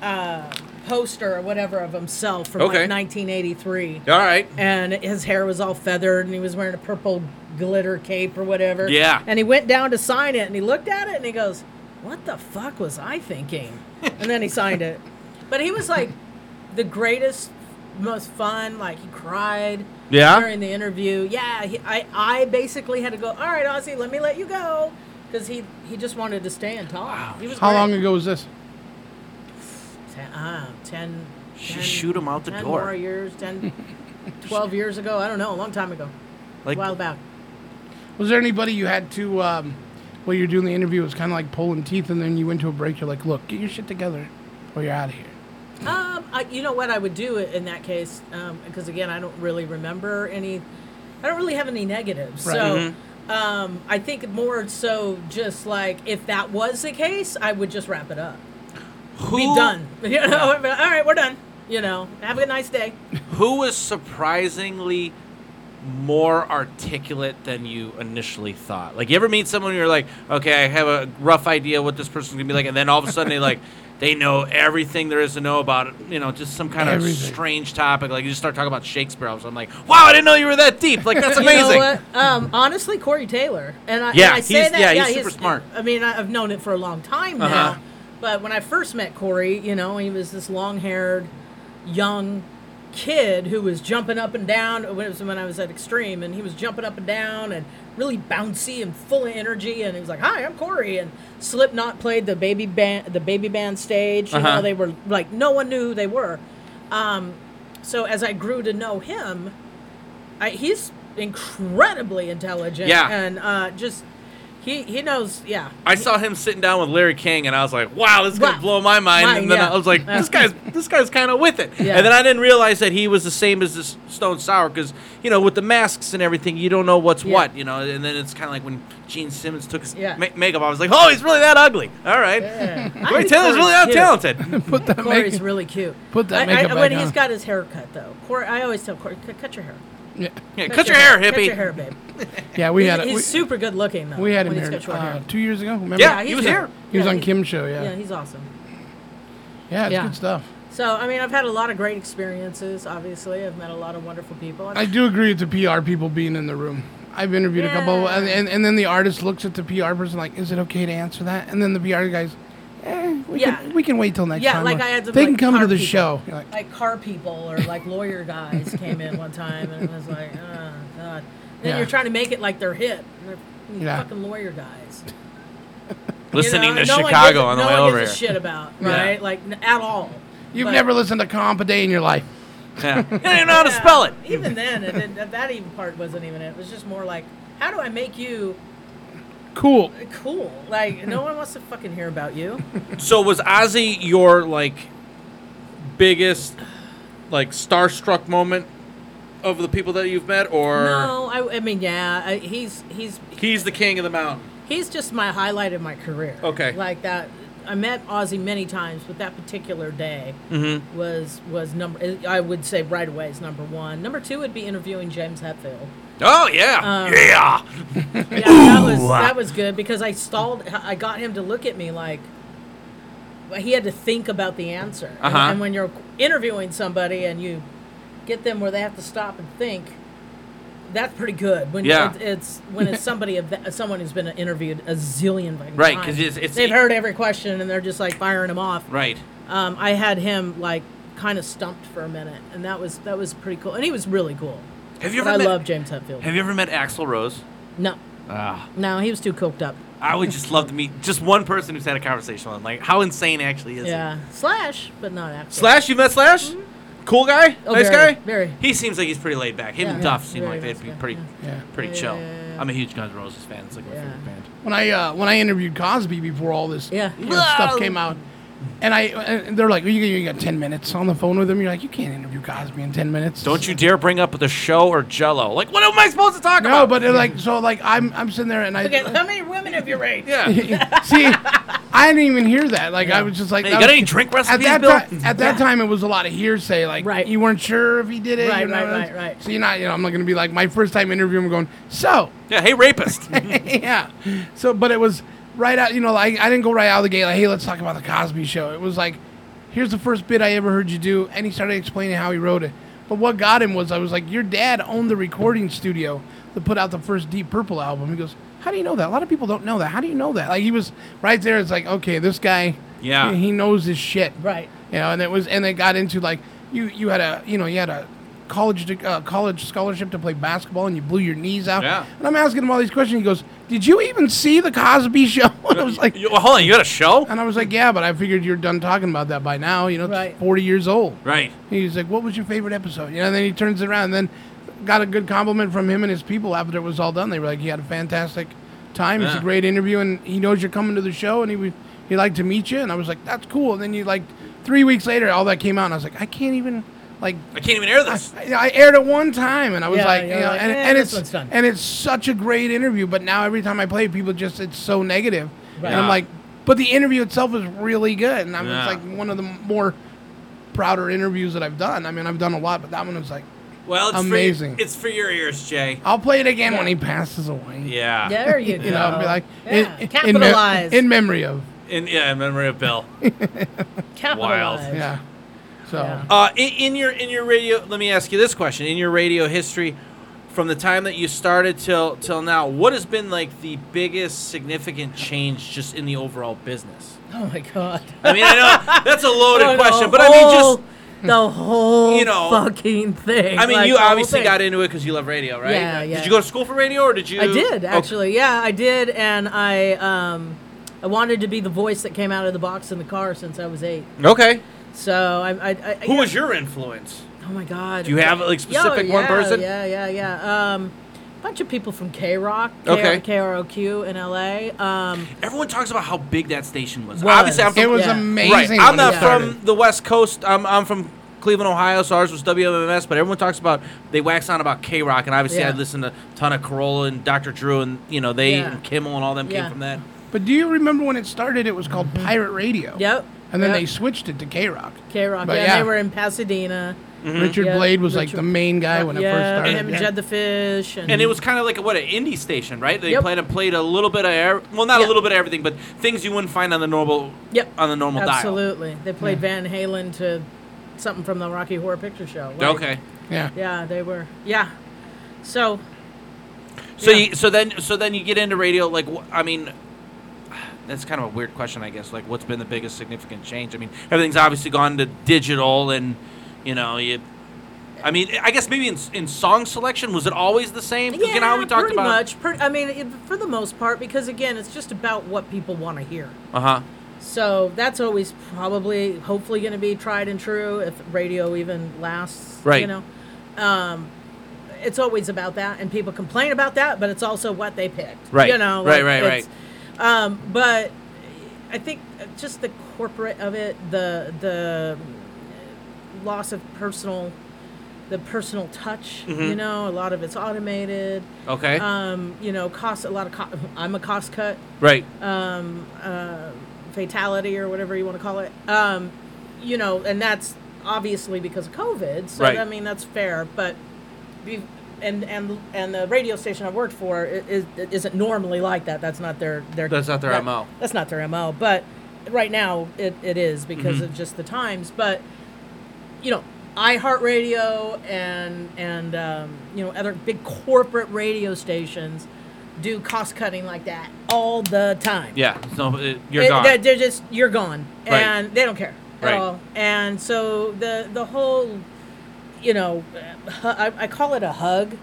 Speaker 17: uh, poster or whatever of himself from
Speaker 11: Okay.
Speaker 17: like 1983.
Speaker 11: All right.
Speaker 17: And his hair was all feathered and he was wearing a purple glitter cape or whatever.
Speaker 11: Yeah.
Speaker 17: And he went down to sign it and he looked at it and he goes, What the fuck was I thinking? and then he signed it. But he was like the greatest, most fun. Like he cried
Speaker 11: Yeah?
Speaker 17: during the interview. Yeah, he, I I basically had to go. All right, Ozzy, let me let you go because he he just wanted to stay and talk. He was
Speaker 8: How
Speaker 17: great.
Speaker 8: long ago was this?
Speaker 17: Ten, uh, ten,
Speaker 11: She
Speaker 17: 10
Speaker 11: shoot him out the
Speaker 17: 10
Speaker 11: door.
Speaker 17: More years, 10, 12 years ago. I don't know. A long time ago.
Speaker 11: Like-
Speaker 17: a while back.
Speaker 8: Was there anybody you had to? Um, while you're doing the interview, it was kind of like pulling teeth, and then you went to a break. You're like, "Look, get your shit together, or you're out of here."
Speaker 17: Um, I, you know what I would do in that case, because again, I don't really remember any. I don't really have any negatives,
Speaker 8: Right.
Speaker 17: so
Speaker 8: Mhm.
Speaker 11: Mm-hmm.
Speaker 17: um, I think more so just like if that was the case, I would just wrap it up. Be
Speaker 11: Who-
Speaker 17: done. You know, I'd be like, all right, we're done. You know, have a good nice day.
Speaker 11: Who was surprisingly more articulate than you initially thought? Like, you ever meet someone and you're like, okay, I have a rough idea what this person's gonna be like, and then all of a sudden they like. They know everything there is to know about, you know, just some kind
Speaker 8: Everything.
Speaker 11: of strange topic. Like you just start talking about Shakespeare. I was, I'm like, wow, I didn't know you were that deep. Like that's
Speaker 17: You know
Speaker 11: amazing.
Speaker 17: what? Um, honestly, Corey Taylor, and I,
Speaker 11: Yeah,
Speaker 17: and I say
Speaker 11: he's-
Speaker 17: that,
Speaker 11: yeah, he's super smart.
Speaker 17: I mean, I- I've known it for a long time
Speaker 11: Uh-huh.
Speaker 17: now, but when I first met Corey, you know, he was this long-haired, young kid who was jumping up and down. It was when I was at Extreme, and he was jumping up and down and really bouncy and full of energy. And he was like, "Hi, I'm Corey." And Slipknot played the baby band, the baby band stage. You
Speaker 11: Uh-huh.
Speaker 17: know, they were like, no one knew who they were. Um, so as I grew to know him. I, he's incredibly intelligent
Speaker 11: Yeah.
Speaker 17: and uh, just He he knows. Yeah.
Speaker 11: I saw him sitting down with Larry King, and I was like, "Wow, this is gonna blow my mind."
Speaker 17: Mine,
Speaker 11: and then
Speaker 17: yeah.
Speaker 11: I was like,
Speaker 17: Yeah.
Speaker 11: "This guy's this guy's kind of with it."
Speaker 17: Yeah.
Speaker 11: And then I didn't realize that he was the same as this Stone Sour because you know with the masks and everything, you don't know what's
Speaker 17: Yeah.
Speaker 11: what, you know. And then it's kind of like when Gene Simmons took his
Speaker 17: Yeah.
Speaker 11: ma- makeup. I was like, "Oh, he's really that ugly." All right,
Speaker 17: I
Speaker 11: Corey
Speaker 17: think
Speaker 11: Taylor's really that
Speaker 17: Corey's
Speaker 11: talented.
Speaker 8: Put that
Speaker 17: Corey's
Speaker 8: makeup-
Speaker 17: really cute.
Speaker 8: put that
Speaker 17: I- I-
Speaker 8: makeup
Speaker 17: when
Speaker 8: back
Speaker 17: he's
Speaker 8: on.
Speaker 17: got his hair cut, though. Corey, I always tell Corey, "Cut- cut your hair.
Speaker 8: Yeah.
Speaker 11: Yeah, cut your hair,
Speaker 17: Cut
Speaker 11: hippie.
Speaker 17: your hair, babe.
Speaker 8: Yeah, we
Speaker 17: He's-
Speaker 8: had a-
Speaker 17: He's
Speaker 8: we-
Speaker 17: super good looking though.
Speaker 8: we had him
Speaker 17: when he's
Speaker 8: here
Speaker 17: got short
Speaker 8: uh,
Speaker 17: hair.
Speaker 8: two years ago. Remember?
Speaker 17: Yeah, he was here.
Speaker 8: He was
Speaker 17: Yeah,
Speaker 8: on
Speaker 17: he-
Speaker 8: Kim's show. Yeah.
Speaker 17: Yeah,
Speaker 8: Yeah,
Speaker 17: he's awesome.
Speaker 8: it's
Speaker 17: Yeah.
Speaker 8: good stuff.
Speaker 17: So I mean, I've had a lot of great experiences. Obviously, I've met a lot of wonderful people.
Speaker 8: I do agree with the PR people being in the room. I've interviewed a couple, and, and, and then the artist looks at the PR person like, "Is it okay to answer that?" And then the PR guys, eh, we
Speaker 17: Yeah.
Speaker 8: can we can wait till next
Speaker 17: yeah,
Speaker 8: time.
Speaker 17: like
Speaker 8: or
Speaker 17: I had some,
Speaker 8: they can
Speaker 17: like,
Speaker 8: come
Speaker 17: car
Speaker 8: to the
Speaker 17: people,
Speaker 8: show. You're like,
Speaker 17: Like, car people or like lawyer guys came in one time and it was like, oh god. Then
Speaker 8: Yeah.
Speaker 17: you're trying to make it like they're hip. And they're
Speaker 8: Yeah.
Speaker 17: fucking lawyer guys.
Speaker 11: Listening
Speaker 17: You
Speaker 11: to
Speaker 17: know, no one
Speaker 11: Chicago
Speaker 17: gives a-
Speaker 11: on the
Speaker 17: no
Speaker 11: way
Speaker 17: one
Speaker 11: over
Speaker 17: gives a
Speaker 11: here.
Speaker 17: shit about
Speaker 11: Yeah.
Speaker 17: right, like n- at all.
Speaker 8: You've
Speaker 17: But-
Speaker 8: never listened to comp a day in your life.
Speaker 11: Yeah. you don't even know how to spell it.
Speaker 17: Even then, and then that- that even part wasn't even it. It was just more like, how do I make you uh,
Speaker 8: Cool.
Speaker 17: cool? Like no one wants to fucking hear about you.
Speaker 11: So was Ozzy your like biggest like starstruck moment of the people that you've met, or
Speaker 17: no, I, I mean, yeah, I, he's he's
Speaker 11: he's the king of the mountain?
Speaker 17: he's just my highlight of my career.
Speaker 11: Okay.
Speaker 17: like that. I met Ozzy many times, but that particular day
Speaker 11: Mhm.
Speaker 17: was was number. I would say right away is number one. Number two would be interviewing James Hetfield.
Speaker 11: Oh yeah,
Speaker 17: Um,
Speaker 11: yeah.
Speaker 17: Yeah, that was
Speaker 11: Ooh.
Speaker 17: that was good because I stalled. I got him to look at me like he had to think about the answer. And-
Speaker 11: Uh-huh.
Speaker 17: And, when you're interviewing somebody and you get them where they have to stop and think, that's pretty good. When
Speaker 11: Yeah.
Speaker 17: it, it's when it's somebody of that, someone who's been interviewed a zillion fucking
Speaker 11: Right, 'cause
Speaker 17: times.
Speaker 11: it's- it's-
Speaker 17: they've heard every question and they're just like firing them off.
Speaker 11: Right.
Speaker 17: Um, I had him like kind of stumped for a minute, and that was that was pretty cool. And he was really cool.
Speaker 11: Have you
Speaker 17: But
Speaker 11: ever
Speaker 17: I
Speaker 11: met-
Speaker 17: love James Hetfield.
Speaker 11: Have you ever met Axl Rose?
Speaker 17: no,
Speaker 11: Ah,
Speaker 17: no, he was too coked up.
Speaker 11: I would just love to meet just one person who's had a conversation with him. Like, how insane actually is he?
Speaker 17: Yeah, Slash, but not after.
Speaker 11: Slash, you met Slash? Cool guy,
Speaker 17: Oh,
Speaker 11: nice
Speaker 17: very,
Speaker 11: guy.
Speaker 17: very.
Speaker 11: He seems like he's pretty laid back. Him
Speaker 17: Yeah,
Speaker 11: and
Speaker 17: yeah,
Speaker 11: Duff seem
Speaker 17: very
Speaker 11: like they'd be pretty, pretty chill. I'm a huge Guns N' Roses fan. It's like my favorite band.
Speaker 8: When I uh, when I interviewed Cosby before all this you know,
Speaker 11: Whoa.
Speaker 8: stuff came out, and I uh, and they're like, you, you got ten minutes on the phone with him. You're like, you can't interview Cosby in ten minutes.
Speaker 11: Don't you dare bring up the show or Jello. Like, what am I supposed to talk
Speaker 8: about? No, but they're like, so like I'm I'm sitting there and I
Speaker 17: Okay, how many women have you raped?
Speaker 8: See, I didn't even hear that. Like I was just like,
Speaker 11: Hey, you
Speaker 8: that
Speaker 11: got
Speaker 8: was-
Speaker 11: any drink recipes,
Speaker 8: At that,
Speaker 11: Bill?
Speaker 8: ti- at that time, it was a lot of hearsay. Like you weren't sure if he did it.
Speaker 17: Right,
Speaker 8: you know,
Speaker 17: right,
Speaker 8: and-
Speaker 17: right, right.
Speaker 8: So you're not, you know, I'm not gonna be like my first time interviewing. I'm going, so
Speaker 11: yeah, hey rapist.
Speaker 8: yeah. So, but it was right out. You know, like I didn't go right out of the gate. Like, hey, let's talk about the Cosby Show. It was like, here's the first bit I ever heard you do, and he started explaining how he wrote it. But what got him was I was like, your dad owned the recording studio that put out the first Deep Purple album. He goes, how do you know that? A lot of people don't know that. How do you know that? Like he was right there. It's like, okay, this guy,
Speaker 11: Yeah.
Speaker 8: he, he knows his shit,
Speaker 17: right?
Speaker 8: You know, and it was, and it got into like, you you had a, you know, you had a college deg- uh, college scholarship to play basketball, and you blew your knees out.
Speaker 11: Yeah.
Speaker 8: And I'm asking him all these questions. He goes, "Did you even see the Cosby Show?" And I was like,
Speaker 11: You- well, hold on, you got a show?
Speaker 8: And I was like, "Yeah, but I figured you're done talking about that by now. You know, it's 40 years old."
Speaker 11: Right.
Speaker 8: He's like, "What was your favorite episode?" You know, and then he turns it around, and then got a good compliment from him and his people after it was all done. They were like, "He had a fantastic time. It's
Speaker 11: Yeah.
Speaker 8: a great interview, and he knows you're coming to the show, and he would he liked to meet you." And I was like, "That's cool." And then you like three weeks later, all that came out, and I was like, "I can't even." Like
Speaker 11: I can't even air this.
Speaker 8: I, I aired it one time, and I was
Speaker 11: Yeah,
Speaker 8: like, you
Speaker 11: you're
Speaker 8: know,
Speaker 11: like,
Speaker 8: and,
Speaker 11: "Eh,
Speaker 8: and
Speaker 11: this
Speaker 8: it's
Speaker 11: one's done."
Speaker 8: and it's such a great interview. But now every time I play, people just it's so negative,
Speaker 11: Right.
Speaker 8: and I'm
Speaker 11: Yeah.
Speaker 8: like, but the interview itself is really good, and I'm
Speaker 11: Yeah.
Speaker 8: it's like one of the more prouder interviews that I've done. I mean, I've done a lot, but that one was like,
Speaker 11: Well, it's
Speaker 8: amazing.
Speaker 11: For, it's for your ears, Jay.
Speaker 8: I'll play it again when he passes away.
Speaker 11: Yeah.
Speaker 17: There you
Speaker 8: you know, I'll be
Speaker 17: go.
Speaker 8: like,
Speaker 17: Yeah.
Speaker 8: in, in, me-
Speaker 17: Capitalize.
Speaker 8: in memory of.
Speaker 11: In, yeah, in memory of Bill. Wild.
Speaker 17: Capitalize.
Speaker 8: Yeah. So.
Speaker 11: Uh, in, in your in your radio, let me ask you this question: In your radio history, from the time that you started till till now, what has been like the biggest significant change just in the overall business?
Speaker 17: Oh my god.
Speaker 11: I mean, I know that's a loaded
Speaker 17: Oh, the
Speaker 11: question, but I mean, just
Speaker 17: whole- the whole
Speaker 11: You know,
Speaker 17: fucking thing.
Speaker 11: I mean,
Speaker 17: like,
Speaker 11: you
Speaker 17: the whole
Speaker 11: obviously
Speaker 17: thing.
Speaker 11: got into it because you love radio, right?
Speaker 17: Yeah, yeah.
Speaker 11: Did you go to school for radio, or did you? Oh,
Speaker 17: I did
Speaker 11: Okay.
Speaker 17: actually. Yeah, I did, and I um, I wanted to be the voice that came out of the box in the car since I was eight.
Speaker 11: Okay.
Speaker 17: So I. I, I
Speaker 11: Who was your influence?
Speaker 17: Oh my God.
Speaker 11: Do you have, like,
Speaker 17: Yo,
Speaker 11: specific one
Speaker 17: yeah,
Speaker 11: person?
Speaker 17: Yeah, yeah, yeah. Um, bunch of people from K Rock,
Speaker 11: Okay.
Speaker 17: KROQ in LA. Um,
Speaker 10: Everyone talks about how big that station was.
Speaker 11: Obviously, I'm from,
Speaker 10: It was
Speaker 11: Right,
Speaker 10: amazing
Speaker 11: I'm
Speaker 10: when it
Speaker 11: not from
Speaker 10: started.
Speaker 11: the West Coast. I'm, I'm from Cleveland, Ohio, so ours was WMMS. But everyone talks about they wax on about K Rock, and obviously,
Speaker 8: Yeah.
Speaker 11: I listened to a ton of Corolla and Dr. Drew, and you know they
Speaker 8: Yeah.
Speaker 11: and Kimmel and all them
Speaker 8: Yeah.
Speaker 11: came from that.
Speaker 8: But do you remember when it started? It was called Pirate Radio.
Speaker 17: Mm-hmm. Yep.
Speaker 8: And then
Speaker 17: Yep.
Speaker 8: they switched it to K Rock.
Speaker 17: K Rock.
Speaker 8: But
Speaker 17: Yeah,
Speaker 8: yeah.
Speaker 17: they were in Pasadena.
Speaker 8: Mhm. Richard Blade was, like, the main guy when it first
Speaker 17: Mm-hmm. yeah,
Speaker 11: started.
Speaker 17: Him
Speaker 11: Yeah.
Speaker 17: and Jed the Fish. And,
Speaker 11: And it was kind of like a, what an indie station, right? They
Speaker 17: Yep.
Speaker 11: played and played a little bit of air, well, not a little bit of everything, but things you wouldn't find on the normal
Speaker 17: Yep.
Speaker 11: on the normal dial.
Speaker 17: Absolutely. They played Van Halen to something from the Rocky Horror Picture Show. like-
Speaker 11: Okay. Yeah.
Speaker 17: Yeah, they were. Yeah. So,
Speaker 11: So you, so then so then you get into radio. Like wh- I mean, that's kind of a weird question, I guess. Like what's been the biggest significant change? I mean, everything's obviously gone to digital, and you know you. I mean, I guess maybe in, s- in song selection was it always the same? 'Cause
Speaker 17: yeah,
Speaker 11: you know how we talked
Speaker 17: pretty
Speaker 11: about.
Speaker 17: much. Pretty, I mean, it, for the most part, because again, it's just about what people want to hear.
Speaker 11: Uh huh.
Speaker 17: So that's always probably, hopefully, going to be tried and true if radio even lasts.
Speaker 11: Right.
Speaker 17: You know, um, it's always about that, and people complain about that, but it's also what they picked.
Speaker 11: Right.
Speaker 17: You know.
Speaker 11: Right, right,
Speaker 17: it's- Um, but I think just the corporate of it, the the loss of personal, the personal touch. You
Speaker 11: Mhm.
Speaker 17: know, a lot of it's automated.
Speaker 11: Okay.
Speaker 17: Um, you know, cost a lot of. Co- I'm a cost cut
Speaker 11: Right.
Speaker 17: um, uh, fatality or whatever you want to call it. Um, you know, and that's obviously because of COVID. So
Speaker 25: Right.
Speaker 17: I mean, that's fair. But we've, and and and the radio station I worked for i- is isn't normally like that. That's not their their.
Speaker 11: That's not their
Speaker 17: that-
Speaker 11: MO.
Speaker 17: That's not their mo. But right now it, it is because
Speaker 11: Mhm.
Speaker 17: of just the times. But you know, iHeartRadio and and um, you know other big corporate radio stations do cost cutting like that all the time.
Speaker 11: Yeah. So it, you're
Speaker 17: It-
Speaker 11: gone.
Speaker 17: They're, they're just you're gone,
Speaker 11: Right.
Speaker 17: and they don't care at
Speaker 11: Right.
Speaker 17: all. And so the the whole, you know, hu- I, I call it a hug.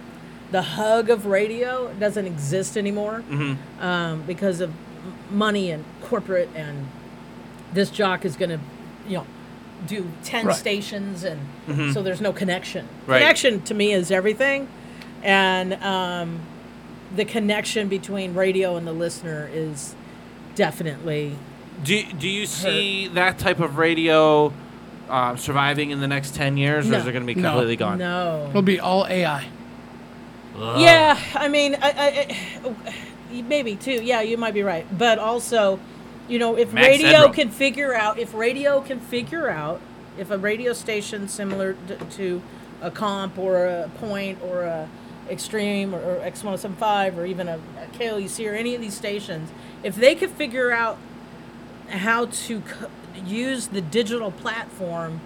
Speaker 17: The hug of radio doesn't exist anymore
Speaker 11: Mhm.
Speaker 17: um, because of m- money and corporate, and this jock is going to, you know, do ten
Speaker 25: Right.
Speaker 17: stations, and
Speaker 11: Mm-hmm.
Speaker 25: Mhm.
Speaker 17: so there's no connection.
Speaker 25: Right.
Speaker 17: Connection to me is everything, and um, the connection between radio and the listener is definitely
Speaker 11: Do do you see that type of radio uh, surviving in the next ten years, or is it going to be completely gone?
Speaker 17: No.
Speaker 8: It'll be all AI.
Speaker 11: Ugh.
Speaker 17: Yeah, I mean, I, I, I, maybe too. Yeah, you might be right. But also, you know, if
Speaker 11: Max
Speaker 17: radio
Speaker 11: Headroom.
Speaker 17: can figure out, if radio can figure out, if a radio station similar to, to a comp or a point or a extreme or, or X1075 or even a, a KLUC or any of these stations, if they could figure out how to c- use the digital platform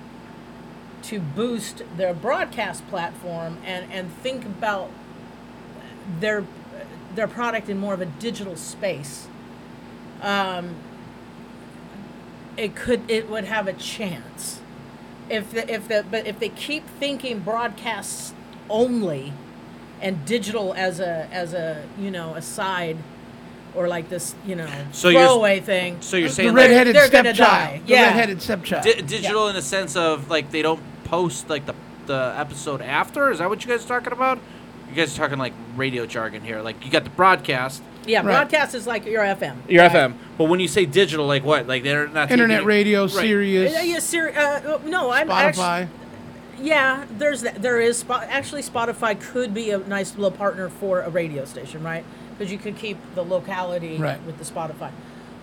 Speaker 17: to boost their broadcast platform and, and think about their their product in more of a digital space um, it could it would have a chance if the, if the but if they keep thinking broadcasts only and digital as a as a you know a side or like this you know
Speaker 11: So you're s-
Speaker 17: throwaway thing
Speaker 11: so you're
Speaker 17: they're-
Speaker 11: saying
Speaker 17: they're,
Speaker 11: that- redheaded
Speaker 17: they're gonna
Speaker 11: stepchild.
Speaker 17: die
Speaker 11: The
Speaker 17: yeah
Speaker 11: redheaded
Speaker 8: stepchild
Speaker 11: Di- digital in the sense of like they don't post like the the episode after. Is that what you guys are talking about? You guys are talking like radio jargon here. Like you got the broadcast.
Speaker 17: yeah broadcast is like your fm
Speaker 11: Your FM. But when you say digital, like what? Like they're not
Speaker 8: Internet
Speaker 11: taking-
Speaker 8: radio,
Speaker 11: Right.
Speaker 8: Sirius,
Speaker 17: Uh, yeah, Siri- uh, uh, no, I'm actu-
Speaker 8: Spotify.
Speaker 17: yeah, there's that. There is Spo- actually Spotify could be a nice little partner for a radio station, right? Because you could keep the locality
Speaker 25: Right.
Speaker 17: with the Spotify,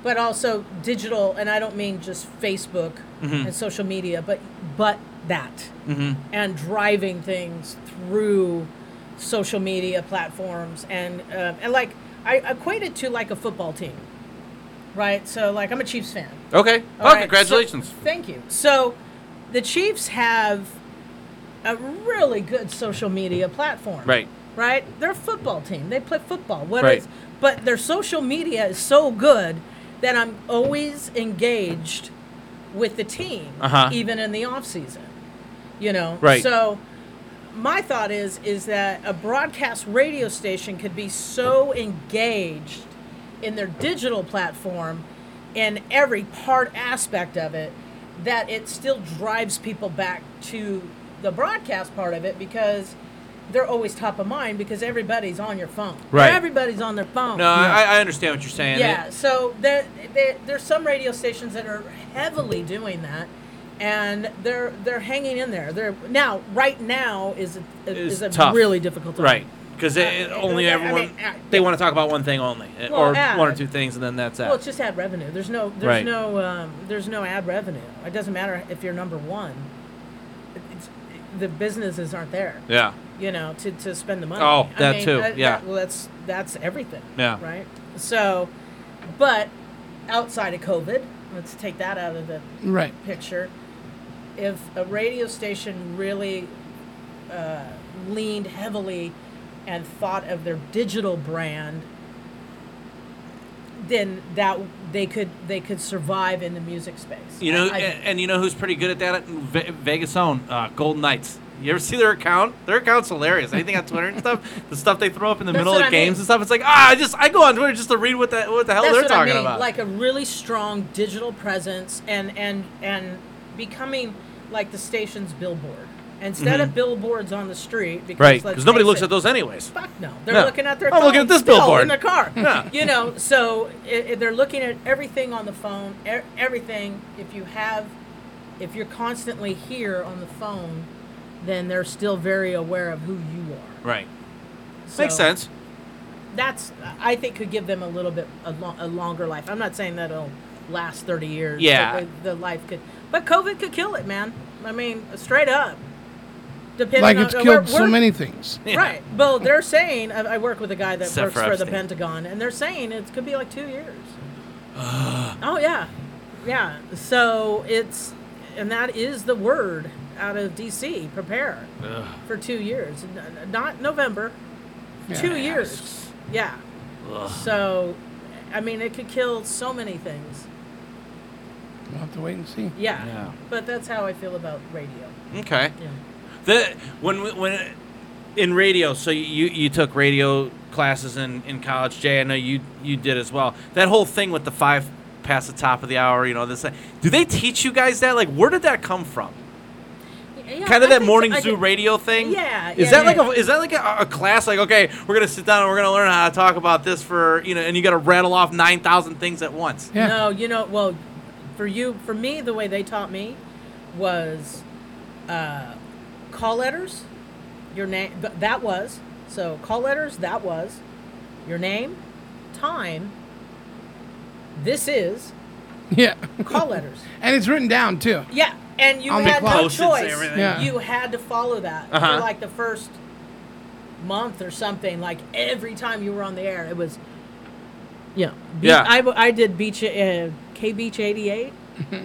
Speaker 17: but also digital. And I don't mean just Facebook
Speaker 25: Mhm.
Speaker 17: and social media, but but that
Speaker 25: Mhm.
Speaker 17: and driving things through social media platforms and uh, and like I equate it to like a football team, right? So like I'm a Chiefs fan.
Speaker 11: Okay.
Speaker 17: All
Speaker 11: well,
Speaker 17: right,
Speaker 11: congratulations.
Speaker 17: so- thank you. So, the Chiefs have a really good social media platform.
Speaker 11: Right.
Speaker 17: Right? They're a football team. They play football. What
Speaker 11: Right.
Speaker 17: is- but their social media is so good that I'm always engaged with the team
Speaker 25: Uh-huh.
Speaker 17: even in the off season. You know.
Speaker 25: Right.
Speaker 17: So my thought is is that a broadcast radio station could be so engaged in their digital platform in every part aspect of it that it still drives people back to the broadcast part of it because they're always top of mind because everybody's on your phone.
Speaker 11: Right.
Speaker 17: Everybody's on their phone.
Speaker 11: No, I, I understand what you're saying.
Speaker 17: Oh, Yeah, so there, there, there's some radio stations that are heavily doing that, and they're they're hanging in there. They're now right now is a, is a
Speaker 11: It's tough.
Speaker 17: really difficult time.
Speaker 11: Right. Because only
Speaker 17: I mean,
Speaker 11: everyone
Speaker 17: uh,
Speaker 11: they want to talk about one thing only, uh,
Speaker 17: Well,
Speaker 11: or
Speaker 17: ad.
Speaker 11: one or two things, and then that's
Speaker 17: Well,
Speaker 11: it.
Speaker 17: it's just ad revenue. There's no there's
Speaker 11: Right.
Speaker 17: no um, there's no ad revenue. It doesn't matter if you're number one. It- It's, the businesses aren't there.
Speaker 11: Yeah.
Speaker 17: You know, to, to spend the money.
Speaker 11: Oh,
Speaker 17: I
Speaker 11: that
Speaker 17: mean,
Speaker 11: too,
Speaker 17: that-
Speaker 11: yeah.
Speaker 17: that- well, that's that's everything.
Speaker 11: Yeah.
Speaker 17: Right. So, but outside of COVID, let's take that out of the
Speaker 8: Right.
Speaker 17: picture. If a radio station really uh, leaned heavily and thought of their digital brand then that they could they could survive in the music space.
Speaker 11: You know,
Speaker 17: I- I-
Speaker 11: and, and you know who's pretty good at that? Ve- Vegas own uh, Golden Knights. You ever see their account? Their account's hilarious. Anything on Twitter and stuff, the stuff they throw up in the
Speaker 17: That's
Speaker 11: middle
Speaker 17: what
Speaker 11: of
Speaker 17: I mean.
Speaker 11: games and stuff. It's like ah, I just I go on Twitter just to read what the what the hell
Speaker 17: that's
Speaker 11: they're
Speaker 17: what
Speaker 11: talking
Speaker 17: I mean.
Speaker 11: about.
Speaker 17: Like a really strong digital presence and and and becoming like the station's billboard instead
Speaker 11: Mhm.
Speaker 17: of billboards on the street because
Speaker 11: right?
Speaker 17: let's
Speaker 11: Because nobody
Speaker 17: face
Speaker 11: looks
Speaker 17: it,
Speaker 11: at those anyways.
Speaker 17: Fuck no, they're
Speaker 11: No.
Speaker 17: looking at their.
Speaker 11: I'm looking Oh,
Speaker 17: phone
Speaker 11: at this
Speaker 17: still
Speaker 11: billboard.
Speaker 17: in their car.
Speaker 11: Yeah.
Speaker 17: You know, so i i they're looking at everything on the phone, e- everything. If you have, if you're constantly here on the phone, then they're still very aware of who you are.
Speaker 11: Right.
Speaker 17: So
Speaker 11: Makes sense.
Speaker 17: That's I think could give them a little bit a, lo- a longer life. I'm not saying that it'll last 30 years. but
Speaker 11: Yeah.
Speaker 17: they- the life could, but COVID could kill it, man. I mean, straight up. Depending
Speaker 8: Like
Speaker 17: on,
Speaker 8: it's
Speaker 17: uh,
Speaker 8: killed
Speaker 17: we're-
Speaker 8: so
Speaker 17: we're-
Speaker 8: many things.
Speaker 17: Right. Well, they're saying I, I work with a guy that
Speaker 8: Except
Speaker 17: works
Speaker 8: for
Speaker 17: for, the
Speaker 8: Epstein.
Speaker 17: Pentagon, and they're saying it could be like two years. oh yeah, yeah. So it's and that is the word out of D.C. Prepare
Speaker 11: Ugh.
Speaker 17: for two years, N- n- not November.
Speaker 11: Yeah.
Speaker 17: Two years. Yeah.
Speaker 11: Ugh.
Speaker 17: So, I mean, it could kill so many things.
Speaker 8: We'll have to wait and see.
Speaker 17: Yeah.
Speaker 11: Yeah.
Speaker 17: But that's how I feel about radio.
Speaker 11: Okay.
Speaker 17: Yeah.
Speaker 11: The when we- when in radio, so you you took radio classes in, in college, Jay. I know you you did as well. That whole thing with the five past the top of the hour, you know this. that- Do they teach you guys that? Like, where did that come from?
Speaker 17: Yeah,
Speaker 11: kind of
Speaker 17: I
Speaker 11: that
Speaker 17: think-
Speaker 11: morning
Speaker 17: I
Speaker 11: zoo
Speaker 17: think-
Speaker 11: radio thing.
Speaker 17: Yeah,
Speaker 11: Is
Speaker 17: yeah,
Speaker 11: that like
Speaker 17: yeah.
Speaker 11: a is that like a, a class? Like, okay, we're gonna sit down and we're gonna learn how to talk about this for you know, and you got to rattle off nine thousand things at once.
Speaker 17: No, you know, well, for you, for me, the way they taught me was uh, call letters, your name, that was. So call letters, that was. Your name, time, this is,
Speaker 8: Yeah.
Speaker 17: call letters.
Speaker 8: And it's written down too.
Speaker 17: Yeah, and you
Speaker 8: On the
Speaker 17: had
Speaker 8: clock.
Speaker 17: no
Speaker 8: Post-its and
Speaker 17: choice.
Speaker 8: everything. Yeah.
Speaker 17: You had to follow that
Speaker 8: Uh-huh.
Speaker 17: for like the first month or something. Like every time you were on the air, it was. Yeah. Be-
Speaker 11: Yeah.
Speaker 17: I, w- I did beach uh, K Beach eighty eight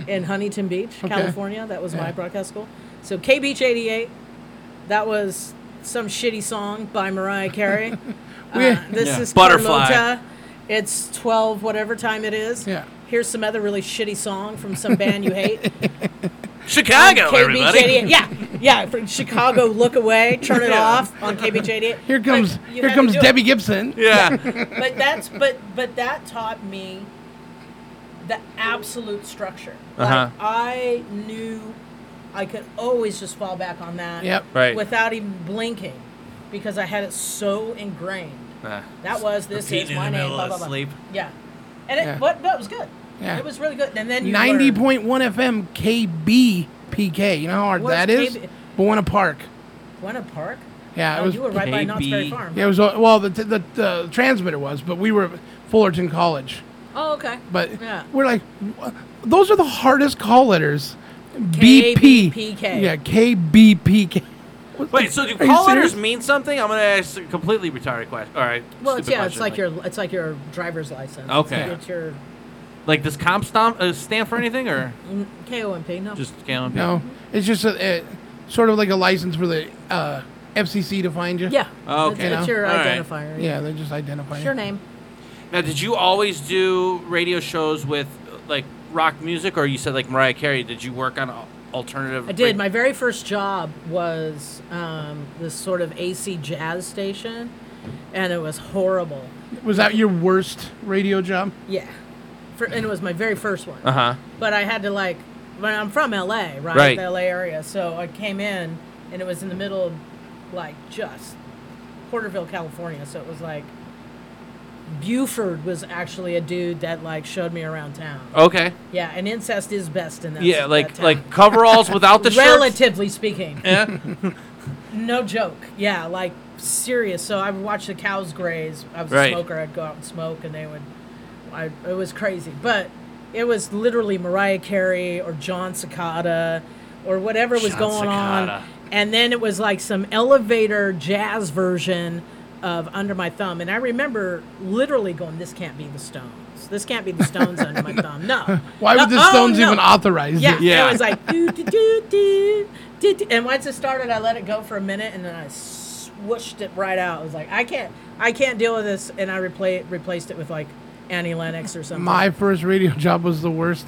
Speaker 17: in Huntington Beach,
Speaker 11: Okay.
Speaker 17: California. That was
Speaker 11: Yeah.
Speaker 17: my broadcast school. So K Beach eighty eight. That was some shitty song by Mariah Carey.
Speaker 8: We-
Speaker 17: uh, this
Speaker 8: Yeah.
Speaker 17: is
Speaker 8: Butterfly.
Speaker 17: Carlota. It's twelve whatever time it is. Yeah. Here's some other really shitty song from some band you hate.
Speaker 11: Chicago,
Speaker 17: on KBJ88.
Speaker 11: everybody.
Speaker 17: Yeah, yeah. From Chicago, look away, turn it
Speaker 8: Yeah.
Speaker 17: off on KBJ88.
Speaker 8: Here comes
Speaker 17: Like, you
Speaker 8: here
Speaker 17: had to
Speaker 8: comes
Speaker 17: do it.
Speaker 8: Debbie Gibson.
Speaker 17: but that's but but that taught me the absolute structure. Like,
Speaker 11: Uh-huh.
Speaker 17: I knew I could always just fall back on that.
Speaker 11: Yep. Right.
Speaker 17: Without even blinking, because I had it so ingrained.
Speaker 11: Ah.
Speaker 17: That was this is
Speaker 11: Repeating in
Speaker 17: my
Speaker 11: the
Speaker 17: name.
Speaker 11: middle
Speaker 17: Blah,
Speaker 11: of
Speaker 17: blah, blah.
Speaker 11: sleep.
Speaker 17: Yeah. And it
Speaker 8: Yeah.
Speaker 17: what that was good.
Speaker 8: Yeah.
Speaker 17: It was really good. And then you learn.
Speaker 8: Ninety point one FM KBPK. You know how hard
Speaker 17: Where's
Speaker 8: that is?
Speaker 17: KB?
Speaker 8: Buena Park.
Speaker 17: Buena Park.
Speaker 8: Yeah,
Speaker 17: Oh,
Speaker 8: it was.
Speaker 17: You were right by Knott's Berry Farm.
Speaker 8: Yeah, it was. uh, Well, the, the, the, transmitter was, but we were at Fullerton College.
Speaker 17: Oh, okay.
Speaker 8: But
Speaker 17: yeah.
Speaker 8: we're like, "Wha- those are the hardest call letters.
Speaker 17: KBPK.
Speaker 8: Yeah, KBPK.
Speaker 11: Wait, so
Speaker 8: Are you
Speaker 11: do call letters
Speaker 8: serious?
Speaker 11: mean something? I'm gonna ask a completely retarded question. All right.
Speaker 17: Well, it's,
Speaker 11: stupid
Speaker 17: yeah, it's
Speaker 11: question,
Speaker 17: like your it's like your driver's license.
Speaker 11: Okay.
Speaker 17: It's your
Speaker 11: Like, does comp stomp, uh, stand for anything or
Speaker 17: mm, KOMP. No.
Speaker 11: just KLMP?
Speaker 8: No, it's just a, it, sort of like a license for the uh, FCC to find you.
Speaker 17: Yeah.
Speaker 11: Oh, okay.
Speaker 8: You
Speaker 11: It's- it's
Speaker 8: know?
Speaker 11: your All right. identifier.
Speaker 8: Yeah, they're just identifying.
Speaker 17: What's
Speaker 8: you.
Speaker 17: your name?
Speaker 11: Now, did you always do radio shows with uh, like rock music, or you said like Mariah Carey? Did you work on al- alternative?
Speaker 17: I did. My very first job was um, this sort of AC jazz station, and it was horrible.
Speaker 8: Was that your worst radio job?
Speaker 17: Yeah. For, and it was my very first one.
Speaker 8: Uh
Speaker 11: Uh-huh.
Speaker 8: huh.
Speaker 17: But I had to like, when I'm from LA, right?
Speaker 8: Right.
Speaker 17: The LA area. So I came in, and it was in the middle of like just Porterville, California. So it was like Buford was actually a dude that like showed me around town.
Speaker 11: Okay.
Speaker 17: Yeah, and incest is best in that.
Speaker 11: Oh. yeah,
Speaker 17: that
Speaker 11: like
Speaker 17: town.
Speaker 11: like coveralls without the shirt.
Speaker 17: Relatively speaking.
Speaker 11: Yeah.
Speaker 17: No joke. Yeah, like serious. So I would watch the cows graze. I was
Speaker 11: Right.
Speaker 17: a smoker. I'd go out and smoke, and they would. I, it was crazy, but it was literally Mariah Carey or John Cicada or whatever was
Speaker 11: John
Speaker 17: going
Speaker 11: Cicada.
Speaker 17: on. And then it was like some elevator jazz version of Under My Thumb. And I remember literally going, This can't be the Stones. This can't be the Stones under my thumb. No.
Speaker 8: Why would
Speaker 17: No,
Speaker 8: the
Speaker 17: oh,
Speaker 8: Stones
Speaker 17: no.
Speaker 8: even authorize
Speaker 17: yeah,
Speaker 8: it?
Speaker 17: It was like do do do do do. do. And once it started, I let it go for a minute, and then I swooshed it right out. I was like, I can't, I can't deal with this, and I repla- replaced it with like Annie Lennox or something.
Speaker 8: My first radio job was the worst.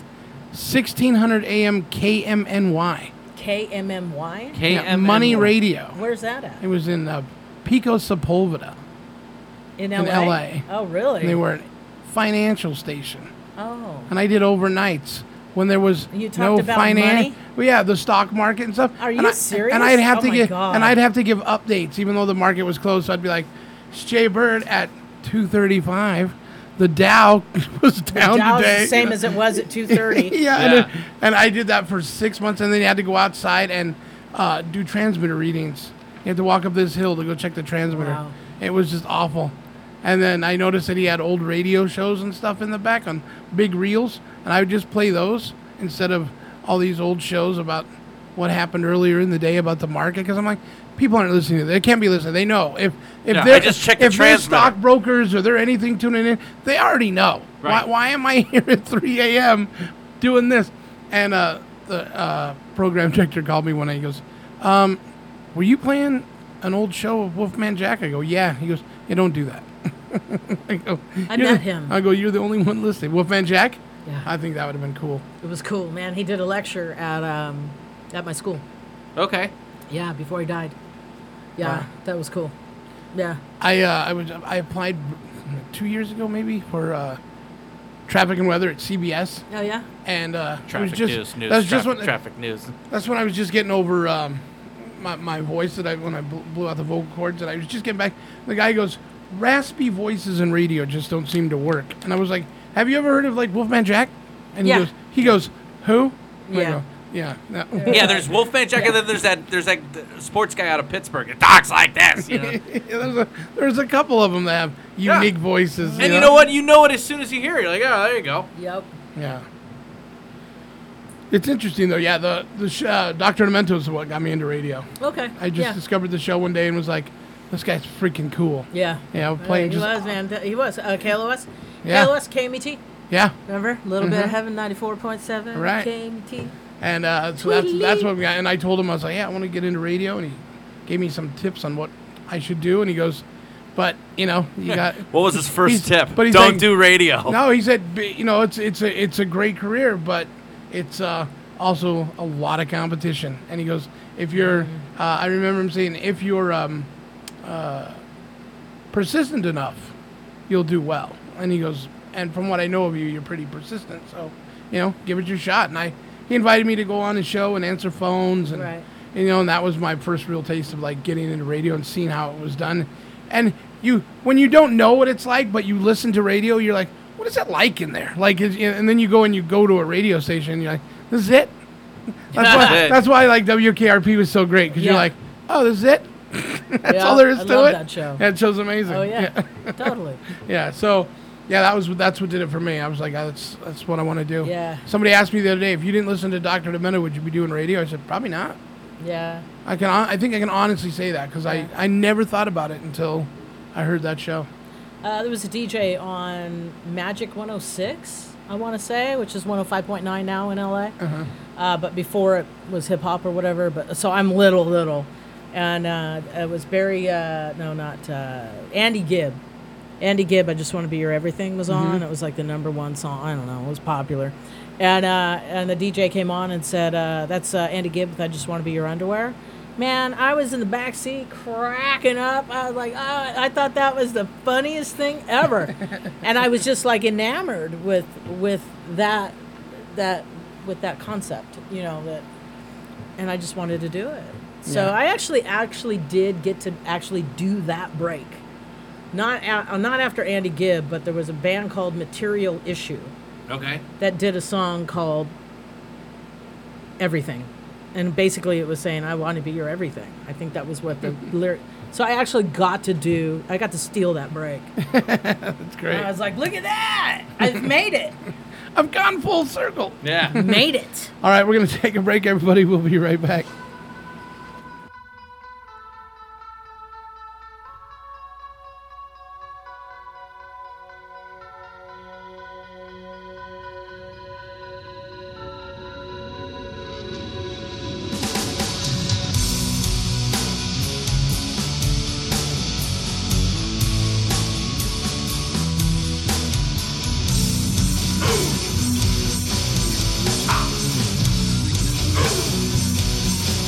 Speaker 8: 1600 AM KMNY.
Speaker 17: KMMY.
Speaker 8: Yeah, Money Radio.
Speaker 17: Where's that at?
Speaker 8: It was in uh, Pico Sepulveda
Speaker 17: In
Speaker 8: in,
Speaker 17: LA.
Speaker 8: LA.
Speaker 17: Oh, really?
Speaker 8: And they were a financial station.
Speaker 17: Oh.
Speaker 8: And I did overnights when there was
Speaker 17: You talked
Speaker 8: no
Speaker 17: about
Speaker 8: finance.
Speaker 17: money?
Speaker 8: Well, yeah, the stock market and stuff.
Speaker 17: Are
Speaker 8: And
Speaker 17: you
Speaker 8: I-
Speaker 17: serious?
Speaker 8: And I'd have
Speaker 17: Oh
Speaker 8: to
Speaker 17: my
Speaker 8: give
Speaker 17: God.
Speaker 8: and I'd have to give updates even though the market was closed. So I'd be like, "It's Jay Bird at 2:35, the Dow was down
Speaker 17: Dow's the
Speaker 8: today."
Speaker 17: same as it was at 2:30.
Speaker 8: yeah,
Speaker 17: Yeah.
Speaker 8: And, and I did that for six months, and then you had to go outside and uh, do transmitter readings. You had to walk up this hill to go check the transmitter.
Speaker 17: Wow.
Speaker 8: It was just awful. And then I noticed that he had old radio shows and stuff in the back on big reels, and I would just play those instead of all these old shows about what happened earlier in the day about the market. Because I'm like, people aren't listening to this. They can't be listening. They know if if
Speaker 11: Yeah, I
Speaker 8: they're
Speaker 11: just
Speaker 8: if
Speaker 11: checked the
Speaker 8: they're
Speaker 11: transmitter.
Speaker 8: stockbrokers or they're anything tuning in, they already know.
Speaker 11: Right.
Speaker 8: Why, why am I here at 3 a.m. doing this? And uh, the uh, program director called me one day. He goes, um, "Were you playing an old show of Wolfman Jack?" I go, "Yeah." He goes, "You don't do that." I go,
Speaker 17: I
Speaker 8: "You're the-"
Speaker 17: met him.
Speaker 8: I go, "You're the only one listening, Wolfman Jack."
Speaker 17: Yeah.
Speaker 8: I think that would have been cool.
Speaker 17: It was cool, man. He did a lecture at um, at my school.
Speaker 11: Okay.
Speaker 17: Yeah, before he died. Yeah,
Speaker 8: Wow.
Speaker 17: that was cool. Yeah.
Speaker 8: I uh, I was I applied two years ago maybe for uh, traffic and weather at CBS.
Speaker 17: Oh yeah.
Speaker 8: And uh, it was
Speaker 11: Traffic
Speaker 8: just
Speaker 11: news, news.
Speaker 8: that's
Speaker 11: traffic,
Speaker 8: just what
Speaker 11: traffic news.
Speaker 8: That's when I was just getting over um, my, my voice that I when I bl- blew out the vocal cords that I was just getting back. The guy goes, raspy voices in radio just don't seem to work. And I was like, Have you ever heard of like Wolfman Jack? And
Speaker 11: Yeah.
Speaker 8: he goes, He goes, Who? And I
Speaker 11: Yeah.
Speaker 8: go, yeah. that-
Speaker 11: yeah, there's Wolfman Jack, and then there's that there's that sports guy out of Pittsburgh. It talks like this, you know.
Speaker 8: there's a there's a couple of them that have unique voices.
Speaker 11: and you know what? You know it as soon as you hear it. You're like, oh, there you go.
Speaker 17: Yep.
Speaker 8: Yeah. It's interesting though. Yeah, the the sh- uh, Dr. Demento is what got me into radio.
Speaker 17: Okay.
Speaker 8: I just
Speaker 17: yeah.
Speaker 8: discovered the show one day and was like, this guy's freaking cool.
Speaker 17: Yeah.
Speaker 8: Yeah,
Speaker 17: Yeah,
Speaker 8: playing
Speaker 17: he
Speaker 8: just
Speaker 17: was man. Th- He was uh, KLOS.
Speaker 8: Yeah.
Speaker 17: KLOS KMT.
Speaker 8: yeah.
Speaker 17: E Remember, little bit
Speaker 8: Mhm.
Speaker 17: of heaven, ninety four point seven. E
Speaker 8: Right.
Speaker 17: KMT.
Speaker 8: And uh, so that's that's what we got. And I told him I was like, yeah, I want to get into radio, and he gave me some tips on what I should do. And he goes, but you know, you got
Speaker 11: What was his first
Speaker 8: he's-
Speaker 11: tip?
Speaker 8: he's
Speaker 11: Don't do radio.
Speaker 8: No, he said, "B- you know, it's it's a it's a great career, but it's uh, also a lot of competition. And he goes, if you're,
Speaker 11: Mm.
Speaker 8: uh, I remember him saying, if you're um, uh, persistent enough, you'll do well. And he goes, and from what I know of you, you're pretty persistent. So, you know, give it your shot. And I, he invited me to go on his show and answer phones, and,
Speaker 17: Right.
Speaker 8: and, you know, and that was my first real taste of like getting into radio and seeing how it was done. And you, when you don't know what it's like, but you listen to radio, you're like, what is it like in there? Like, is, and then you go and you go to a radio station, and you're like, this is it. That's why.
Speaker 11: Yeah.
Speaker 8: that's why like WKRP was so great because you're
Speaker 11: Yeah.
Speaker 8: like, oh, this is it. that's
Speaker 17: Yeah,
Speaker 8: all there is
Speaker 17: I
Speaker 8: to
Speaker 17: love
Speaker 8: it.
Speaker 17: that show.
Speaker 8: That show's amazing.
Speaker 17: Oh yeah. totally.
Speaker 8: Yeah. So, yeah, that was that's what did it for me. I was like, oh, that's that's what I want to do.
Speaker 17: Yeah.
Speaker 8: Somebody asked me the other day if you didn't listen to Dr. Demento, would you be doing radio? I said probably not.
Speaker 17: Yeah.
Speaker 8: I can hon- I think I can honestly say that because I I never thought about it until I heard that show.
Speaker 17: Uh, there was a DJ on Magic 106, I want to say, which is 105.9 now in LA.
Speaker 8: Uh-huh.
Speaker 17: Uh, but before it was hip hop or whatever. But so I'm little, little, and uh, it was Barry. Uh, no, not uh, Andy Gibb. Andy Gibb. I just want to be your everything was
Speaker 8: Mm-hmm.
Speaker 17: on.
Speaker 25: Mhm.
Speaker 17: It was like the number one song. I don't know. It was popular, and uh, and the DJ came on and said, uh, "That's uh, Andy Gibb. with I just want to be your underwear." Man, I was in the back seat cracking up. I was like, oh, I thought that was the funniest thing ever, and I was just like enamored with with that that with that concept, you know that, and I just wanted to do it. So
Speaker 25: Yeah.
Speaker 17: I actually actually did get to actually do that break. Not a- uh, not after Andy Gibb, but there was a band called Material Issue
Speaker 11: Okay.
Speaker 17: that did a song called Everything. And basically it was saying I want to be your everything. I think that was what the lyric So I actually got to do I got to steal that break. That's
Speaker 8: great.
Speaker 17: I was like, "Look at that. I've made it."
Speaker 8: I've gone full circle.
Speaker 11: Yeah.
Speaker 17: made it.
Speaker 8: All right, we're going to take a break, everybody. We'll be right back.
Speaker 16: Ooh.
Speaker 2: Oh,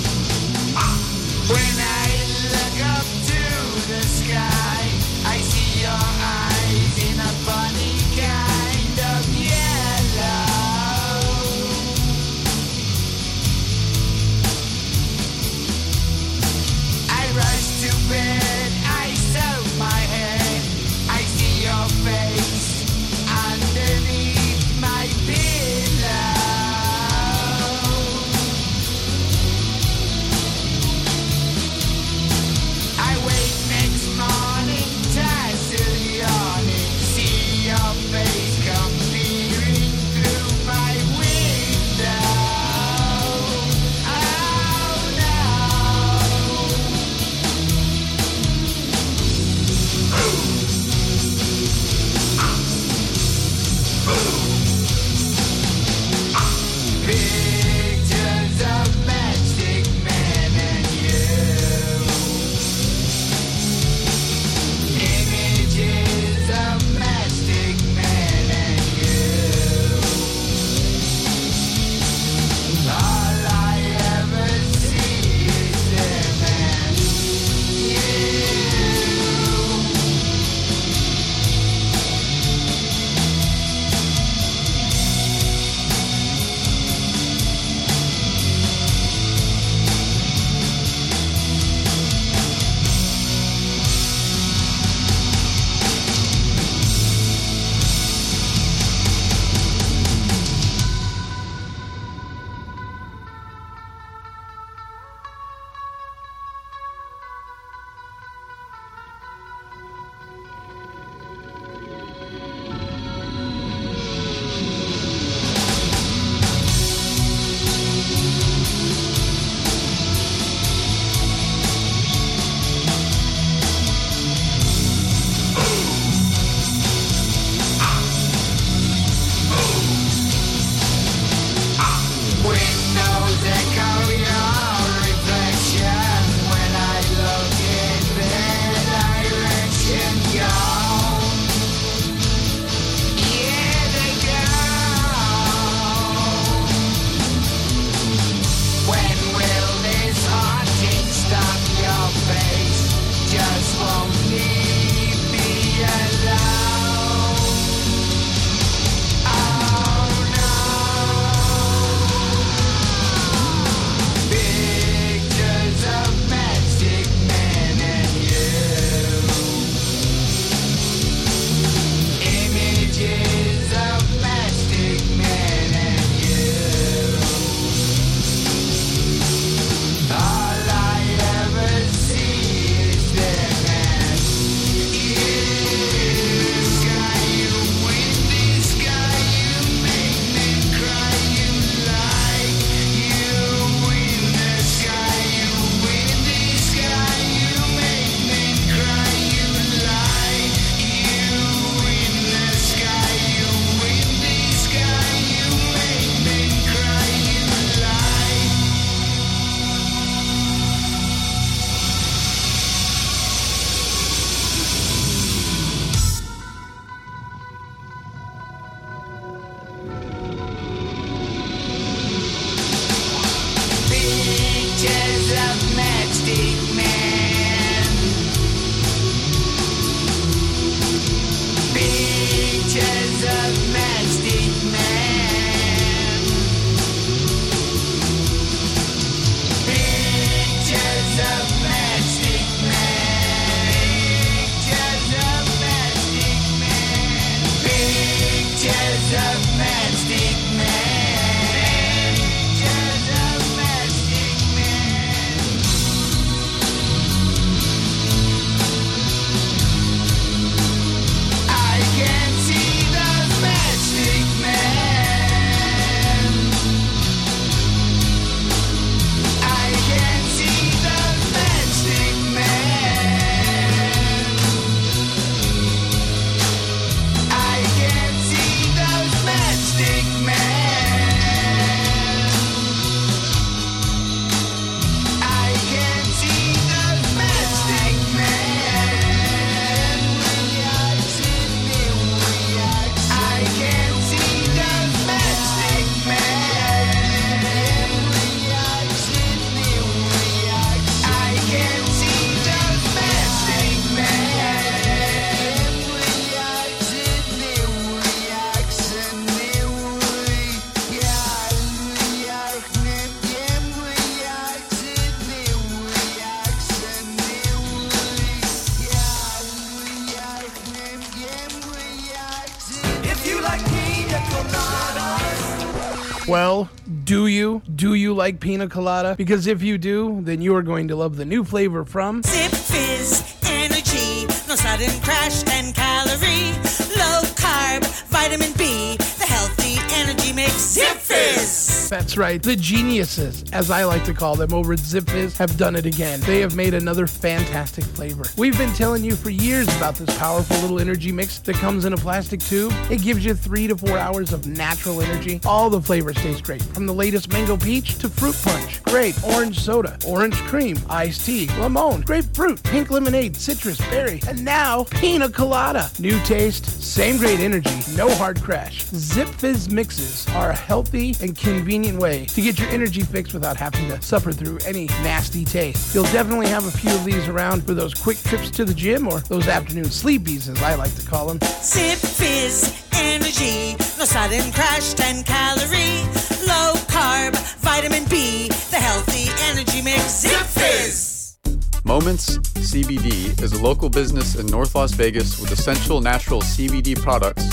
Speaker 8: Well, do you? Do you like pina colada? Because if you do, then you are going to love the new flavor from.
Speaker 1: Zip fizz, energy, no sudden crash and calorie. Low carb, vitamin B, the healthy energy mix. Zip fizz.
Speaker 8: That's right. The geniuses, as I like to call them, over at Zip Fizz have done it again. They have made another fantastic flavor. We've been telling you for years about this powerful little energy mix that comes in a plastic tube. It gives you three to four hours of natural energy. All the flavors taste great, from the latest mango peach to fruit punch, grape, orange soda, orange cream, iced tea, lemon, grapefruit, pink lemonade, citrus, berry, and now pina colada. New taste, same great energy, no hard crash. Zip Fizz mixes are a healthy and convenient way to get your energy fix without having to suffer through any nasty taste. You'll definitely have a few of these around for those quick trips to the gym or those afternoon sleepies, as I like to call them.
Speaker 1: Zip fizz, energy, no sudden crash and calorie. Low carb, vitamin B, the healthy energy mix. Zip fizz.
Speaker 14: Moments CBD is a local business in North Las Vegas with essential natural CBD products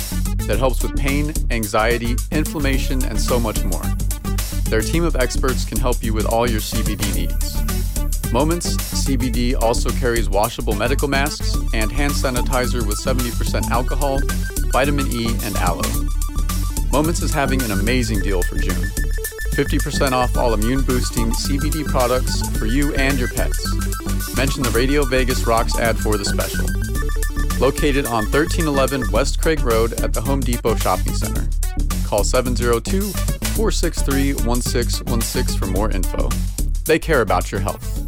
Speaker 14: that helps with pain, anxiety, inflammation, and so much more. Their team of experts can help you with all your CBD needs. Moments CBD also carries washable medical masks and hand sanitizer with 70% alcohol, vitamin E, and aloe. Moments is having an amazing deal for June 50% off all immune boosting CBD products for you and your pets. Mention the Radio Vegas Rocks ad for the special. Located on 1311 West Craig Road at the Home Depot Shopping Center. Call 702 463 1616 for more info. They care about your health.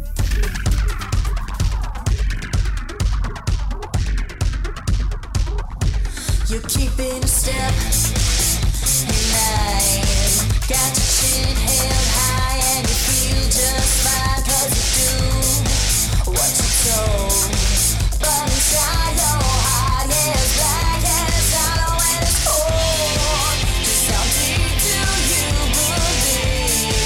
Speaker 25: You're keeping step in line. Got your chin held high and you feel just fine 'cause you do what you told. But inside your heart is black as hollow and it's cold. Just how deep do you believe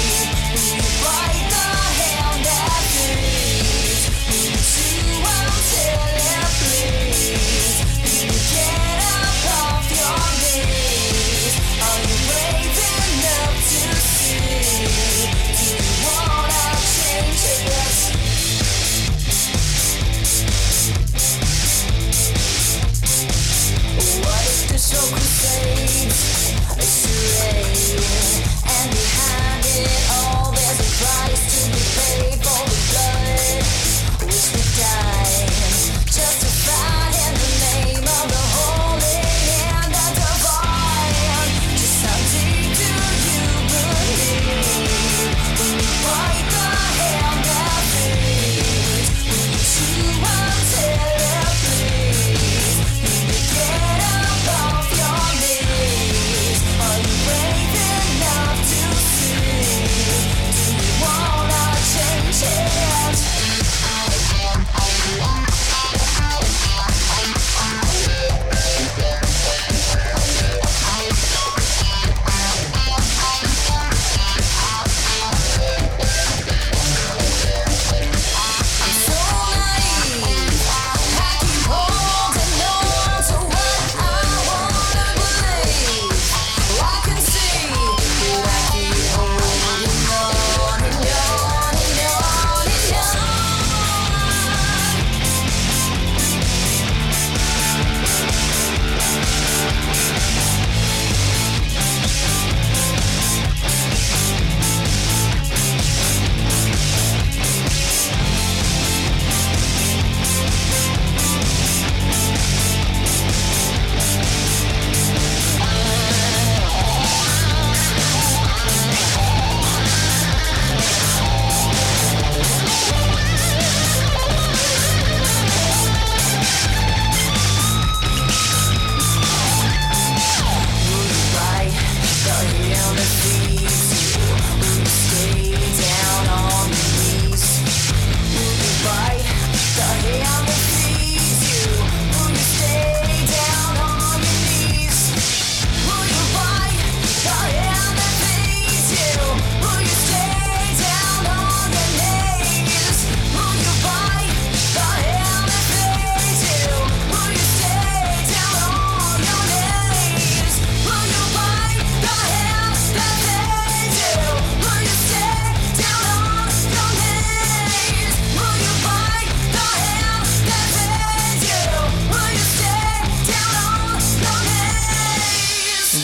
Speaker 25: when you bite the hand that feeds? Will you do what I'm telling, please? Will you get up off your knees? Are you brave enough to see? Do you wanna change?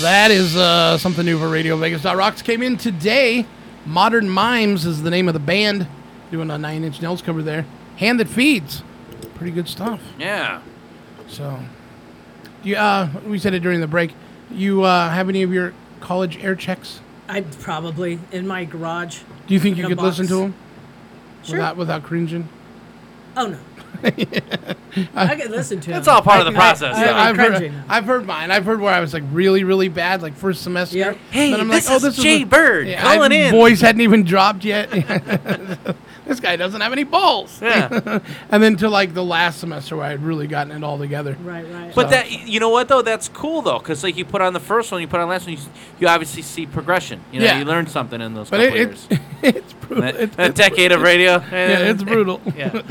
Speaker 8: that is uh, something new for Radio Vegas. Rocks came in today. Modern Mimes is the name of the band, doing a Nine Inch Nails cover there. Hand that feeds, pretty good stuff.
Speaker 11: Yeah.
Speaker 8: So, you, uh, we said it during the break. You uh, have any of your college air checks?
Speaker 17: I probably in my garage.
Speaker 8: Do you think
Speaker 17: in
Speaker 8: you
Speaker 17: a
Speaker 8: could listen
Speaker 17: box.
Speaker 8: to them
Speaker 17: Sure.
Speaker 8: without without cringing?
Speaker 17: Oh no. I could listen to.
Speaker 8: That's
Speaker 17: them.
Speaker 8: all part
Speaker 17: I
Speaker 8: of the
Speaker 17: can- I-
Speaker 8: process,
Speaker 17: I-
Speaker 8: though.
Speaker 17: I
Speaker 8: I've heard-
Speaker 17: cringing.
Speaker 8: I've heard mine. I've heard where I was like really, really bad, like first semester.
Speaker 11: Hey,
Speaker 8: then I'm
Speaker 11: this
Speaker 8: like, oh,
Speaker 11: is
Speaker 8: this
Speaker 11: Jay
Speaker 8: was,
Speaker 11: Bird
Speaker 8: my
Speaker 11: calling in.
Speaker 8: Voice hadn't even dropped yet. this guy doesn't have any balls.
Speaker 11: Yeah.
Speaker 8: and then to like the last semester where I had really gotten it all together.
Speaker 17: Right, right.
Speaker 11: But that you know what though, that's cool though, because like you put on the first one, you put on the last one, you, s- you obviously see progression. You know,
Speaker 8: Yeah.
Speaker 11: you learn something in those
Speaker 8: But
Speaker 11: couple
Speaker 8: it- it-
Speaker 11: years.
Speaker 8: it's brutal.
Speaker 11: That-
Speaker 8: It's-
Speaker 11: that
Speaker 8: it's-
Speaker 11: decade of radio. Eh,
Speaker 8: yeah, it's brutal.
Speaker 11: yeah.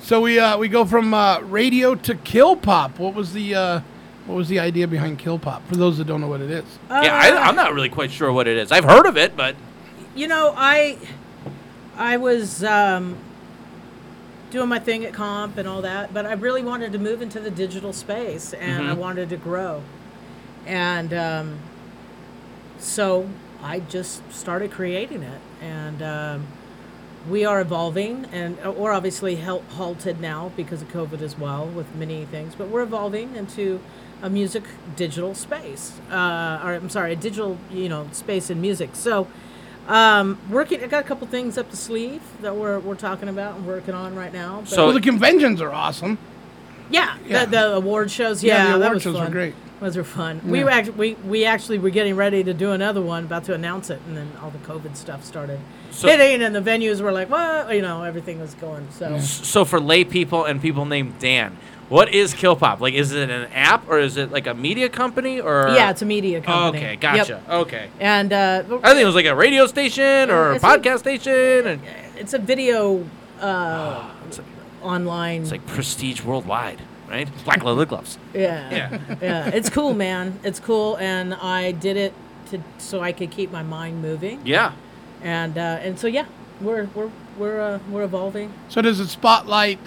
Speaker 8: So we uh, we go from uh, radio to Kill Pop. What was the uh, what was the idea behind Kill Pop? For those that don't know what it is.
Speaker 17: Uh,
Speaker 11: yeah, I, I'm not really quite sure what it is. I've heard of it, but
Speaker 17: you know, I I was um, doing my thing at comp and all that, but I really wanted to move into the digital space and I
Speaker 8: Mm-hmm.
Speaker 3: Mhm.
Speaker 17: wanted to grow. And um, so I just started creating it and um, we are evolving and uh, we're obviously hel- halted now because of COVID as well with many things, but we're evolving into a music digital space. Uh, or I'm sorry, a digital you know space in music. So um, working, I got a couple things up the sleeve that we're we're talking about and working on right now. but-
Speaker 8: well, the conventions are awesome.
Speaker 17: yeah,
Speaker 8: Yeah.
Speaker 17: The, the award shows.
Speaker 8: Yeah,
Speaker 17: Yeah,
Speaker 8: the
Speaker 17: that
Speaker 8: award
Speaker 17: was
Speaker 8: shows were
Speaker 17: fun.
Speaker 8: great.
Speaker 17: Those were fun. We
Speaker 8: Yeah.
Speaker 17: were actually we, we actually were getting ready to do another one, about to announce it, and then all the COVID stuff started
Speaker 11: So-
Speaker 17: hitting, and the venues were like, "What?" You know, everything was going. So
Speaker 11: so for lay people and people named Dan, what is Kill Pop? Like, is it an app or is it like a media company or?
Speaker 17: yeah, it's a media company.
Speaker 11: Okay,
Speaker 17: Yep.
Speaker 11: gotcha. Okay.
Speaker 17: And uh,
Speaker 11: I think it was like a radio station or a
Speaker 17: It's like-
Speaker 11: podcast station, and Ah,
Speaker 17: it's a video uh, online.
Speaker 11: it's like Prestige Worldwide, right? Black Leather Gloves.
Speaker 17: Yeah.
Speaker 11: Yeah.
Speaker 17: yeah. It's cool, man. It's cool, and I did it to so I could keep my mind moving.
Speaker 11: Yeah.
Speaker 17: And uh, and so yeah, we're we're we're uh, we're evolving.
Speaker 8: So does it spotlight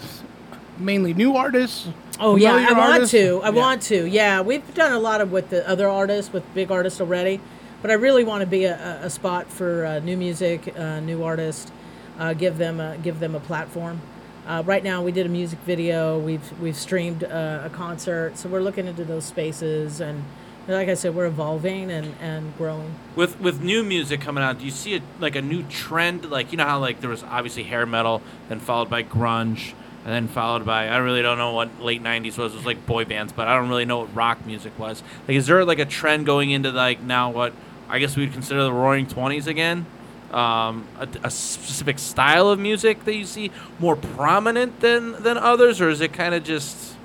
Speaker 8: mainly new artists?
Speaker 17: Oh yeah,
Speaker 8: familiar
Speaker 17: I want
Speaker 8: artists?
Speaker 17: to. I want to. Yeah, we've done a lot of with the other artists, with big artists already, but I really want to be a, a- a spot for uh, new music, uh, new artists, uh, give them a, give them a platform. Uh, right now, we did a music video. We've we've streamed uh, a concert, so we're looking into those spaces, and like I said, we're evolving and, and growing.
Speaker 11: With with new music coming out, do you see a, like a new trend? Like you know how like there was obviously hair metal, then followed by grunge, and then followed by I really don't know what late '90s was. It was like boy bands, but I don't really know what rock music was. Like, is there like a trend going into like now what I guess we'd consider the Roaring Twenties again? Um, a, a specific style of music that you see more prominent than than others, or is it kind of just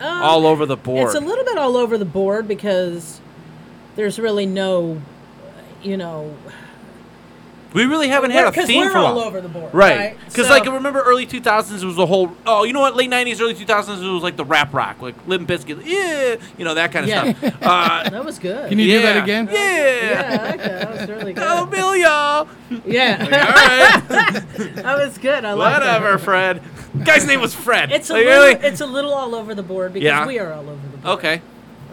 Speaker 17: Um,
Speaker 11: all over the board?
Speaker 17: It's a little bit all over the board because there's really no, you know,
Speaker 11: We really haven't had
Speaker 17: We're-
Speaker 11: a
Speaker 17: 'cause
Speaker 11: theme
Speaker 17: we're
Speaker 11: for a
Speaker 17: all
Speaker 11: while.
Speaker 17: over the board,
Speaker 11: right?
Speaker 17: right?
Speaker 11: Because
Speaker 17: So-
Speaker 11: like I remember early two thousands was the whole. Oh, you know what? Late nineties, early two thousands was like the rap rock, like Limp Bizkit, yeah, you know that kind of
Speaker 17: Yeah.
Speaker 11: stuff. Uh,
Speaker 17: that was good.
Speaker 11: Can you do that Yeah.
Speaker 8: again?
Speaker 11: Yeah.
Speaker 17: Yeah, I like that. That was really good. Oh,
Speaker 11: Bill, y'all.
Speaker 17: Yeah.
Speaker 11: Like, all
Speaker 17: that was good. I like that.
Speaker 11: whatever, Fred. Guy's name was Fred.
Speaker 17: It's a
Speaker 11: Like,
Speaker 17: little,
Speaker 11: really?
Speaker 17: it's a little all over the board because
Speaker 11: Yeah.
Speaker 17: we are all over the board.
Speaker 11: Okay.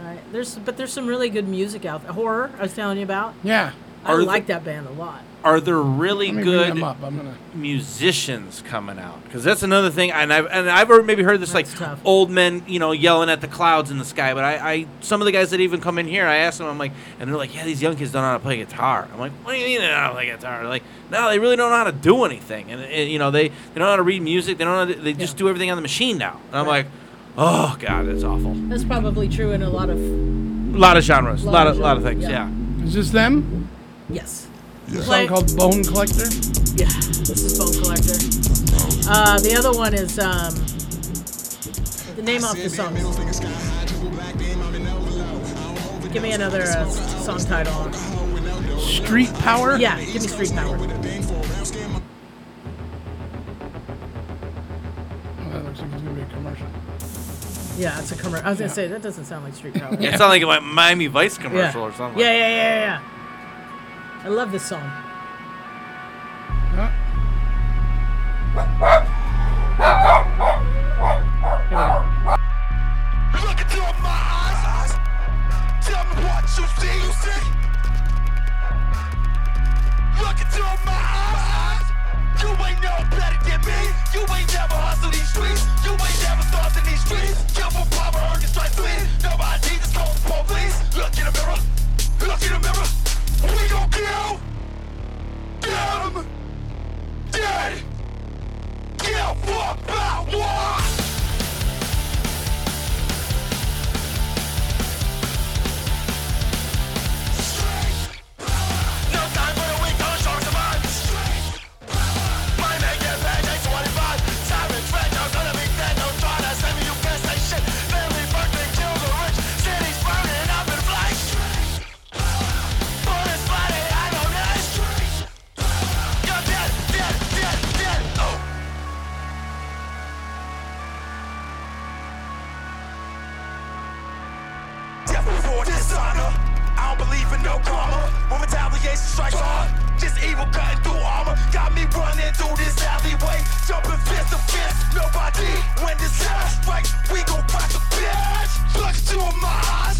Speaker 17: Right? There's but there's some really good music out there. Horror, I was telling you about.
Speaker 8: Yeah.
Speaker 17: I
Speaker 11: Are the-
Speaker 17: like that band a lot.
Speaker 11: Are there really
Speaker 8: Let me bring
Speaker 11: good
Speaker 8: them up. I'm gonna-
Speaker 11: musicians coming out? Because that's another thing, and I've and I've already maybe heard this like old men, you know, yelling at the clouds in the sky. But I, I, some of the guys that even come in here, I ask them, I'm like, and they're like, yeah, these young kids don't know how to play guitar. I'm like, what do you mean they don't know how to play guitar? They're like, no, they really don't know how to do anything, and, and, you know, they they don't know how to read music. They don't, know how to, they just do everything on the machine now. And I'm like, oh god, that's awful.
Speaker 17: That's probably true in a lot of
Speaker 11: A lot of genres, a lot
Speaker 17: Lot
Speaker 11: of
Speaker 17: of
Speaker 11: lot of
Speaker 17: genres,
Speaker 11: things,
Speaker 17: yeah.
Speaker 11: yeah.
Speaker 8: Is this them?
Speaker 17: yes.
Speaker 8: A song
Speaker 17: Play-
Speaker 8: called Bone Collector.
Speaker 17: Yeah, this is Bone Collector. Uh, the other one is um, the name of the song. Give me another uh, song title.
Speaker 8: Street Power?
Speaker 17: Yeah, give me Street Power.
Speaker 8: Oh, that looks like it's gonna be a commercial.
Speaker 17: Yeah, it's a commercial. I was gonna say that doesn't sound like Street Power.
Speaker 11: It sounded like a Miami Vice commercial
Speaker 17: yeah.
Speaker 11: or something.
Speaker 17: Yeah, yeah, yeah, yeah. I love this song. Here we go.
Speaker 16: Look into my eyes. Tell me
Speaker 2: Death before dishonor. I don't believe in no karma. When retaliation strikes hard, just evil cutting through armor. Got me running through this alleyway, jumping fist to fist. Nobody when this hell strikes, we gon' rock the bitch. Look into my eyes.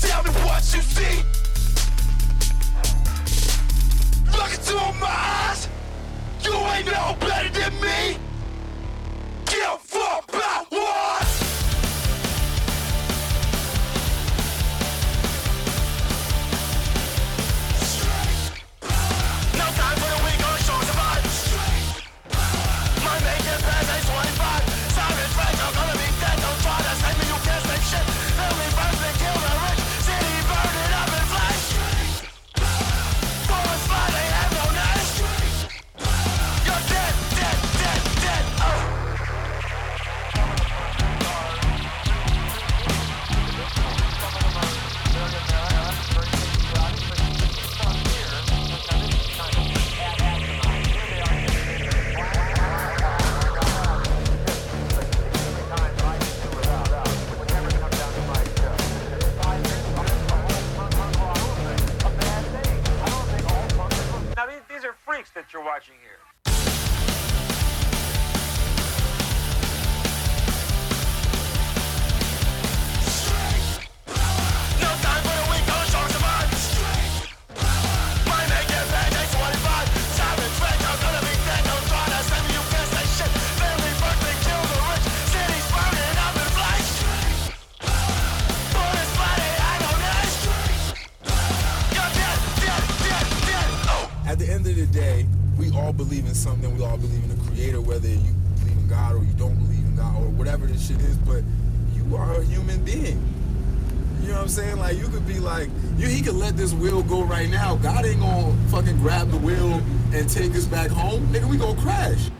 Speaker 2: Tell me what you see. Look into my eyes. You ain't no better than me. Give a fuck about what? No time for the weak or strong survive. My making pass is 25. Silent threats, I'm gonna be dead. Don't try to save me, you can't save shit. Family first, they kill the rich. City burning up in flames. Forest fire, they have no name. You're dead, dead, dead, dead. Oh.
Speaker 26: Now, these, these are freaks that you're watching here.
Speaker 2: No time for the weak or strong survive. My making pass is 25. Silent threats, I'm gonna be dead. Don't try to save me, you can't save shit. Family first, they kill the rich. Cities burning up in flames. Bullets flying out on the You're dead, dead, dead, dead. Oh.
Speaker 7: At the end of the day, we all believe in something. We all believe in a creator, whether you believe in God or you don't believe in God or whatever this shit is. But you are a human being. You know what I'm saying? Like you could be like, you, he could let this wheel go right now. God ain't gonna fucking grab the wheel and take us back home, nigga. We gonna crash.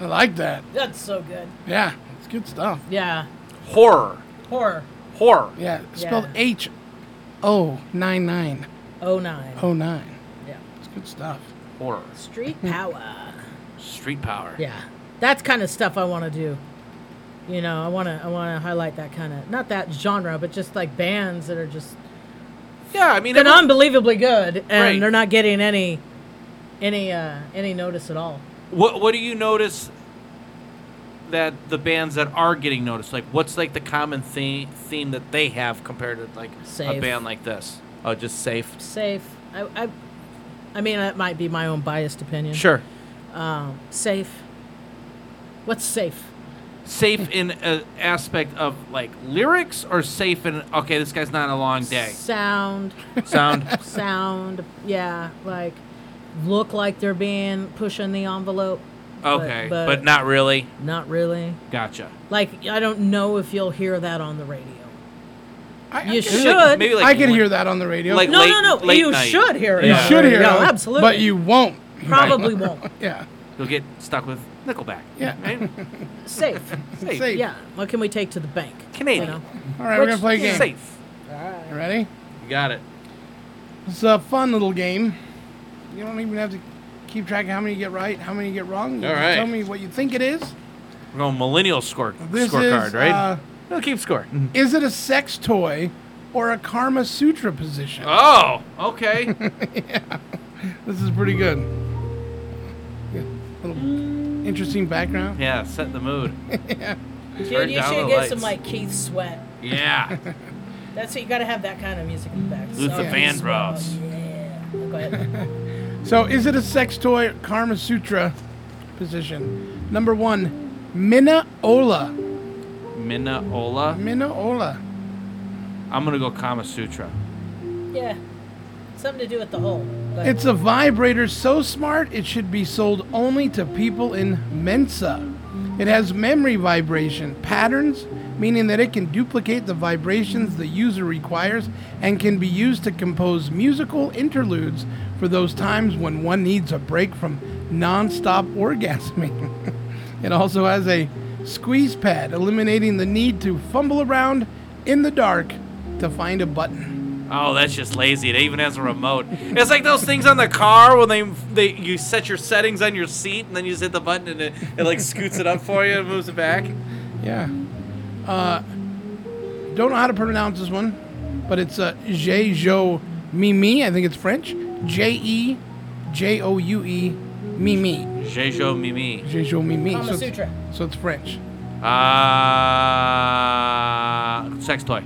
Speaker 8: I like that.
Speaker 17: That's so good.
Speaker 8: Yeah, it's good stuff.
Speaker 17: Yeah.
Speaker 11: Horror.
Speaker 17: Horror.
Speaker 11: Horror.
Speaker 8: Yeah, it's spelled H O nine nine.
Speaker 17: Oh nine.
Speaker 8: Oh nine.
Speaker 17: Yeah.
Speaker 8: It's good stuff.
Speaker 11: Horror.
Speaker 17: Street power.
Speaker 11: Street power.
Speaker 17: Yeah. That's kind of stuff I want to do. You know, I want to I want to highlight that kind of not that genre, but just like bands that are just
Speaker 11: Yeah, I mean,
Speaker 17: they're
Speaker 11: every-
Speaker 17: unbelievably good and
Speaker 11: Right.
Speaker 17: they're not getting any any uh any notice at all.
Speaker 11: What What do you notice that the bands that are getting noticed, like what's like the common theme theme that they have compared to like a
Speaker 17: Safe.
Speaker 11: band like this? Oh, just safe.
Speaker 17: Safe. I I, I mean, that might be my own biased opinion.
Speaker 11: Sure.
Speaker 17: Um, safe. What's safe?
Speaker 11: Safe in an aspect of like lyrics, or safe in okay, this guy's not on a long day.
Speaker 17: Sound.
Speaker 11: Sound.
Speaker 17: sound. Yeah, like look like they're being pushing the envelope. but-
Speaker 11: Okay,
Speaker 17: but,
Speaker 11: but, not really.
Speaker 17: Not really.
Speaker 11: Gotcha.
Speaker 17: Like I don't know if you'll hear that on the radio. you
Speaker 8: I
Speaker 17: should.
Speaker 8: could- Maybe like I could hear that on the radio.
Speaker 11: like
Speaker 17: no,
Speaker 11: late-
Speaker 17: no, no.
Speaker 11: late
Speaker 17: you
Speaker 11: night.
Speaker 17: should hear it.
Speaker 8: You
Speaker 17: on the
Speaker 8: should
Speaker 17: radio.
Speaker 8: hear it,
Speaker 17: Absolutely.
Speaker 8: but you won't.
Speaker 17: Probably won't.
Speaker 8: yeah.
Speaker 11: You'll get stuck with Nickelback.
Speaker 8: Yeah.
Speaker 17: Safe.
Speaker 8: Safe. Safe.
Speaker 17: Yeah. What can we take to the bank?
Speaker 11: Canadian.
Speaker 8: All right, we're gonna play a game.
Speaker 11: Safe.
Speaker 8: You ready?
Speaker 11: You got it.
Speaker 8: It's a fun little game. You don't even have to keep track of how many you get right, how many you get wrong. You
Speaker 11: All
Speaker 8: just
Speaker 11: right.
Speaker 8: Tell me what you think it is.
Speaker 11: We're going millennial score
Speaker 8: This
Speaker 11: scorecard,
Speaker 8: is,
Speaker 11: right?
Speaker 8: uh,
Speaker 11: We'll keep score.
Speaker 8: Is it a sex toy or a Karma Sutra position?
Speaker 11: Oh, okay.
Speaker 8: This is pretty good. Yeah, little interesting background.
Speaker 11: yeah, set the mood. Turn
Speaker 17: Dude, you
Speaker 11: down
Speaker 17: should
Speaker 11: the
Speaker 17: get
Speaker 11: lights.
Speaker 17: some like Keith Sweat.
Speaker 11: Yeah.
Speaker 17: That's what you gotta have that kind of music in the back.
Speaker 11: Luther
Speaker 17: Sorry.
Speaker 11: Vandross.
Speaker 17: Go ahead.
Speaker 8: So, is it a sex toy Karma Sutra position? Number one, Minaola.
Speaker 11: Minnaola.
Speaker 8: Minaola.
Speaker 11: I'm gonna go Kama Sutra.
Speaker 17: yeah. Something to do with the hole. But
Speaker 8: It's a vibrator so smart it should be sold only to people in Mensa. It has memory vibration patterns, meaning that it can duplicate the vibrations the user requires and can be used to compose musical interludes for those times when one needs a break from non-stop orgasming. it also has a squeeze pad, eliminating the need to fumble around in the dark to find a button.
Speaker 11: Oh, that's just lazy. It even has a remote. It's like those things on the car when they they you set your settings on your seat and then you just hit the button and it, it like scoots it up for you and moves it back.
Speaker 8: Yeah. Uh, don't know how to pronounce this one, but it's uh, Je Jo Mimi. I think it's French. J E J O U E Mimi.
Speaker 11: Jejo Mimi.
Speaker 8: Jejo Mimi.
Speaker 11: Kama
Speaker 8: so, it's-
Speaker 11: Sutra.
Speaker 8: so it's French.
Speaker 11: Uh, sex toy.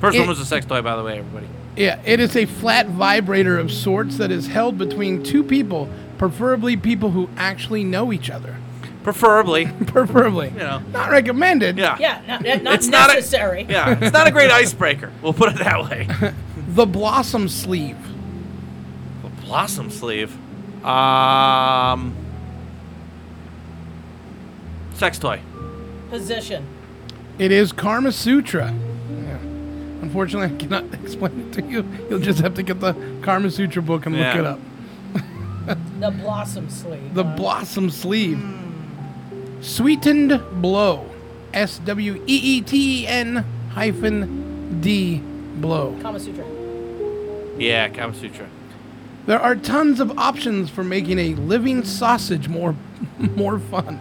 Speaker 11: First
Speaker 8: It-
Speaker 11: one was a sex toy, by the way, everybody.
Speaker 8: Yeah, it is a flat vibrator of sorts that is held between two people, preferably people who actually know each other.
Speaker 11: Preferably.
Speaker 8: preferably.
Speaker 11: You know.
Speaker 8: Not recommended.
Speaker 11: Yeah.
Speaker 17: yeah, not, not
Speaker 11: It's not a-
Speaker 17: necessary.
Speaker 11: Yeah, it's not a great icebreaker. We'll put it that way.
Speaker 8: The Blossom Sleeve.
Speaker 11: Blossom sleeve. Um. Sex toy.
Speaker 17: Position.
Speaker 8: It is Karma Sutra. Yeah. Unfortunately, I cannot explain it to you. You'll just have to get the Karma Sutra book and look
Speaker 17: Yeah.
Speaker 8: it up.
Speaker 17: The blossom sleeve.
Speaker 8: The
Speaker 17: huh?
Speaker 8: Blossom Sleeve. Sweetened Blow. S W E E T N hyphen D Blow.
Speaker 17: Kama Sutra.
Speaker 11: Yeah, Kama Sutra.
Speaker 8: There are tons of options for making a living sausage more more fun.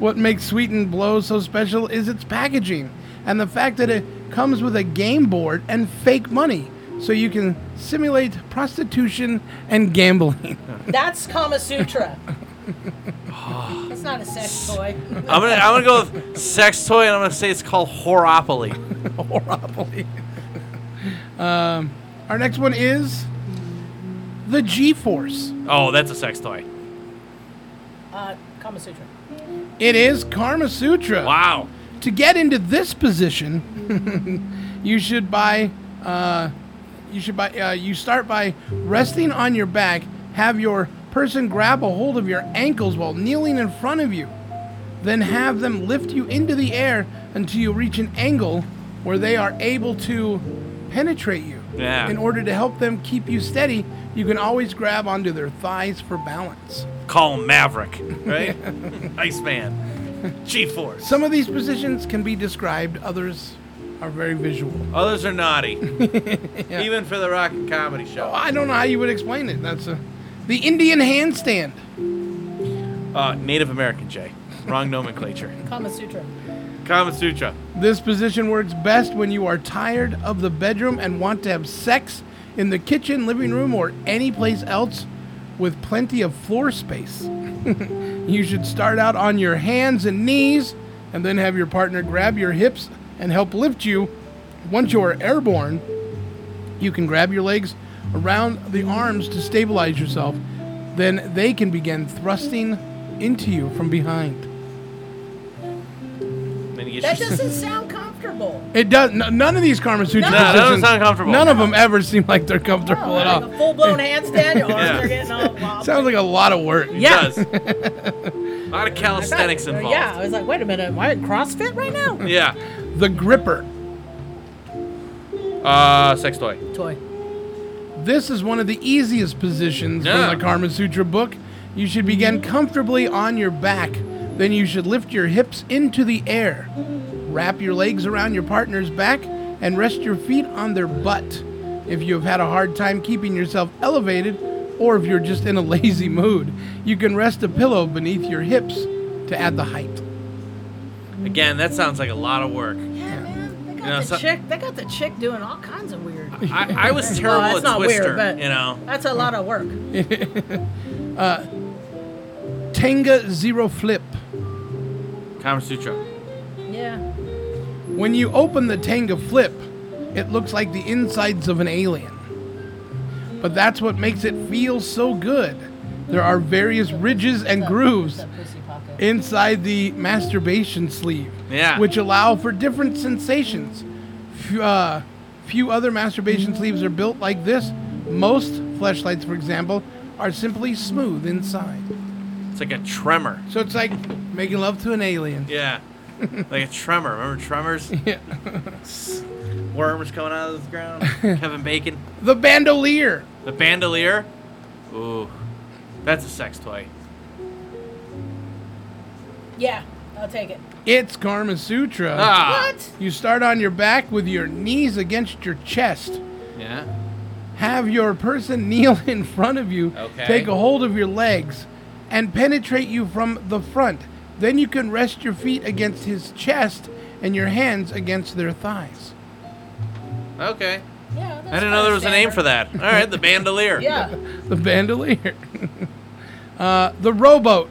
Speaker 8: what makes Sweetened Blow so special is its packaging and the fact that it comes with a game board and fake money so you can simulate prostitution and gambling.
Speaker 17: That's Kama Sutra. That's not a sex toy. Uh,
Speaker 11: I'm gonna I'm gonna go with sex toy, and I'm gonna say it's called Horopoly.
Speaker 8: Horopoly. um, our next one is the G-force.
Speaker 11: Oh, that's a sex toy.
Speaker 17: Uh, Kama Sutra.
Speaker 8: It is Karma Sutra.
Speaker 11: Wow.
Speaker 8: To get into this position, you should buy. Uh, you should buy. Uh, you start by resting on your back. Have your person grab a hold of your ankles while kneeling in front of you. Then have them lift you into the air until you reach an angle where they are able to penetrate you.
Speaker 11: Yeah.
Speaker 8: In order to help them keep you steady, you can always grab onto their thighs for balance.
Speaker 11: Call him Maverick, right? Iceman. G Force.
Speaker 8: Some of these positions can be described, others are very visual.
Speaker 11: Others are naughty. Even for the rock and comedy show.
Speaker 8: Oh, I don't know how you would explain it. That's a, the Indian handstand.
Speaker 11: Uh, Native American J. Wrong nomenclature.
Speaker 17: Kama Sutra.
Speaker 11: Kama Sutra.
Speaker 8: This position works best when you are tired of the bedroom and want to have sex in the kitchen, living room, or any place else with plenty of floor space. you should start out on your hands and knees and then have your partner grab your hips and help lift you. Once you are airborne, you can grab your legs around the arms to stabilize yourself. Then they can begin thrusting into you from behind.
Speaker 11: Then you
Speaker 17: That doesn't sound comfortable.
Speaker 8: It does. N- none of these Karma Sutra
Speaker 17: No. No,
Speaker 8: positions.
Speaker 17: that doesn't sound comfortable.
Speaker 8: None of them ever seem like they're comfortable
Speaker 11: Oh,
Speaker 8: at all.
Speaker 17: Full blown handstand. Your arms
Speaker 8: Yeah.
Speaker 17: are getting all wobbly.
Speaker 8: Sounds like a lot of work.
Speaker 11: It Yeah. does. A lot of calisthenics involved.
Speaker 17: Yeah, I was like, wait a minute, am I in CrossFit right now?
Speaker 11: Yeah.
Speaker 8: The gripper.
Speaker 11: Uh, sex toy.
Speaker 17: Toy.
Speaker 8: This is one of the easiest positions
Speaker 11: Yeah.
Speaker 8: from the Karma Sutra book. You should begin comfortably on your back. Then you should lift your hips into the air. Wrap your legs around your partner's back and rest your feet on their butt. If you have had a hard time keeping yourself elevated, or if you're just in a lazy mood, you can rest a pillow beneath your hips to add the height.
Speaker 11: Again, that sounds like a lot of work.
Speaker 17: They got,
Speaker 11: You know,
Speaker 17: the
Speaker 11: so-
Speaker 17: chick, they got the chick doing all kinds of weird.
Speaker 11: I, I was
Speaker 17: Well,
Speaker 11: terrible
Speaker 17: that's
Speaker 11: at
Speaker 17: not weird,
Speaker 11: Twister,
Speaker 17: but-
Speaker 11: you know.
Speaker 17: That's a lot of work.
Speaker 8: Uh, Tenga Zero Flip.
Speaker 11: Kama Sutra.
Speaker 17: Yeah.
Speaker 8: When you open the Tenga Flip, it looks like the insides of an alien. But that's what makes it feel so good. There are various ridges and grooves inside the masturbation sleeve,
Speaker 11: Yeah.
Speaker 8: which allow for different sensations. Few, uh, few other masturbation sleeves are built like this. Most fleshlights, for example, are simply smooth inside.
Speaker 11: It's like a tremor.
Speaker 8: So it's like making love to an alien.
Speaker 11: Yeah. like a tremor. Remember tremors?
Speaker 8: Yeah.
Speaker 11: Worms coming out of the ground. Kevin Bacon.
Speaker 8: The bandolier.
Speaker 11: The bandolier. Ooh. That's a sex toy.
Speaker 17: Yeah, I'll take it.
Speaker 8: It's Karma Sutra.
Speaker 17: Ah. What?
Speaker 8: You start on your back with your knees against your chest.
Speaker 11: Yeah.
Speaker 8: Have your person kneel in front of you,
Speaker 11: Okay.
Speaker 8: take a hold of your legs, and penetrate you from the front. Then you can rest your feet against his chest and your hands against their thighs.
Speaker 11: Okay.
Speaker 17: Yeah.
Speaker 11: I didn't know there was a name for that. All right, the bandolier.
Speaker 17: Yeah.
Speaker 8: The bandolier. uh, the rowboat.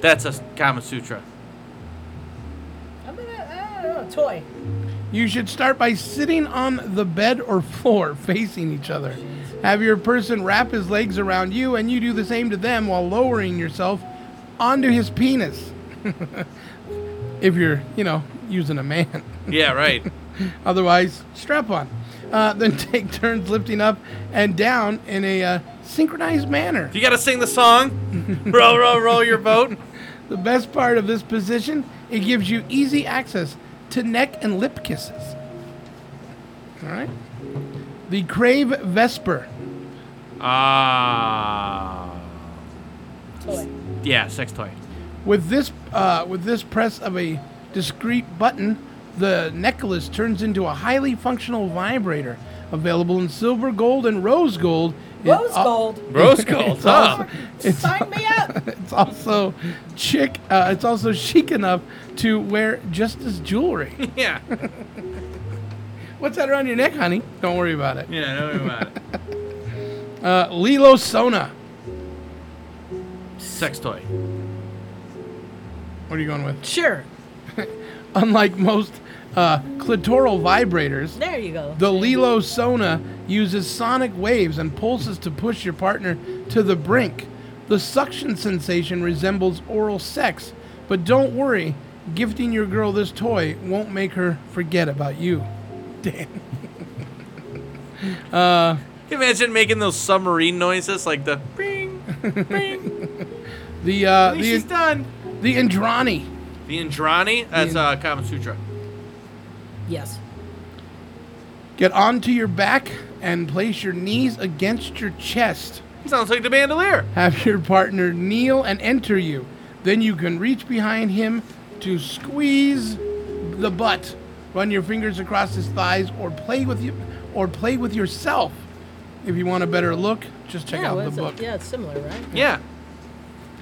Speaker 11: That's a Kama Sutra.
Speaker 17: I'm gonna, I don't know, Oh, toy.
Speaker 8: You should start by sitting on the bed or floor facing each other. Have your person wrap his legs around you and you do the same to them while lowering yourself onto his penis. if you're, you know, using a man.
Speaker 11: Yeah, right.
Speaker 8: Otherwise, strap on. Uh, then take turns lifting up and down in a uh, synchronized manner.
Speaker 11: You got to sing the song. row, row, row your boat.
Speaker 8: The best part of this position, it gives you easy access to neck and lip kisses. All right. The Crave Vesper.
Speaker 11: Ah.
Speaker 17: Toy.
Speaker 11: Yeah, sex toy.
Speaker 8: With this, uh, with this press of a discreet button, the necklace turns into a highly functional vibrator. Available in silver, gold, and rose gold. It
Speaker 17: Rose
Speaker 8: al-
Speaker 17: gold.
Speaker 11: Rose gold,
Speaker 8: It's
Speaker 11: huh?
Speaker 8: also- it's
Speaker 17: Sign me up.
Speaker 8: it's also chic. Uh, it's also chic enough to wear just as jewelry.
Speaker 11: Yeah.
Speaker 8: What's that around your neck, honey? Don't worry about it.
Speaker 11: Yeah, don't worry about it.
Speaker 8: Uh, Lilo Sona.
Speaker 11: Sex toy.
Speaker 8: What are you going with?
Speaker 17: Sure.
Speaker 8: Unlike most uh, clitoral vibrators,
Speaker 17: There you go.
Speaker 8: the Lilo Sona uses sonic waves and pulses to push your partner to the brink. The suction sensation resembles oral sex, but don't worry, gifting your girl this toy won't make her forget about you. Damn. uh,
Speaker 11: Can you imagine making those submarine noises like the.
Speaker 8: the uh,
Speaker 11: At least
Speaker 8: the,
Speaker 11: she's done.
Speaker 8: The Indrani.
Speaker 11: The Indrani? That's uh, Kama Sutra.
Speaker 17: Yes.
Speaker 8: Get onto your back and place your knees against your chest.
Speaker 11: Sounds like the bandolier.
Speaker 8: Have your partner kneel and enter you. Then you can reach behind him to squeeze the butt. Run your fingers across his thighs or play with you or play with yourself. If you want a better look, just check
Speaker 17: yeah,
Speaker 8: out the
Speaker 17: well, it's a-
Speaker 8: book.
Speaker 17: yeah, it's similar, right?
Speaker 11: Yeah.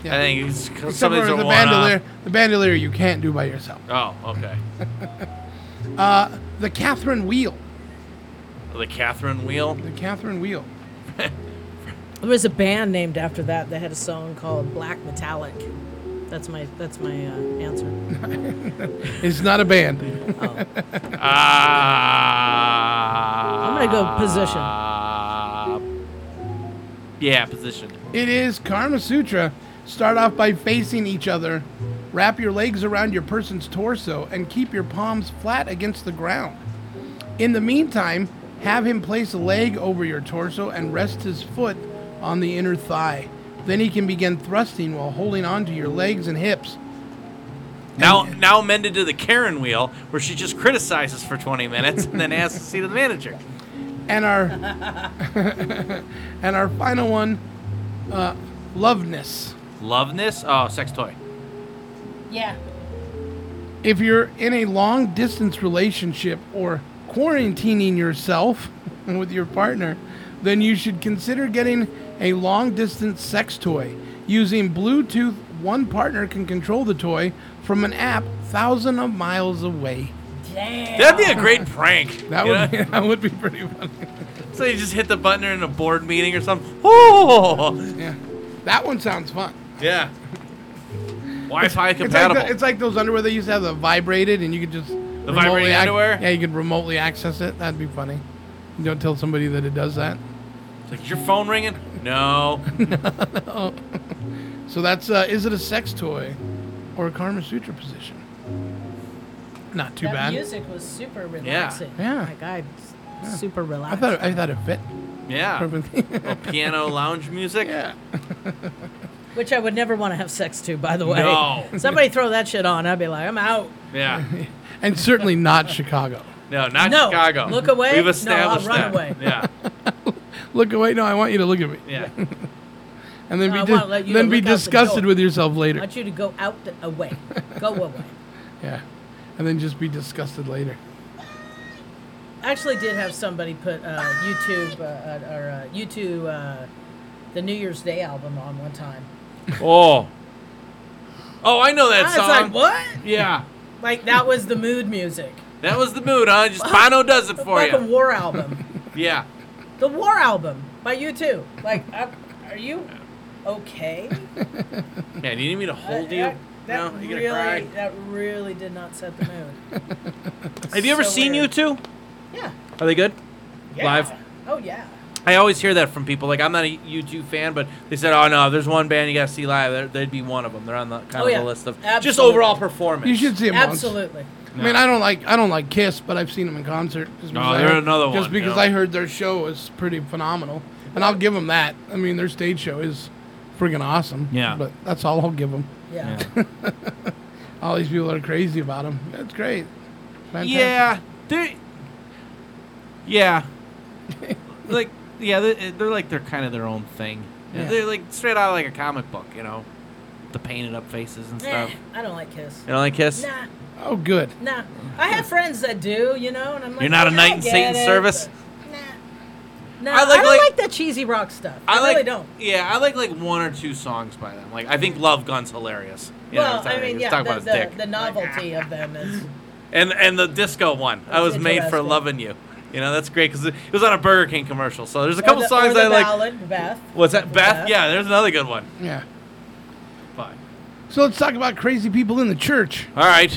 Speaker 11: I think it's 'cause
Speaker 8: Except
Speaker 11: some of
Speaker 8: for
Speaker 11: these are
Speaker 8: the
Speaker 11: one-off.
Speaker 8: bandolier. The bandolier you can't do by yourself.
Speaker 11: Oh, okay.
Speaker 8: Uh, the Catherine Wheel.
Speaker 11: The Catherine Wheel.
Speaker 8: The Catherine Wheel.
Speaker 17: There was a band named after that that had a song called Black Metallic. That's my that's my uh, answer.
Speaker 8: It's not a band.
Speaker 11: Ah.
Speaker 17: I'm gonna go position.
Speaker 11: yeah, position.
Speaker 8: It is Karma Sutra. Start off by facing each other. Wrap your legs around your person's torso and keep your palms flat against the ground. In the meantime, have him place a leg over your torso and rest his foot on the inner thigh. Then he can begin thrusting while holding on to your legs and hips.
Speaker 11: Now, now amended to the Karen Wheel, where she just criticizes for 20 minutes and then asks to see the manager.
Speaker 8: And our and our final one, uh, loveness.
Speaker 11: Loveness? Oh, sex toy.
Speaker 17: Yeah.
Speaker 8: if you're in a long distance relationship or quarantining yourself with your partner, then you should consider getting a long distance sex toy. Using Bluetooth, one partner can control the toy from an app thousands of miles away.
Speaker 17: Damn.
Speaker 11: That'd be a great prank.
Speaker 8: That
Speaker 11: you
Speaker 8: would
Speaker 11: know?
Speaker 8: be, that would be pretty funny.
Speaker 11: So you just hit the button in a board meeting or something. Oh!
Speaker 8: Yeah. That one sounds fun.
Speaker 11: Yeah. Wi-Fi
Speaker 8: It's like,
Speaker 11: compatible.
Speaker 8: the- it's like those underwear they used to have that vibrated, and you could just the
Speaker 11: vibrating underwear?
Speaker 8: Yeah, you could remotely access it. That'd be funny. You don't tell somebody that it does that.
Speaker 11: It's like, is your phone ringing? No. Oh,
Speaker 8: no. So that's uh, is it a sex toy or a Karma Sutra position? Not too
Speaker 17: that
Speaker 8: bad.
Speaker 17: music was super relaxing.
Speaker 8: Yeah.
Speaker 17: Like I, super
Speaker 8: I
Speaker 17: relaxed.
Speaker 8: thought I thought it fit.
Speaker 11: Yeah. Little piano lounge music. Yeah.
Speaker 17: Which I would never want to have sex to, by the way.
Speaker 11: No.
Speaker 17: Somebody throw that shit on, I'd be like, I'm out.
Speaker 11: Yeah.
Speaker 8: and certainly not Chicago.
Speaker 11: No, not
Speaker 17: No,
Speaker 11: Chicago.
Speaker 17: look away. No,
Speaker 11: We've
Speaker 17: I'll
Speaker 11: established
Speaker 17: run
Speaker 11: that.
Speaker 17: away.
Speaker 11: Yeah.
Speaker 8: Look away. No, I want you to look at me.
Speaker 11: Yeah.
Speaker 8: and then
Speaker 17: No, I
Speaker 8: be
Speaker 17: wanna let
Speaker 8: dis-
Speaker 17: you
Speaker 8: then
Speaker 17: to
Speaker 8: be
Speaker 17: look out the
Speaker 8: disgusted
Speaker 17: door.
Speaker 8: with yourself
Speaker 17: I
Speaker 8: later.
Speaker 17: want you to go out the, away. Go away.
Speaker 8: Yeah. And then just be disgusted later.
Speaker 17: I actually did have somebody put uh, YouTube uh, uh, or uh, YouTube uh, the New Year's Day album on one time.
Speaker 11: Oh. Oh, I know that
Speaker 17: I was
Speaker 11: song.
Speaker 17: like, what?
Speaker 11: Yeah.
Speaker 17: Like that was the mood music.
Speaker 11: That was the mood, huh? Uh, Just Bono does it for
Speaker 17: like a
Speaker 11: you.
Speaker 17: war album.
Speaker 11: Yeah.
Speaker 17: the war album by U2. Like, I, are you okay?
Speaker 11: Yeah, do you need me to hold
Speaker 17: That-
Speaker 11: you?
Speaker 17: That, that
Speaker 11: no, you
Speaker 17: really,
Speaker 11: gonna cry?
Speaker 17: that really did not set the mood.
Speaker 11: Have you ever
Speaker 17: so
Speaker 11: seen
Speaker 17: weird.
Speaker 11: you two?
Speaker 17: Yeah.
Speaker 11: Are they good?
Speaker 17: Yeah.
Speaker 11: Live?
Speaker 17: Oh yeah.
Speaker 11: I always hear that from people. Like, I'm not a U2 fan, but they said, oh, no, there's one band you got to see live. There, there'd be one of them. They're on the kind
Speaker 17: Oh,
Speaker 11: of
Speaker 17: yeah.
Speaker 11: the list of just
Speaker 17: Absolutely.
Speaker 11: overall performance.
Speaker 8: You should see him. once.
Speaker 17: Absolutely.
Speaker 8: I mean, I don't like I don't like Kiss, but I've seen them in concert. Just
Speaker 11: No,
Speaker 8: because I
Speaker 11: they're
Speaker 8: heard-
Speaker 11: another
Speaker 8: Just
Speaker 11: one,
Speaker 8: because
Speaker 11: yeah.
Speaker 8: I heard their show is pretty phenomenal, and I'll give them that. I mean, their stage show is friggin' awesome.
Speaker 11: Yeah.
Speaker 8: But that's all I'll give them.
Speaker 17: Yeah.
Speaker 8: all these people are crazy about them. That's great. Fantastic.
Speaker 11: Yeah, they. Yeah, like yeah, they're, they're like they're kind of their own thing.
Speaker 8: Yeah.
Speaker 11: They're like straight out of like a comic book, you know, the painted up faces and
Speaker 17: Eh,
Speaker 11: stuff.
Speaker 17: I don't like Kiss.
Speaker 11: You don't like Kiss?
Speaker 17: Nah.
Speaker 8: Oh, good.
Speaker 17: Nah. I have friends that do, you know, and I'm like,
Speaker 11: You're not a
Speaker 17: "Yeah,
Speaker 11: knight
Speaker 17: I
Speaker 11: in
Speaker 17: get
Speaker 11: Satan's
Speaker 17: it."
Speaker 11: service.
Speaker 17: Nah,
Speaker 11: I
Speaker 17: I,
Speaker 11: like-
Speaker 17: don't
Speaker 11: like-
Speaker 17: like, that cheesy rock stuff. I,
Speaker 11: like,
Speaker 17: really don't.
Speaker 11: Yeah, I like like one or two songs by them. Like I think Love Gun's hilarious. You know,
Speaker 17: well,
Speaker 11: it's
Speaker 17: I
Speaker 11: like-
Speaker 17: mean,
Speaker 11: it's
Speaker 17: yeah,
Speaker 11: talking
Speaker 17: the,
Speaker 11: about his dick.
Speaker 17: the, the novelty of them is.
Speaker 11: And and the disco one, I was made for
Speaker 17: interesting.
Speaker 11: loving you. You know, that's great because it it was on a Burger King commercial. So there's a
Speaker 17: or
Speaker 11: couple
Speaker 17: the-
Speaker 11: songs
Speaker 17: or the
Speaker 11: I like.
Speaker 17: Ballad, Beth.
Speaker 11: What's that, Beth?
Speaker 17: Beth.
Speaker 11: Yeah, there's another good one.
Speaker 8: Yeah.
Speaker 11: Fine.
Speaker 8: So let's talk about crazy people in the church.
Speaker 11: All right.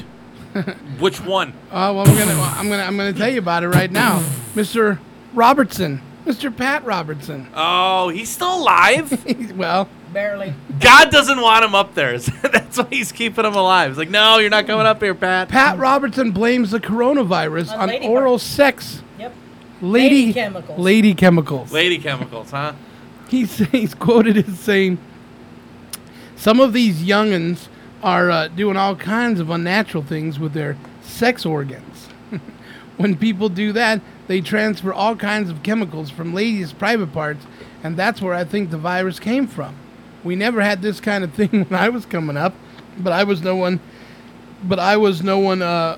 Speaker 11: Which one?
Speaker 8: Uh, well, I'm gonna, well, I'm gonna, I'm gonna tell you about it right now, Mr. Robertson, Mr. Pat Robertson.
Speaker 11: Oh, he's still alive?
Speaker 8: well,
Speaker 17: barely.
Speaker 11: God doesn't want him up there. so That's why he's keeping him alive. He's like, no, you're not coming up here, Pat.
Speaker 8: Pat Robertson blames the coronavirus
Speaker 11: On
Speaker 8: on
Speaker 11: lady
Speaker 8: oral sex.
Speaker 17: Yep.
Speaker 8: Lady,
Speaker 17: Lady chemicals.
Speaker 8: Lady chemicals.
Speaker 11: Lady chemicals, huh?
Speaker 8: He's, he's quoted as saying, "Some of these youngins are uh, doing all kinds of unnatural things with their sex organs. when people do that, they transfer all kinds of chemicals from ladies' private parts, and that's where I think the virus came from. We never had this kind of thing when I was coming up, but I was no one. But I was no one. Uh,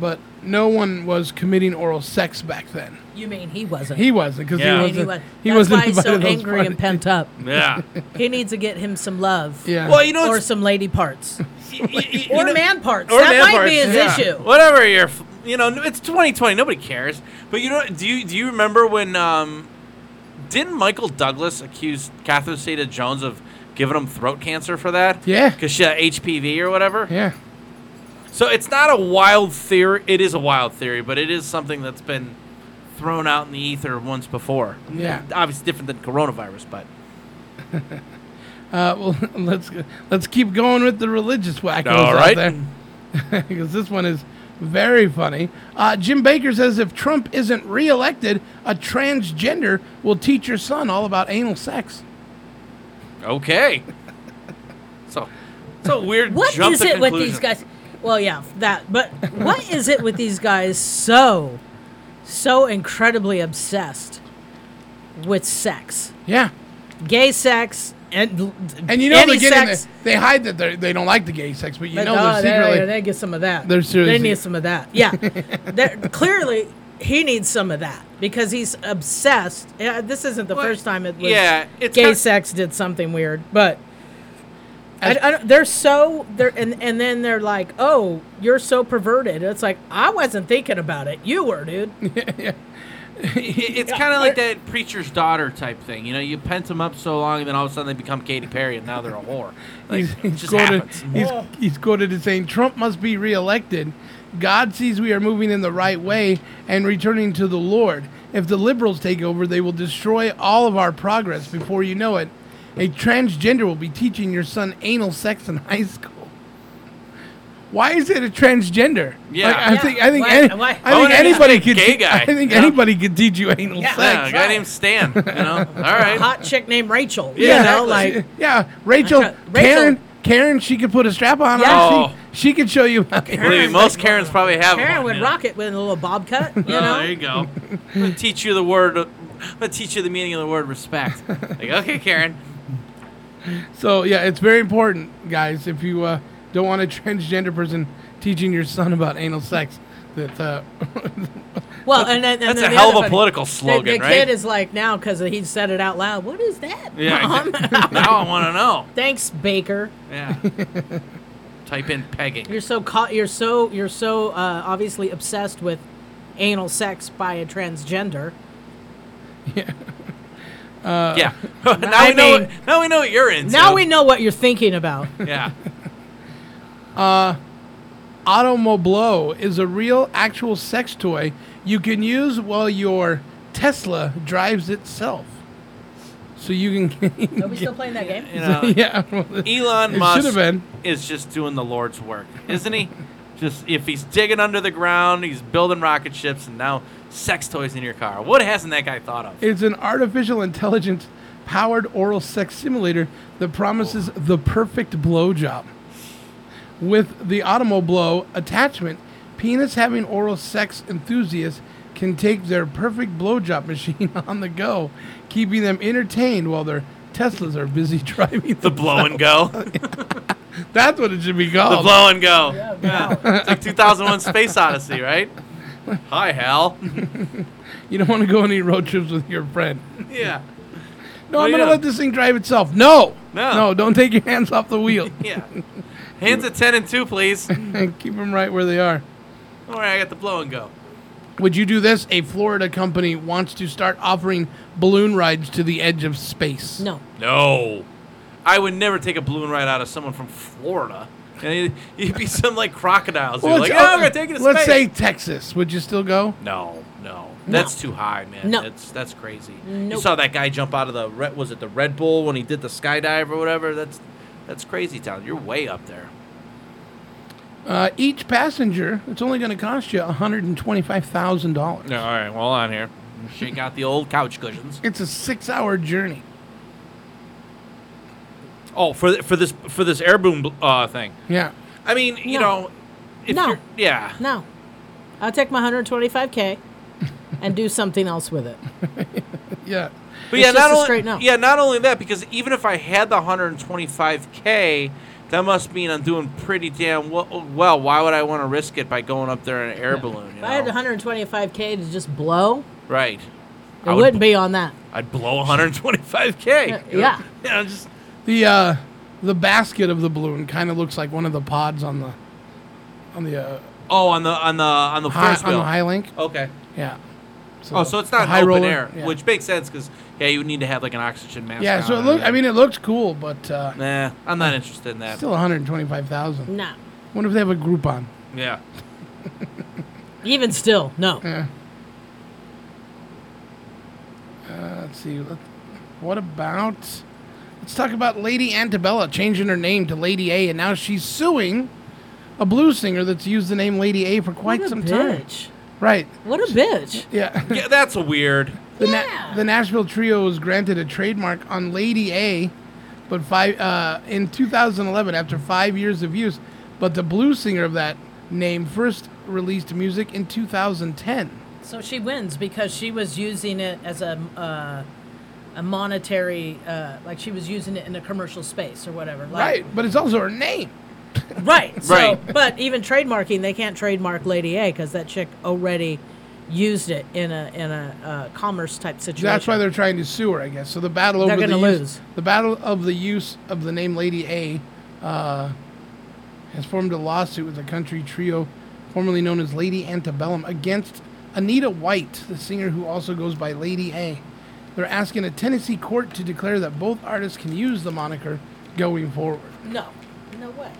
Speaker 8: but no one was committing oral sex back then."
Speaker 17: You mean he wasn't?
Speaker 8: He wasn't, 'cause he Yeah. wasn't-
Speaker 17: wa-
Speaker 8: he
Speaker 17: That's
Speaker 8: wasn't
Speaker 17: why he's so
Speaker 8: invited to those
Speaker 17: angry and pent up.
Speaker 11: Yeah.
Speaker 17: he needs to get him some love.
Speaker 11: Yeah. Well, you know,
Speaker 17: or
Speaker 11: it's-
Speaker 17: some lady parts, or man parts.
Speaker 11: Or
Speaker 17: that
Speaker 11: man
Speaker 17: might
Speaker 11: parts,
Speaker 17: be his
Speaker 11: yeah.
Speaker 17: issue.
Speaker 11: Whatever you're, f- you know, it's 2020. Nobody cares. But you know, do you do you remember when? Um, didn't Michael Douglas accuse Catherine Zeta Jones of giving him throat cancer for that?
Speaker 8: Yeah.
Speaker 11: Because she had HPV or whatever.
Speaker 8: Yeah.
Speaker 11: So it's not a wild theory. It is a wild theory, but it is something that's been thrown out in the ether once before.
Speaker 8: Yeah.
Speaker 11: Obviously different than coronavirus, but
Speaker 8: Uh, well, let's let's keep going with the religious wackos
Speaker 11: All right.
Speaker 8: out there, because this one is very funny. Uh, Jim Baker says if Trump isn't reelected, a transgender will teach your son all about anal sex.
Speaker 11: okay. so it's a weird.
Speaker 17: What
Speaker 11: jump
Speaker 17: is
Speaker 11: to
Speaker 17: it with these guys?
Speaker 11: conclusion.
Speaker 17: Well, yeah, that. But what is it with these guys so, so incredibly obsessed with sex?
Speaker 8: Yeah.
Speaker 17: Gay sex and
Speaker 8: And you know
Speaker 17: any
Speaker 8: they get in
Speaker 17: sex.
Speaker 8: the, they hide that they they don't like the gay sex, but you
Speaker 17: But,
Speaker 8: know
Speaker 17: oh,
Speaker 8: they're
Speaker 17: they-
Speaker 8: secretly
Speaker 17: they get some of that.
Speaker 8: They're
Speaker 17: They
Speaker 8: seriously-
Speaker 17: need some of that. Yeah, They're- clearly he needs some of that because he's obsessed. Yeah, this isn't the first time it was.
Speaker 11: yeah, it's
Speaker 17: gay
Speaker 11: kinda-
Speaker 17: sex did something weird, but I, I don't- they're so they're and and then they're like, oh, you're so perverted. It's like I wasn't thinking about it. You were, dude.
Speaker 11: It- it's kind of like that preacher's daughter type thing. You know, you pent them up so long, and then all of a sudden they become Katy Perry, and now they're a whore. Like,
Speaker 8: he's,
Speaker 11: it
Speaker 8: he's
Speaker 11: just
Speaker 8: quoted,
Speaker 11: happens.
Speaker 8: he's, he's quoted as saying, Trump must be reelected. God sees we are moving in the right way and returning to the Lord. If the liberals take over, they will destroy all of our progress before you know it. A transgender will be teaching your son anal sex in high school. why is it a transgender?
Speaker 11: Yeah.
Speaker 8: Like, I
Speaker 11: Yeah.
Speaker 8: think I think
Speaker 11: Why-
Speaker 8: any, I
Speaker 11: why- Why
Speaker 8: think
Speaker 11: would I
Speaker 8: anybody
Speaker 11: just be a
Speaker 8: could. te-
Speaker 11: gay guy?
Speaker 8: I think
Speaker 11: Yeah.
Speaker 8: anybody could teach you anal
Speaker 11: Yeah,
Speaker 8: sex.
Speaker 11: a guy named Stan. You know, all right.
Speaker 17: Hot chick named Rachel.
Speaker 8: Yeah,
Speaker 17: You know,
Speaker 8: exactly.
Speaker 17: like
Speaker 8: yeah, Rachel,
Speaker 17: Rachel-
Speaker 8: Karen, Karen, she could put a strap on.
Speaker 11: Yeah.
Speaker 8: Yeah.
Speaker 11: Oh.
Speaker 8: She, she could show you. how-
Speaker 11: Believe me, most Karens probably have
Speaker 17: Karen
Speaker 11: one.
Speaker 17: would
Speaker 11: you know?
Speaker 17: rock it with a little bob cut. You
Speaker 11: Oh,
Speaker 17: know.
Speaker 11: there you go. I'm gonna teach you the word. I'm gonna teach you the meaning of the word respect. Like, okay, Karen.
Speaker 8: So yeah, it's very important, guys. If you uh, don't want a transgender person teaching your son about anal sex, that uh,
Speaker 17: Well, and then, and
Speaker 8: That's a
Speaker 17: then the
Speaker 8: hell of
Speaker 17: other
Speaker 8: a
Speaker 17: funny-
Speaker 8: political
Speaker 17: the-
Speaker 8: slogan,
Speaker 17: the,
Speaker 8: right?
Speaker 17: kid is like now because he said it out loud. What is that?
Speaker 11: Yeah.
Speaker 17: Mom?"
Speaker 11: now I want to know.
Speaker 17: Thanks, Baker.
Speaker 11: Yeah. Type in pegging.
Speaker 17: You're so caught. You're so you're so uh, obviously obsessed with anal sex by a transgender.
Speaker 8: uh,
Speaker 11: yeah. now
Speaker 17: I
Speaker 11: we know.
Speaker 17: mean-
Speaker 11: what, now we know what you're into.
Speaker 17: Now we know what you're thinking about.
Speaker 11: Yeah.
Speaker 8: Uh, Automoblow is a real, actual sex toy you can use while your Tesla drives itself. So you can.
Speaker 17: Are we still playing that game?
Speaker 11: You know,
Speaker 8: yeah.
Speaker 11: Elon
Speaker 8: It
Speaker 11: Musk
Speaker 8: should've been.
Speaker 11: is just doing the Lord's work, isn't he? just if he's digging under the ground, he's building rocket ships, and now sex toys in your car. What hasn't that guy thought of?
Speaker 8: It's an artificial intelligence powered oral sex simulator that promises the perfect blowjob. With the Automoblow attachment, penis having oral sex enthusiasts can take their perfect blowjob machine on the go, keeping them entertained while their Teslas are busy driving
Speaker 11: The blow and go.
Speaker 8: That's what it should be
Speaker 11: The
Speaker 8: called.
Speaker 11: blow and go. Yeah, It's like 2001 Space Odyssey, right? Hi, Hal.
Speaker 8: You don't want to go on any road trips with your friend.
Speaker 11: yeah.
Speaker 8: No,
Speaker 11: Oh,
Speaker 8: I'm going
Speaker 11: yeah.
Speaker 8: to let this thing drive itself. No.
Speaker 11: No.
Speaker 8: No, don't take your hands off the wheel.
Speaker 11: Yeah. Hands at 10 and 2, please. All
Speaker 8: and keep them right where they are.
Speaker 11: right, I got the blow and go.
Speaker 8: Would you do this? A Florida company wants to start offering balloon rides to the edge of space.
Speaker 17: No.
Speaker 11: No. I would never take a balloon ride out of someone from Florida. And you'd, you'd be some like crocodiles. You're like, oh, we're going to take it to
Speaker 8: let's say
Speaker 11: space.
Speaker 8: Texas. Would you still go?
Speaker 11: No, no.
Speaker 8: No.
Speaker 11: That's too high, man.
Speaker 8: No.
Speaker 11: That's, that's crazy. You
Speaker 8: Nope.
Speaker 11: saw that guy jump out of the, Red- was it the Red Bull when he did the skydive or whatever? That's, that's crazy town. You're way up there.
Speaker 8: Uh, each passenger, it's only going to cost you $125,000.
Speaker 11: Yeah, all right. Well, on here. Shake out the old couch cushions.
Speaker 8: It's a six hour journey.
Speaker 11: Oh, for th- for this for this air boom bl- uh, thing.
Speaker 8: Yeah.
Speaker 11: I mean, you know, if
Speaker 17: No.
Speaker 11: you're- yeah.
Speaker 17: No. I'll take my 125k and do something else with it.
Speaker 8: yeah.
Speaker 11: But yeah,
Speaker 17: It's just
Speaker 11: not
Speaker 17: a
Speaker 11: only
Speaker 17: straight no.
Speaker 11: yeah, not only that because even if I had the 125k, that must mean I'm doing pretty damn well. well why would I want to risk it by going up there in an air balloon?
Speaker 17: If I had 125k to just blow,
Speaker 11: Right.
Speaker 17: it
Speaker 11: I would
Speaker 17: wouldn't be on that.
Speaker 11: I'd blow 125k. you know?
Speaker 17: yeah.
Speaker 11: Yeah, just
Speaker 8: The uh, the basket of the balloon kind of looks like one of the pods on the on the uh,
Speaker 11: Oh, on the on the on the
Speaker 8: Hi-
Speaker 11: first
Speaker 8: on the
Speaker 11: wheel.
Speaker 8: high link?
Speaker 11: Okay.
Speaker 8: Yeah.
Speaker 11: oh, so it's
Speaker 8: the
Speaker 11: not
Speaker 8: high
Speaker 11: open
Speaker 8: roller,
Speaker 11: air,
Speaker 8: yeah.
Speaker 11: which makes sense because yeah, you would need to have like an oxygen mask.
Speaker 8: yeah.
Speaker 11: on
Speaker 8: So it
Speaker 11: and
Speaker 8: look. I mean, it looks cool, but uh,
Speaker 11: Nah, I'm not interested in that.
Speaker 8: still 125,000.
Speaker 17: Nah.
Speaker 8: Wonder if they have a Groupon.
Speaker 11: Yeah.
Speaker 17: Even still, no.
Speaker 8: Uh, let's see. let- What about? Let's talk about Lady Antebella changing her name to Lady A, and now she's suing a blues singer that's used the name Lady A for quite
Speaker 17: What a
Speaker 8: some time.
Speaker 17: bitch.
Speaker 8: Right.
Speaker 17: What a bitch.
Speaker 8: Yeah.
Speaker 11: yeah, that's a weird.
Speaker 8: The, Na- the Nashville trio was granted a trademark on Lady A, but five uh, in 2011 after five years of use. But the blues singer of that name first released music in 2010.
Speaker 17: So she wins because she was using it as a uh, a monetary, uh, like she was using it in a commercial space or whatever. Like,
Speaker 8: right, but it's also her name.
Speaker 17: Right. So,
Speaker 8: Right.
Speaker 17: But even trademarking, they can't trademark Lady A because that chick already used it in a in a uh, commerce type situation.
Speaker 8: That's why they're trying to sue her, I guess. So the battle
Speaker 17: They're
Speaker 8: over the
Speaker 17: gonna
Speaker 8: use-
Speaker 17: lose.
Speaker 8: the battle of the use of the name Lady A uh, has formed a lawsuit with the country trio, formerly known as Lady Antebellum, against Anita White, the singer who also goes by Lady A. They're asking a Tennessee court to declare that both artists can use the moniker going forward.
Speaker 17: No. No way.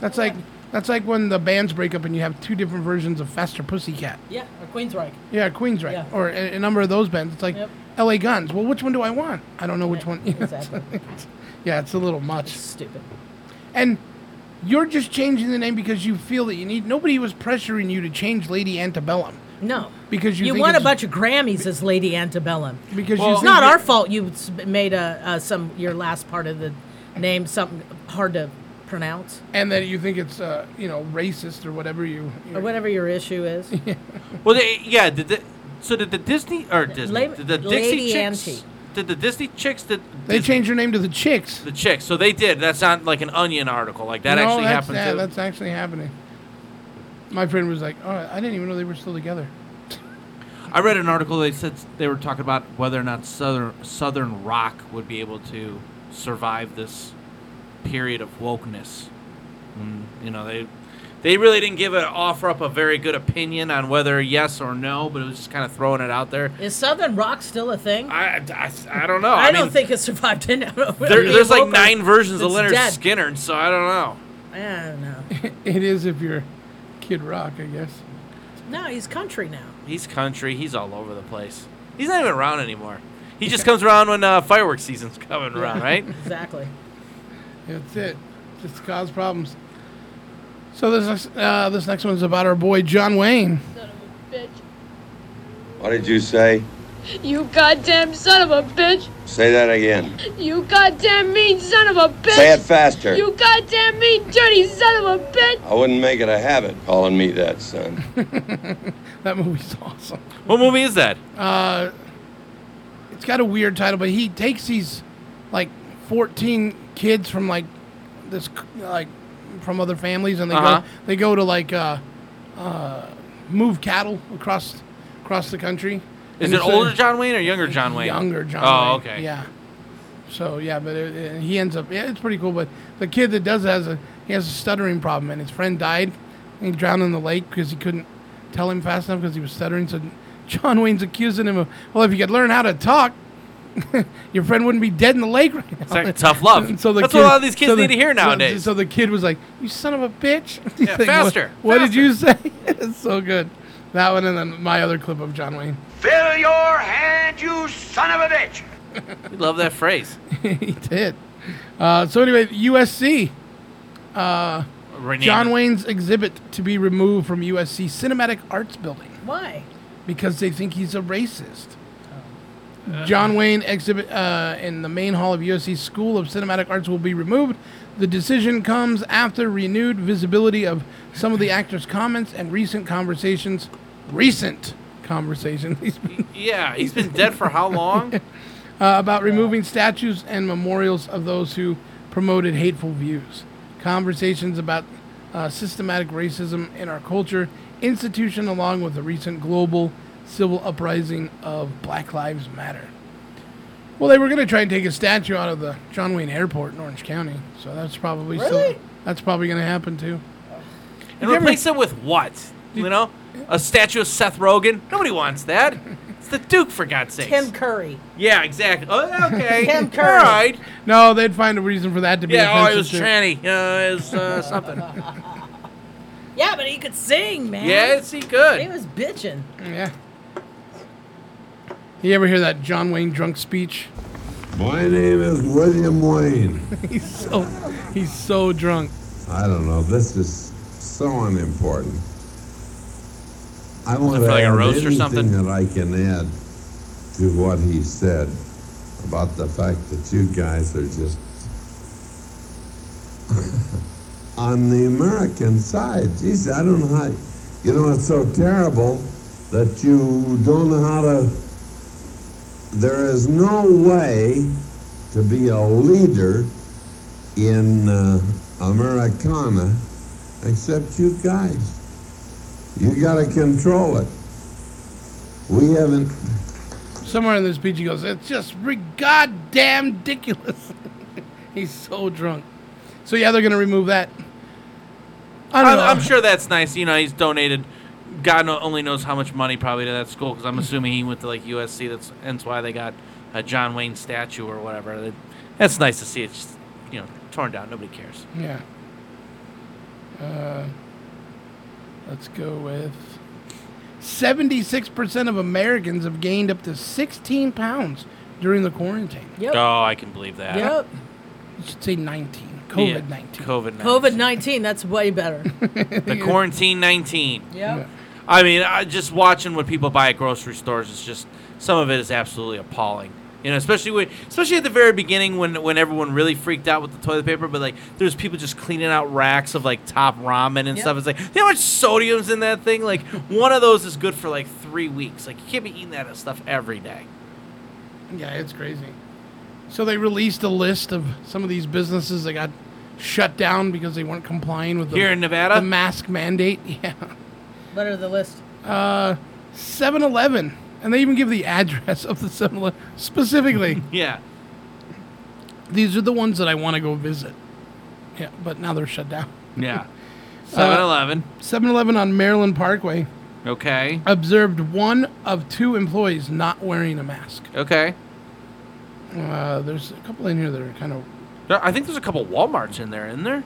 Speaker 8: That's like that's like when the bands break up and you have two different versions of Faster Pussycat.
Speaker 17: Yeah. Or Queensryche.
Speaker 8: Yeah, Queens, right?
Speaker 17: Yeah.
Speaker 8: Or a, a number of those bands. It's like
Speaker 17: Yep.
Speaker 8: L.A. Guns. Well, which one do I want? I don't know which one.
Speaker 17: Exactly.
Speaker 8: yeah, it's a little much.
Speaker 17: stupid.
Speaker 8: And You're just changing the name because you feel that you need. Nobody was pressuring you to change Lady Antebellum
Speaker 17: No.
Speaker 8: because you.
Speaker 17: You
Speaker 8: think
Speaker 17: won a
Speaker 8: it's-
Speaker 17: bunch of Grammys as Lady Antebellum.
Speaker 8: Because you
Speaker 17: it's
Speaker 8: think
Speaker 17: not
Speaker 8: that-
Speaker 17: our fault you s- made a, uh some your last part of the name something hard to pronounce
Speaker 8: and that you think it's uh, you know racist or whatever you.
Speaker 17: or whatever your issue is.
Speaker 11: Well, they, yeah. Did the, so did the Disney or Disney?
Speaker 17: Lady-
Speaker 11: did the Dixie
Speaker 17: Lady
Speaker 11: chicks?
Speaker 17: Auntie.
Speaker 11: Did the Disney chicks? Did
Speaker 8: They changed their name to the Chicks.
Speaker 11: the chicks? So they did. That's not like an Onion article. Like that
Speaker 8: No,
Speaker 11: actually
Speaker 8: that's,
Speaker 11: happened
Speaker 8: yeah,
Speaker 11: too.
Speaker 8: that's actually happening. My friend was like, "Oh, I didn't even know they were still together."
Speaker 11: I read an article. They said they were talking about whether or not Southern Southern rock would be able to survive this period of wokeness. And, you know, they they really didn't give a offer up a very good opinion on whether yes or no, but it was just kind of throwing it out there.
Speaker 17: Is Southern rock still a thing?
Speaker 11: I, I, I don't know.
Speaker 17: I,
Speaker 11: I
Speaker 17: don't
Speaker 11: mean-
Speaker 17: think it survived. In,
Speaker 11: There, there's like nine versions of
Speaker 17: It's
Speaker 11: Leonard
Speaker 17: dead.
Speaker 11: Skinner, so I don't know.
Speaker 17: I don't know.
Speaker 8: it is if you're Kid Rock, I guess.
Speaker 17: No, he's country now.
Speaker 11: He's country. He's all over the place. He's not even around anymore. He just comes around when uh, fireworks season's coming around, right?
Speaker 17: Exactly.
Speaker 8: That's it. Just cause problems. So this next- uh, this next one's about our boy John Wayne.
Speaker 18: What did you say?
Speaker 12: You goddamn son of a bitch!
Speaker 18: Say that again.
Speaker 12: You goddamn mean son of a bitch!
Speaker 18: Say it faster.
Speaker 12: You goddamn mean dirty son of a bitch!
Speaker 18: I wouldn't make it a habit calling me that, son.
Speaker 8: That movie's awesome.
Speaker 11: What movie is that?
Speaker 8: Uh, it's got a weird title, but he takes these like 14 kids from like this c- like from other families, and they
Speaker 11: Uh-huh.
Speaker 8: go they go to like uh, uh, move cattle across across the country.
Speaker 11: Is
Speaker 8: And
Speaker 11: it
Speaker 8: it's a-
Speaker 11: older John Wayne or younger John Wayne?
Speaker 8: Younger John.
Speaker 11: Oh,
Speaker 8: Wayne,
Speaker 11: okay.
Speaker 8: Yeah. So yeah, but it, it- he ends up. Yeah, it's pretty cool. But the kid that does it has a he has a stuttering problem, and his friend died. And he drowned in the lake because he couldn't tell him fast enough because he was stuttering. So John Wayne's accusing him of, well, if you could learn how to talk, your friend wouldn't be dead in the lake right now.
Speaker 11: It's like tough love.
Speaker 8: And so the
Speaker 11: That's
Speaker 8: kid,
Speaker 11: what a lot of these kids
Speaker 8: so the-
Speaker 11: need to hear
Speaker 8: so-
Speaker 11: nowadays.
Speaker 8: So, the kid was like, "You son of a bitch!"
Speaker 11: Yeah,
Speaker 8: Like,
Speaker 11: faster,
Speaker 8: What, what did you say? it's so good. That one and then my other clip of John Wayne.
Speaker 15: Fill your hand, you son of a bitch!
Speaker 11: We love that phrase.
Speaker 8: he did. Uh, so anyway, USC. Uh,
Speaker 11: Rename
Speaker 8: John
Speaker 11: it.
Speaker 8: Wayne's exhibit to be removed from USC Cinematic Arts Building
Speaker 17: Why?
Speaker 8: because they think he's a racist. John Wayne exhibit uh, in the main hall of USC School of Cinematic Arts will be removed. The decision comes after renewed visibility of some of the actor's comments and recent conversations. Recent conversations. He's been-
Speaker 11: Yeah, he's been dead for how long?
Speaker 8: uh, about removing statues and memorials of those who promoted hateful views. Conversations about uh, systematic racism in our culture institution, along with the recent global civil uprising of Black Lives Matter. Well, they were going to try and take a statue out of the John Wayne Airport in Orange County, so that's probably still,
Speaker 11: Really?
Speaker 8: that's probably going to happen too.
Speaker 11: And replace it with what? You know, a statue of Seth Rogen. Nobody wants that. It's the Duke, for God's sake.
Speaker 17: Tim Curry.
Speaker 11: Yeah, exactly. Oh, okay.
Speaker 17: Tim
Speaker 11: All
Speaker 17: Curry.
Speaker 11: right.
Speaker 8: No, they'd find a reason for that to be.
Speaker 11: Yeah. Oh, it
Speaker 8: offensive,
Speaker 11: was
Speaker 8: too.
Speaker 11: tranny. Uh, it was uh, something.
Speaker 17: Yeah, but he could sing, man.
Speaker 11: Yes, he could.
Speaker 17: He was bitching.
Speaker 8: Mm, Yeah. You ever hear that John Wayne drunk speech?
Speaker 20: My name is William Wayne.
Speaker 8: he's so he's so drunk.
Speaker 20: I don't know. This is so unimportant. I want
Speaker 11: for
Speaker 20: to
Speaker 11: like a
Speaker 20: add
Speaker 11: roast or
Speaker 20: anything
Speaker 11: something?
Speaker 20: that I can add to what he said about the fact that you guys are just on the American side. Jeez, I don't know how. You know, it's so terrible that you don't know how to. There is no way to be a leader in uh, Americana except you guys. You got to control it. We haven't.
Speaker 8: Somewhere in this speech he goes, "It's just re- goddamn ridiculous." he's so drunk. So yeah, they're gonna remove that. I don't
Speaker 11: I'm,
Speaker 8: know.
Speaker 11: I'm sure that's nice. You know, he's donated. God no- only knows how much money probably to that school because I'm assuming he went to like USC. That's hence why they got a John Wayne statue or whatever. That- That's nice to see. It's just, you know torn down. Nobody cares.
Speaker 8: Yeah. Uh, let's go with. 76% of Americans have gained up to 16 pounds during the quarantine.
Speaker 11: Oh, I can believe that.
Speaker 8: You should say 19. COVID night.
Speaker 11: COVID nineteen.
Speaker 17: COVID 19, that's way better.
Speaker 11: The quarantine nineteen.
Speaker 17: Yep.
Speaker 11: I mean, I, just watching what people buy at grocery stores is just some of it is absolutely appalling. You know, especially when, especially at the very beginning when when everyone really freaked out with the toilet paper, but like there's people just cleaning out racks of like top ramen and
Speaker 17: Yep.
Speaker 11: stuff. It's like you know how much sodium's in that thing. Like one of those is good for like three weeks. Like you can't be eating that stuff every day.
Speaker 8: Yeah, it's crazy. So they released a list of some of these businesses that got shut down because they weren't complying with the,
Speaker 11: Here in Nevada?
Speaker 8: the mask mandate. Yeah,
Speaker 17: Letter of the list.
Speaker 8: uh, 7-Eleven, and they even give the address of the 7-Eleven specifically.
Speaker 11: Yeah.
Speaker 8: These are the ones that I want to go visit. Yeah, but now they're shut down.
Speaker 11: Yeah.
Speaker 8: Uh,
Speaker 11: 7-Eleven.
Speaker 8: 7-Eleven on Maryland Parkway
Speaker 11: Okay.
Speaker 8: observed one of two employees not wearing a mask.
Speaker 11: Okay.
Speaker 8: Uh, there's a couple in here that are kind of
Speaker 11: There- I think there's a couple WalMarts in there, isn't there?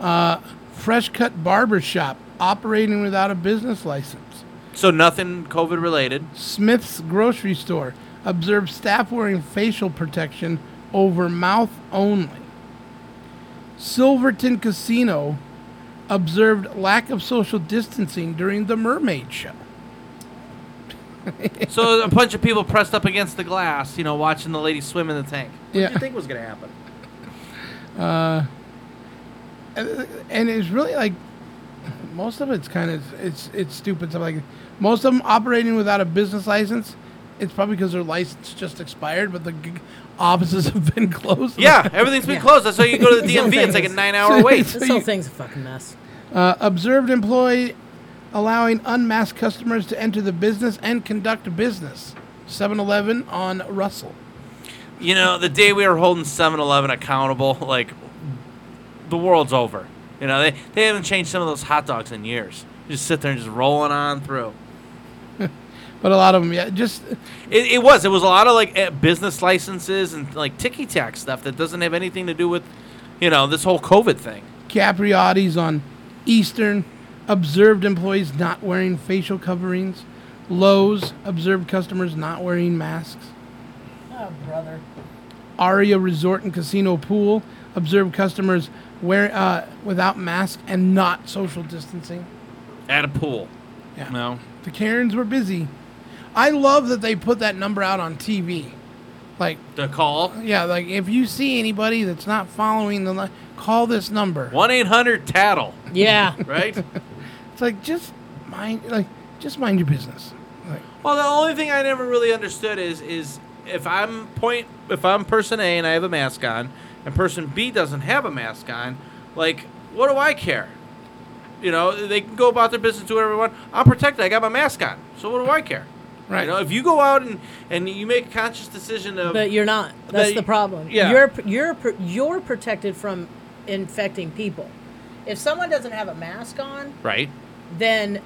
Speaker 8: Uh, Fresh Cut Barber Shop operating without a business license.
Speaker 11: So nothing COVID related.
Speaker 8: Smith's Grocery Store observed staff wearing facial protection over mouth only. Silverton Casino observed lack of social distancing during the Mermaid Show.
Speaker 11: so a bunch of people pressed up against the glass, you know, watching the lady swim in the tank. What did
Speaker 8: Yeah.
Speaker 11: you think was going to happen?
Speaker 8: Uh, and and it's really like most of it's kind of it's it's stupid stuff like most of them operating without a business license. It's probably because their license just expired, but the g- offices have been closed.
Speaker 11: Yeah, everything's been closed. That's why you go to the
Speaker 8: This whole
Speaker 11: DMV. It's
Speaker 8: thing
Speaker 11: like a
Speaker 8: is-
Speaker 11: nine-hour wait.
Speaker 8: so
Speaker 17: This whole
Speaker 8: you-
Speaker 17: thing's a fucking mess.
Speaker 8: Uh, observed employee allowing unmasked customers to enter the business and conduct business. 7-Eleven on Russell.
Speaker 11: You know, the day we were holding 7-Eleven accountable, like the world's over. You know, they, they haven't changed some of those hot dogs in years. You just sit there and just rolling on through.
Speaker 8: But a lot of them, yeah, just
Speaker 11: It, it was. It was a lot of like eh, business licenses and like ticky tack stuff that doesn't have anything to do with, you know, this whole COVID thing.
Speaker 8: Capriotti's on Eastern observed employees not wearing facial coverings. Lowe's observed customers not wearing masks.
Speaker 17: Oh, brother.
Speaker 8: Aria Resort and Casino Pool observed customers wear uh, without mask and not social distancing.
Speaker 11: At a pool.
Speaker 8: Yeah.
Speaker 11: No.
Speaker 8: The Karens were busy. I love that they put that number out on TV. Like,
Speaker 11: The call.
Speaker 8: yeah, like if you see anybody that's not following the li- call this number.
Speaker 11: One eight hundred tattle.
Speaker 17: Yeah.
Speaker 11: Right.
Speaker 8: It's like just mind, like just mind your business. Like,
Speaker 11: well, the only thing I never really understood is is if I'm point if I'm person A and I have a mask on, and person B doesn't have a mask on, like what do I care? You know, they can go about their business, do whatever they want. I'm protected. I got my mask on, so what do I care?
Speaker 8: Right.
Speaker 11: You know, if you go out and and you make a conscious decision of
Speaker 17: But you're not. That's
Speaker 11: that
Speaker 17: the
Speaker 11: you-
Speaker 17: problem.
Speaker 11: Yeah.
Speaker 17: You're you're pr- you're protected from infecting people. If someone doesn't have a mask on,
Speaker 11: right.
Speaker 17: then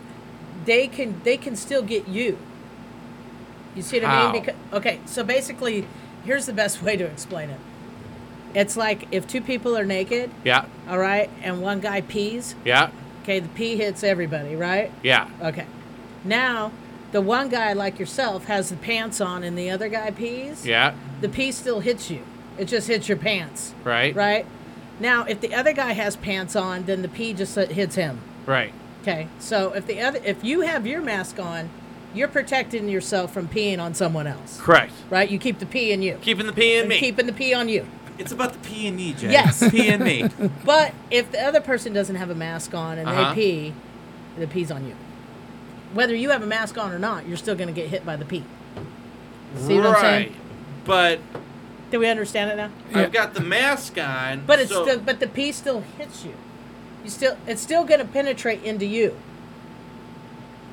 Speaker 17: they can they can still get you. You see what I mean?
Speaker 11: How?
Speaker 17: Becau- okay, so basically, here's the best way to explain it. It's like if two people are naked,
Speaker 11: Yeah.
Speaker 17: all right, and one guy pees.
Speaker 11: Yeah.
Speaker 17: Okay, the pee hits everybody, right?
Speaker 11: Yeah.
Speaker 17: Okay. Now, the one guy like yourself has the pants on, and the other guy pees.
Speaker 11: Yeah.
Speaker 17: The pee still hits you. It just hits your pants.
Speaker 11: Right.
Speaker 17: Right. Now, if the other guy has pants on, then the pee just uh, hits him.
Speaker 11: Right.
Speaker 17: Okay. So if the other, if you have your mask on, you're protecting yourself from peeing on someone else.
Speaker 11: Correct.
Speaker 17: Right. You keep the pee in you.
Speaker 11: Keeping the pee in
Speaker 17: And
Speaker 11: me.
Speaker 17: Keeping the pee on you.
Speaker 11: It's about the pee and me, Jay.
Speaker 17: Yes.
Speaker 11: Pee and me.
Speaker 17: But if the other person doesn't have a mask on and
Speaker 11: Uh-huh.
Speaker 17: they pee, the pee's on you. Whether you have a mask on or not, you're still going to get hit by the pee. See
Speaker 11: right.
Speaker 17: what I'm saying?
Speaker 11: But
Speaker 17: Do we understand it now?
Speaker 11: I've got the mask on.
Speaker 17: But it's
Speaker 11: so-
Speaker 17: still, but the pee still hits you. You still, it's still going to penetrate into you.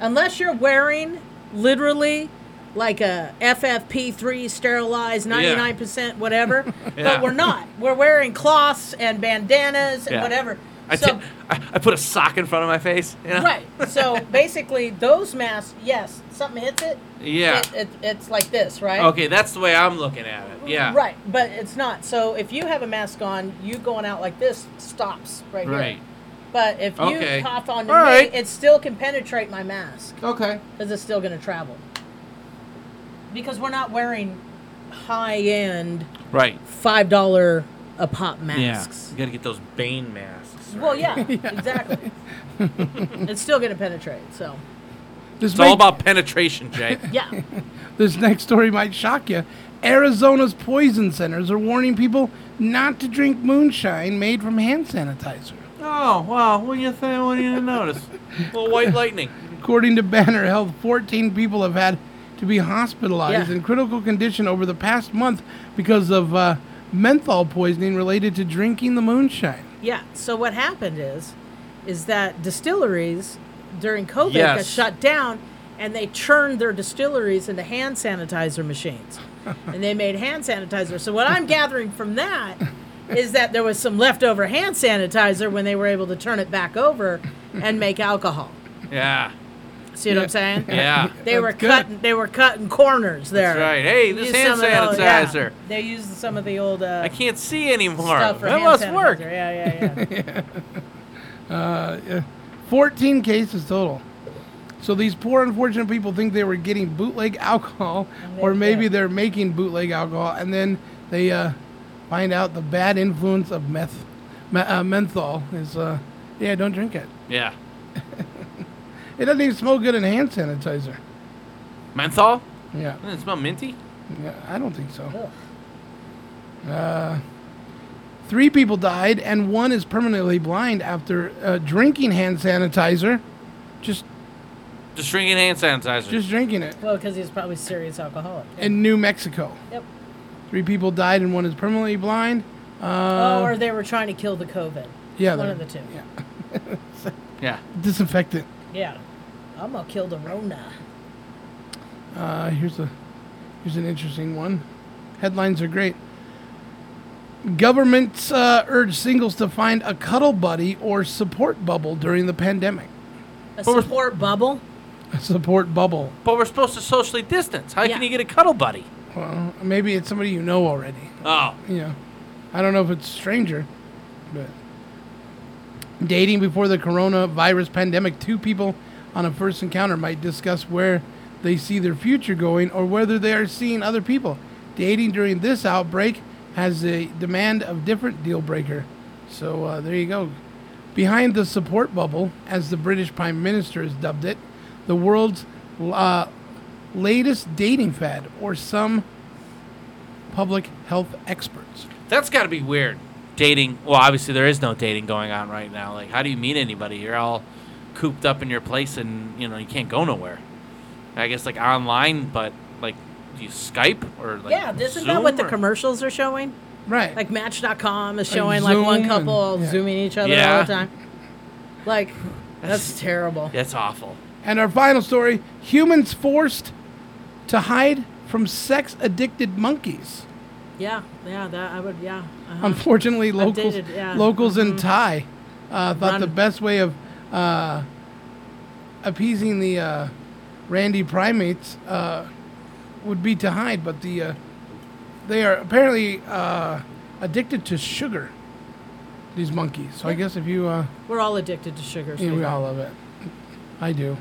Speaker 17: Unless you're wearing literally like a FFP3 sterilized 99% whatever,
Speaker 11: Yeah.
Speaker 17: but we're not. We're wearing cloths and bandanas and
Speaker 11: Yeah.
Speaker 17: whatever.
Speaker 11: I,
Speaker 17: so
Speaker 11: t- I, I put a sock in front of my face. You know?
Speaker 17: Right. So basically, those masks, yes, something hits it.
Speaker 11: Yeah.
Speaker 17: It, it, it's like this, right?
Speaker 11: Okay, that's the way I'm looking at it. Yeah.
Speaker 17: Right, but it's not. So if you have a mask on, you going out like this stops right, here.
Speaker 11: Right.
Speaker 17: But if
Speaker 11: Okay.
Speaker 17: you cough on me,
Speaker 11: All right.
Speaker 17: it still can penetrate my mask.
Speaker 11: Okay.
Speaker 17: Because it's still going to travel. Because we're not wearing high end
Speaker 11: Right.
Speaker 17: five dollar a pop masks.
Speaker 11: Yeah, you gotta get those Bane masks.
Speaker 17: Well, yeah, exactly. it's still gonna penetrate. So,
Speaker 8: This
Speaker 11: it's
Speaker 8: may-
Speaker 11: all about penetration, Jay.
Speaker 17: yeah.
Speaker 8: This next story might shock you. Arizona's poison centers are warning people not to drink moonshine made from hand sanitizer.
Speaker 11: Oh wow! What do you think? What do you notice? Little white lightning.
Speaker 8: According to Banner Health, 14 people have had to be hospitalized
Speaker 11: Yeah.
Speaker 8: in critical condition over the past month because of uh, menthol poisoning related to drinking the moonshine.
Speaker 17: Yeah. So what happened is, is that distilleries during COVID got
Speaker 8: Yes.
Speaker 17: shut down, and they churned their distilleries into hand sanitizer machines, and they made hand sanitizer. So what I'm gathering from that is that there was some leftover hand sanitizer when they were able to turn it back over and make alcohol.
Speaker 11: Yeah.
Speaker 17: See what
Speaker 11: Yeah.
Speaker 17: I'm saying?
Speaker 11: Yeah.
Speaker 17: They were cutting. They were cutting corners there.
Speaker 11: Ah, That's right. Hey, this
Speaker 17: Used
Speaker 11: hand
Speaker 17: some of the- yeah.
Speaker 11: sanitizer.
Speaker 17: They used some of the old. Uh,
Speaker 11: I can't see anymore.
Speaker 17: Stuff
Speaker 11: That
Speaker 17: for hand
Speaker 11: must
Speaker 17: sanitizer.
Speaker 11: work.
Speaker 17: Yeah, yeah, yeah.
Speaker 8: Uh, yeah. 14 cases total. So these poor, unfortunate people think they were getting bootleg alcohol, or maybe they're making bootleg alcohol, and then they uh, find out the bad influence of meth, me- uh, menthol is. Uh, yeah, don't drink it.
Speaker 11: Yeah.
Speaker 8: It doesn't even smell good in hand sanitizer.
Speaker 11: Menthol?
Speaker 8: Yeah.
Speaker 11: Doesn't it smell minty?
Speaker 8: Yeah, I don't think so. Uh, three people died, and one is permanently blind after uh, drinking hand sanitizer. Just,
Speaker 11: Just drinking hand sanitizer.
Speaker 8: just drinking it.
Speaker 17: Well, because he was probably serious alcoholic.
Speaker 8: in New Mexico.
Speaker 17: Yep.
Speaker 8: Three people died and one is permanently blind. Uh,
Speaker 17: oh, or they were trying to kill the COVID.
Speaker 8: Yeah,
Speaker 17: One
Speaker 8: they-
Speaker 17: of the two. Yeah.
Speaker 11: yeah.
Speaker 8: Disinfectant.
Speaker 17: I'm gonna kill the Rona.
Speaker 8: Uh, here's a here's an interesting one. Headlines are great. Governments uh, urge singles to find a cuddle buddy or support bubble during the pandemic.
Speaker 17: A support bubble.
Speaker 8: A support bubble.
Speaker 11: But we're supposed to socially distance. How can you get a cuddle buddy?
Speaker 8: Well, maybe it's somebody you know already.
Speaker 11: Oh.
Speaker 8: Yeah. I don't know if it's a stranger, but dating before the coronavirus pandemic, two people on a first encounter might discuss where they see their future going or whether they are seeing other people. Dating during this outbreak has a demand of different deal breaker. So uh, there you go. Behind the support bubble, as the British Prime Minister has dubbed it, the world's uh, latest dating fad, or some public health experts.
Speaker 11: That's got to be weird. Dating. Well, obviously there is no dating going on right now. Like, how do you meet anybody? You're all cooped up in your place, and you know you can't go nowhere. I guess like online, but like, do you Skype or like?
Speaker 17: yeah, isn't
Speaker 11: Zoom
Speaker 17: that what the
Speaker 11: or-
Speaker 17: commercials are showing?
Speaker 8: Right.
Speaker 17: Like Match.com is
Speaker 11: Like
Speaker 17: showing like, one
Speaker 11: Zoom
Speaker 17: couple all
Speaker 11: and- yeah.
Speaker 17: zooming each other all
Speaker 11: Yeah.
Speaker 17: the time. Like, that's terrible.
Speaker 11: That's awful.
Speaker 8: And our final story humans forced to hide from sex addicted monkeys.
Speaker 17: Yeah, yeah, that I would. Yeah. uh-huh.
Speaker 8: Unfortunately,
Speaker 17: I've
Speaker 8: locals,
Speaker 17: dated, yeah. Mm-hmm.
Speaker 8: locals in Thai uh, thought the best way of uh, appeasing the uh, randy primates uh, would be to hide, but the uh, they are apparently uh, addicted to sugar. These monkeys. So I guess if you, uh,
Speaker 17: We're all addicted to sugar.
Speaker 8: yeah, we
Speaker 17: sweetheart.
Speaker 8: all love it. I do.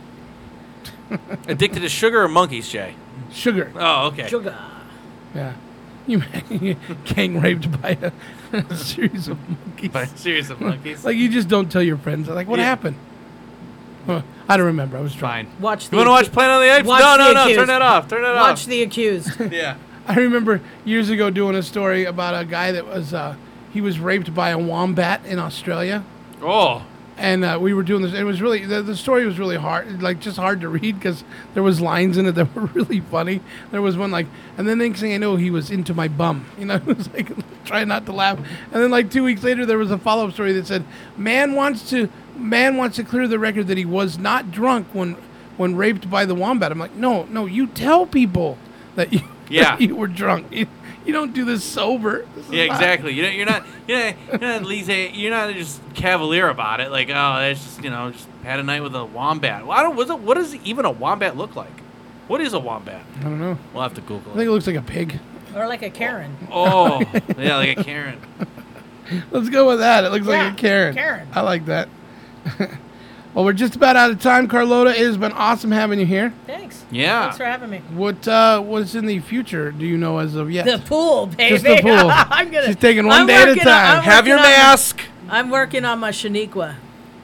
Speaker 11: Addicted to sugar or monkeys, Jay?
Speaker 8: Sugar.
Speaker 11: Oh, okay.
Speaker 17: Sugar.
Speaker 8: Yeah. You gang raped by a, series of monkeys.
Speaker 11: By a series of monkeys.
Speaker 8: like you just don't tell your friends. Like what
Speaker 11: Yeah.
Speaker 8: happened? Huh, I don't remember. I was trying.
Speaker 17: Watch.
Speaker 11: You want to watch Planet of the Apes?
Speaker 8: Watch
Speaker 11: no,
Speaker 8: The
Speaker 11: no, no.
Speaker 8: Accused.
Speaker 11: Turn that off. Turn that off.
Speaker 17: Watch the accused.
Speaker 11: yeah.
Speaker 8: I remember years ago doing a story about a guy that was uh, he was raped by a wombat in Australia.
Speaker 11: Oh.
Speaker 8: and uh, we were doing this. It was really the, the story was really hard, like just hard to read because there was lines in it that were really funny. There was one like, and then next thing I know, he was into my bum. You know, it was like try not to laugh. And then like two weeks later, there was a follow up story that said, "Man wants to man wants to clear the record that he was not drunk when when raped by the wombat." I'm like, no, no, you tell people that you
Speaker 11: Yeah.
Speaker 8: that you were drunk. You, you don't do this sober. This is
Speaker 11: Yeah,
Speaker 8: not-
Speaker 11: exactly. You know, you're not, you're not, you're not lazy. You're not just cavalier about it. Like, oh, that's just you know, just had a night with a wombat. Well, I don't. Was it, what does even a wombat look like? What is a wombat?
Speaker 8: I don't know.
Speaker 11: We'll have to Google
Speaker 8: I
Speaker 11: it.
Speaker 8: think it looks like a pig.
Speaker 17: Or like a Karen.
Speaker 11: Oh, yeah, like a Karen.
Speaker 8: Let's go with that. It looks like a Karen.
Speaker 17: Karen.
Speaker 8: I like that. Well, we're just about out of time, Carlota. It has been awesome having you here.
Speaker 17: Thanks.
Speaker 11: Yeah.
Speaker 17: Thanks for having me.
Speaker 8: What uh, what's in the future? Do you know as of yet?
Speaker 17: The pool, baby.
Speaker 8: Just the pool.
Speaker 17: I'm gonna.
Speaker 8: She's taking one
Speaker 17: I'm
Speaker 8: day at a
Speaker 17: working on-
Speaker 8: time.
Speaker 17: I'm
Speaker 8: Have your
Speaker 17: working on-
Speaker 8: mask.
Speaker 17: I'm working on my Shaniqua.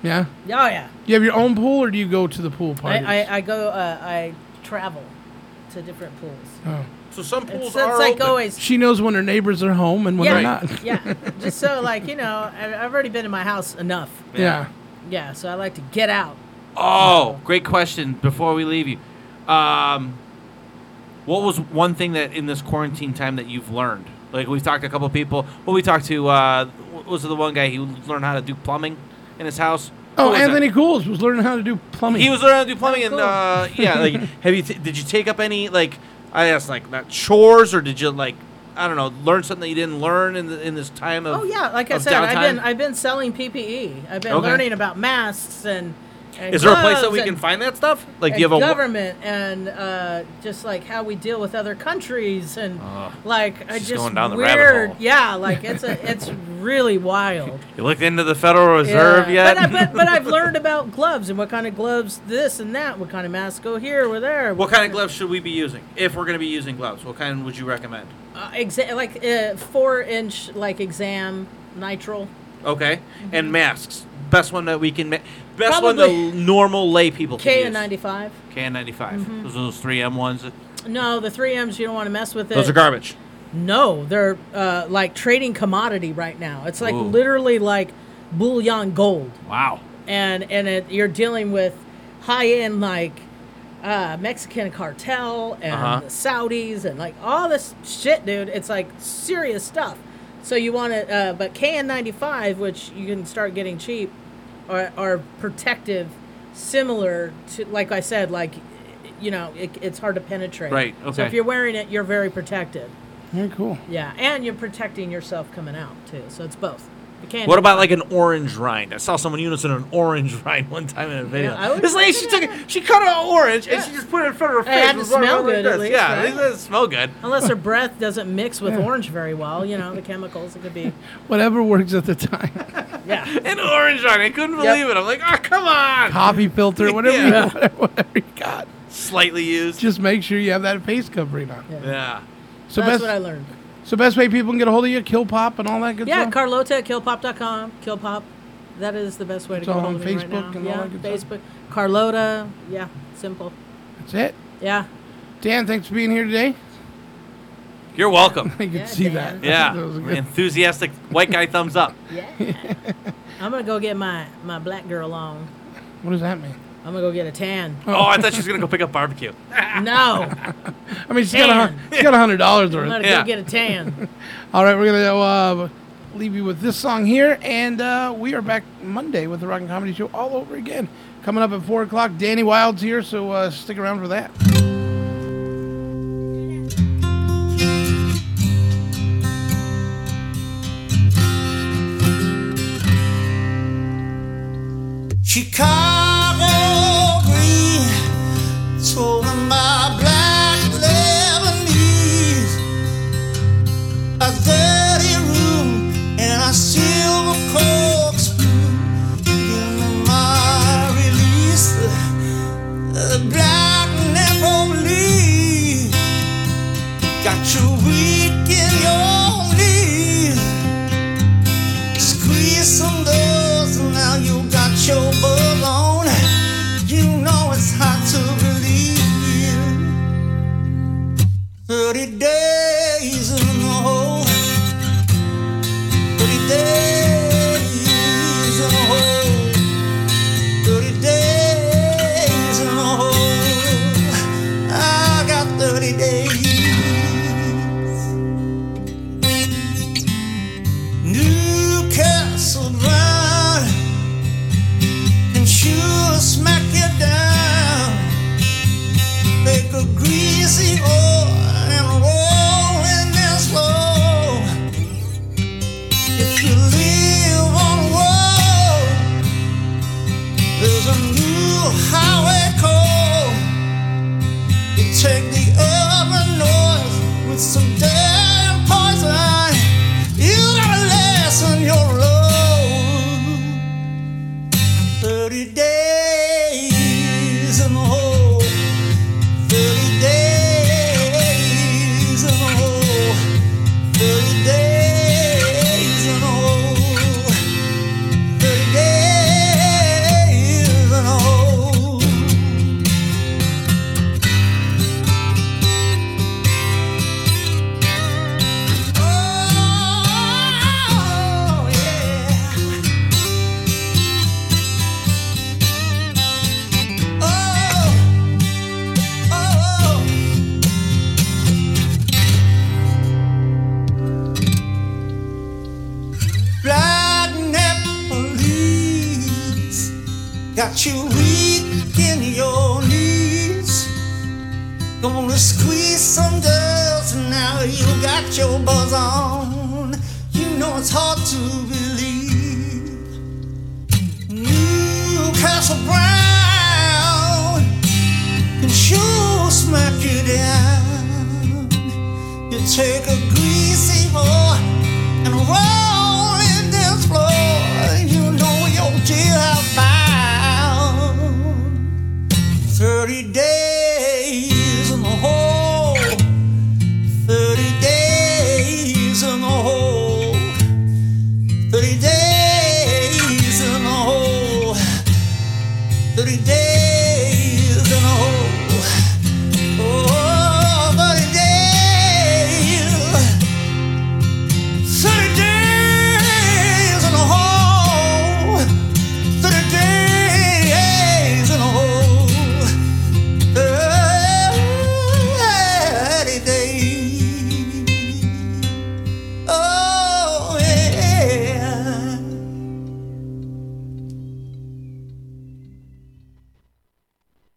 Speaker 8: Yeah.
Speaker 17: Oh yeah.
Speaker 8: You have your own pool, or do you go to the pool parties?
Speaker 17: I, I, I go. Uh, I travel to different pools.
Speaker 8: Oh.
Speaker 11: So some
Speaker 17: pools it's, are like always.
Speaker 8: She knows when her neighbors are home and when
Speaker 17: yeah,
Speaker 8: they're not.
Speaker 17: yeah. Just so like you know, I, I've already been in my house enough.
Speaker 8: Yeah.
Speaker 17: Yeah. So I like to get out.
Speaker 11: Oh, great question. Before we leave you, um, what was one thing that in this quarantine time that you've learned? Like we've talked to a couple of people. Well, we talked to uh, what was it the one guy who learned how to do plumbing in his house? What
Speaker 8: Oh,
Speaker 11: was that?
Speaker 8: Anthony Cools was learning how to do plumbing.
Speaker 11: He was learning how to do
Speaker 17: Oh,
Speaker 11: plumbing, and
Speaker 8: cool.
Speaker 11: uh, yeah, like, have you? T- did you take up any like? I asked like not chores, or did you like? I don't know, learn something that you didn't learn in the, in this time of
Speaker 17: Oh yeah, like I
Speaker 11: of
Speaker 17: said, I've been
Speaker 11: downtime?
Speaker 17: I've been selling PPE. I've been
Speaker 11: Okay.
Speaker 17: learning about masks and. and
Speaker 11: Is there a place that
Speaker 17: gloves
Speaker 11: we
Speaker 17: and-
Speaker 11: can find that stuff? Like, do
Speaker 17: and
Speaker 11: you have a wa-
Speaker 17: government and uh, just like how we deal with other countries and
Speaker 11: Ugh.
Speaker 17: like I
Speaker 11: Oh, She's
Speaker 17: just
Speaker 11: going down the
Speaker 17: weird.
Speaker 11: rabbit hole.
Speaker 17: Yeah, like it's a it's really wild.
Speaker 11: You looked into the Federal Reserve
Speaker 17: Yeah.
Speaker 11: yet?
Speaker 17: But, I, but but I've learned about gloves and what kind of gloves this and that. What kind of masks go here or there.
Speaker 11: What kind of gloves should we be using? If we're going to be using gloves, what kind would you recommend?
Speaker 17: uh, exa- like uh, four inch like exam nitrile.
Speaker 11: Okay, and masks. Best one that we can make. Best one
Speaker 17: Mm-hmm. Probably-
Speaker 11: the normal lay people can use.
Speaker 17: KN95.
Speaker 11: KN95.
Speaker 17: Mhm.
Speaker 11: Those are those 3M ones.
Speaker 17: No, the 3Ms you don't want to mess with it.
Speaker 11: Those are garbage.
Speaker 17: No, they're uh, like trading commodity right now. It's like
Speaker 11: Ooh.
Speaker 17: literally like bullion gold,
Speaker 11: Wow.
Speaker 17: and and it, you're dealing with high end like uh, Mexican cartel and
Speaker 11: Uh-huh.
Speaker 17: the Saudis and like all this shit, dude. It's like serious stuff. So you want to, uh, but KN95, which you can start getting cheap, are, are protective, similar to like I said, like you know, it, it's hard to penetrate.
Speaker 11: Right,
Speaker 17: So
Speaker 11: okay.
Speaker 17: if you're wearing it, you're very protected.
Speaker 8: Very cool.
Speaker 17: Yeah, and you're protecting yourself coming out too. So it's both. You can't
Speaker 11: What about like an orange rind? I saw someone using an orange rind one time in a video.
Speaker 17: I would
Speaker 11: this lady, she took it, she cut an orange and she just put it in front of her
Speaker 17: It
Speaker 11: face.
Speaker 17: had to
Speaker 11: was running
Speaker 17: smell
Speaker 11: around like
Speaker 17: good at
Speaker 11: this.
Speaker 17: least,
Speaker 11: yeah,
Speaker 17: right?
Speaker 11: at least it doesn't smell good.
Speaker 17: unless her breath doesn't mix with
Speaker 11: Yeah.
Speaker 17: orange very well, you know, the chemicals it could be.
Speaker 8: Whatever works at the time.
Speaker 17: Yeah.
Speaker 11: an orange rind. I couldn't
Speaker 17: Yep.
Speaker 11: believe it. I'm like, oh come on.
Speaker 8: Coffee filter, whatever,
Speaker 11: Yeah.
Speaker 8: you, whatever, whatever you got.
Speaker 11: Slightly used.
Speaker 8: Just make sure you have that face covering on.
Speaker 11: Yeah.
Speaker 8: So
Speaker 17: That's
Speaker 8: best-
Speaker 17: what I learned.
Speaker 8: So best way people can get a hold of you, Kill Pop and all that good
Speaker 17: Yeah,
Speaker 8: stuff.
Speaker 17: Carlota at killpop.com. Killpop. That is the best way
Speaker 8: It's
Speaker 17: to
Speaker 8: all
Speaker 17: go
Speaker 8: on
Speaker 17: hold of me right
Speaker 8: Facebook
Speaker 17: now.
Speaker 8: and all
Speaker 17: yeah,
Speaker 8: that good
Speaker 17: Facebook. Carlota. Yeah, simple.
Speaker 8: That's it.
Speaker 17: Yeah.
Speaker 8: Dan, thanks for being here today.
Speaker 11: You're welcome.
Speaker 17: Oh
Speaker 8: I could see that.
Speaker 11: Yeah.
Speaker 8: That was good.
Speaker 11: Enthusiastic white guy thumbs up.
Speaker 17: I'm going to go get my, my black girl on.
Speaker 8: What does that mean?
Speaker 17: I'm going to go get a tan.
Speaker 11: Oh, I thought she was gonna go pick up barbecue.
Speaker 17: No.
Speaker 8: I mean, she's got a hun-
Speaker 17: Tan.
Speaker 8: she's got a hundred dollars
Speaker 17: I'm
Speaker 8: worth.
Speaker 17: going to go get a tan.
Speaker 8: All right, we're gonna uh, leave you with this song here, and uh, we are back Monday with the Rock and Comedy Show all over again. Coming up at four o'clock, Danny Wilde's here, so uh, stick around for that.
Speaker 2: Chicago green, told him my black Lebanese, a dirty room and a silver corkscrew. Give me my release, the black never leave. Got you weak in your knees. Squeeze some doors, now you got your bug on. You know it's hard to believe.
Speaker 10: Got you weak in your knees. Gonna squeeze some girls, and now you got your buzz on. You know it's hard to believe. Oh, Oh,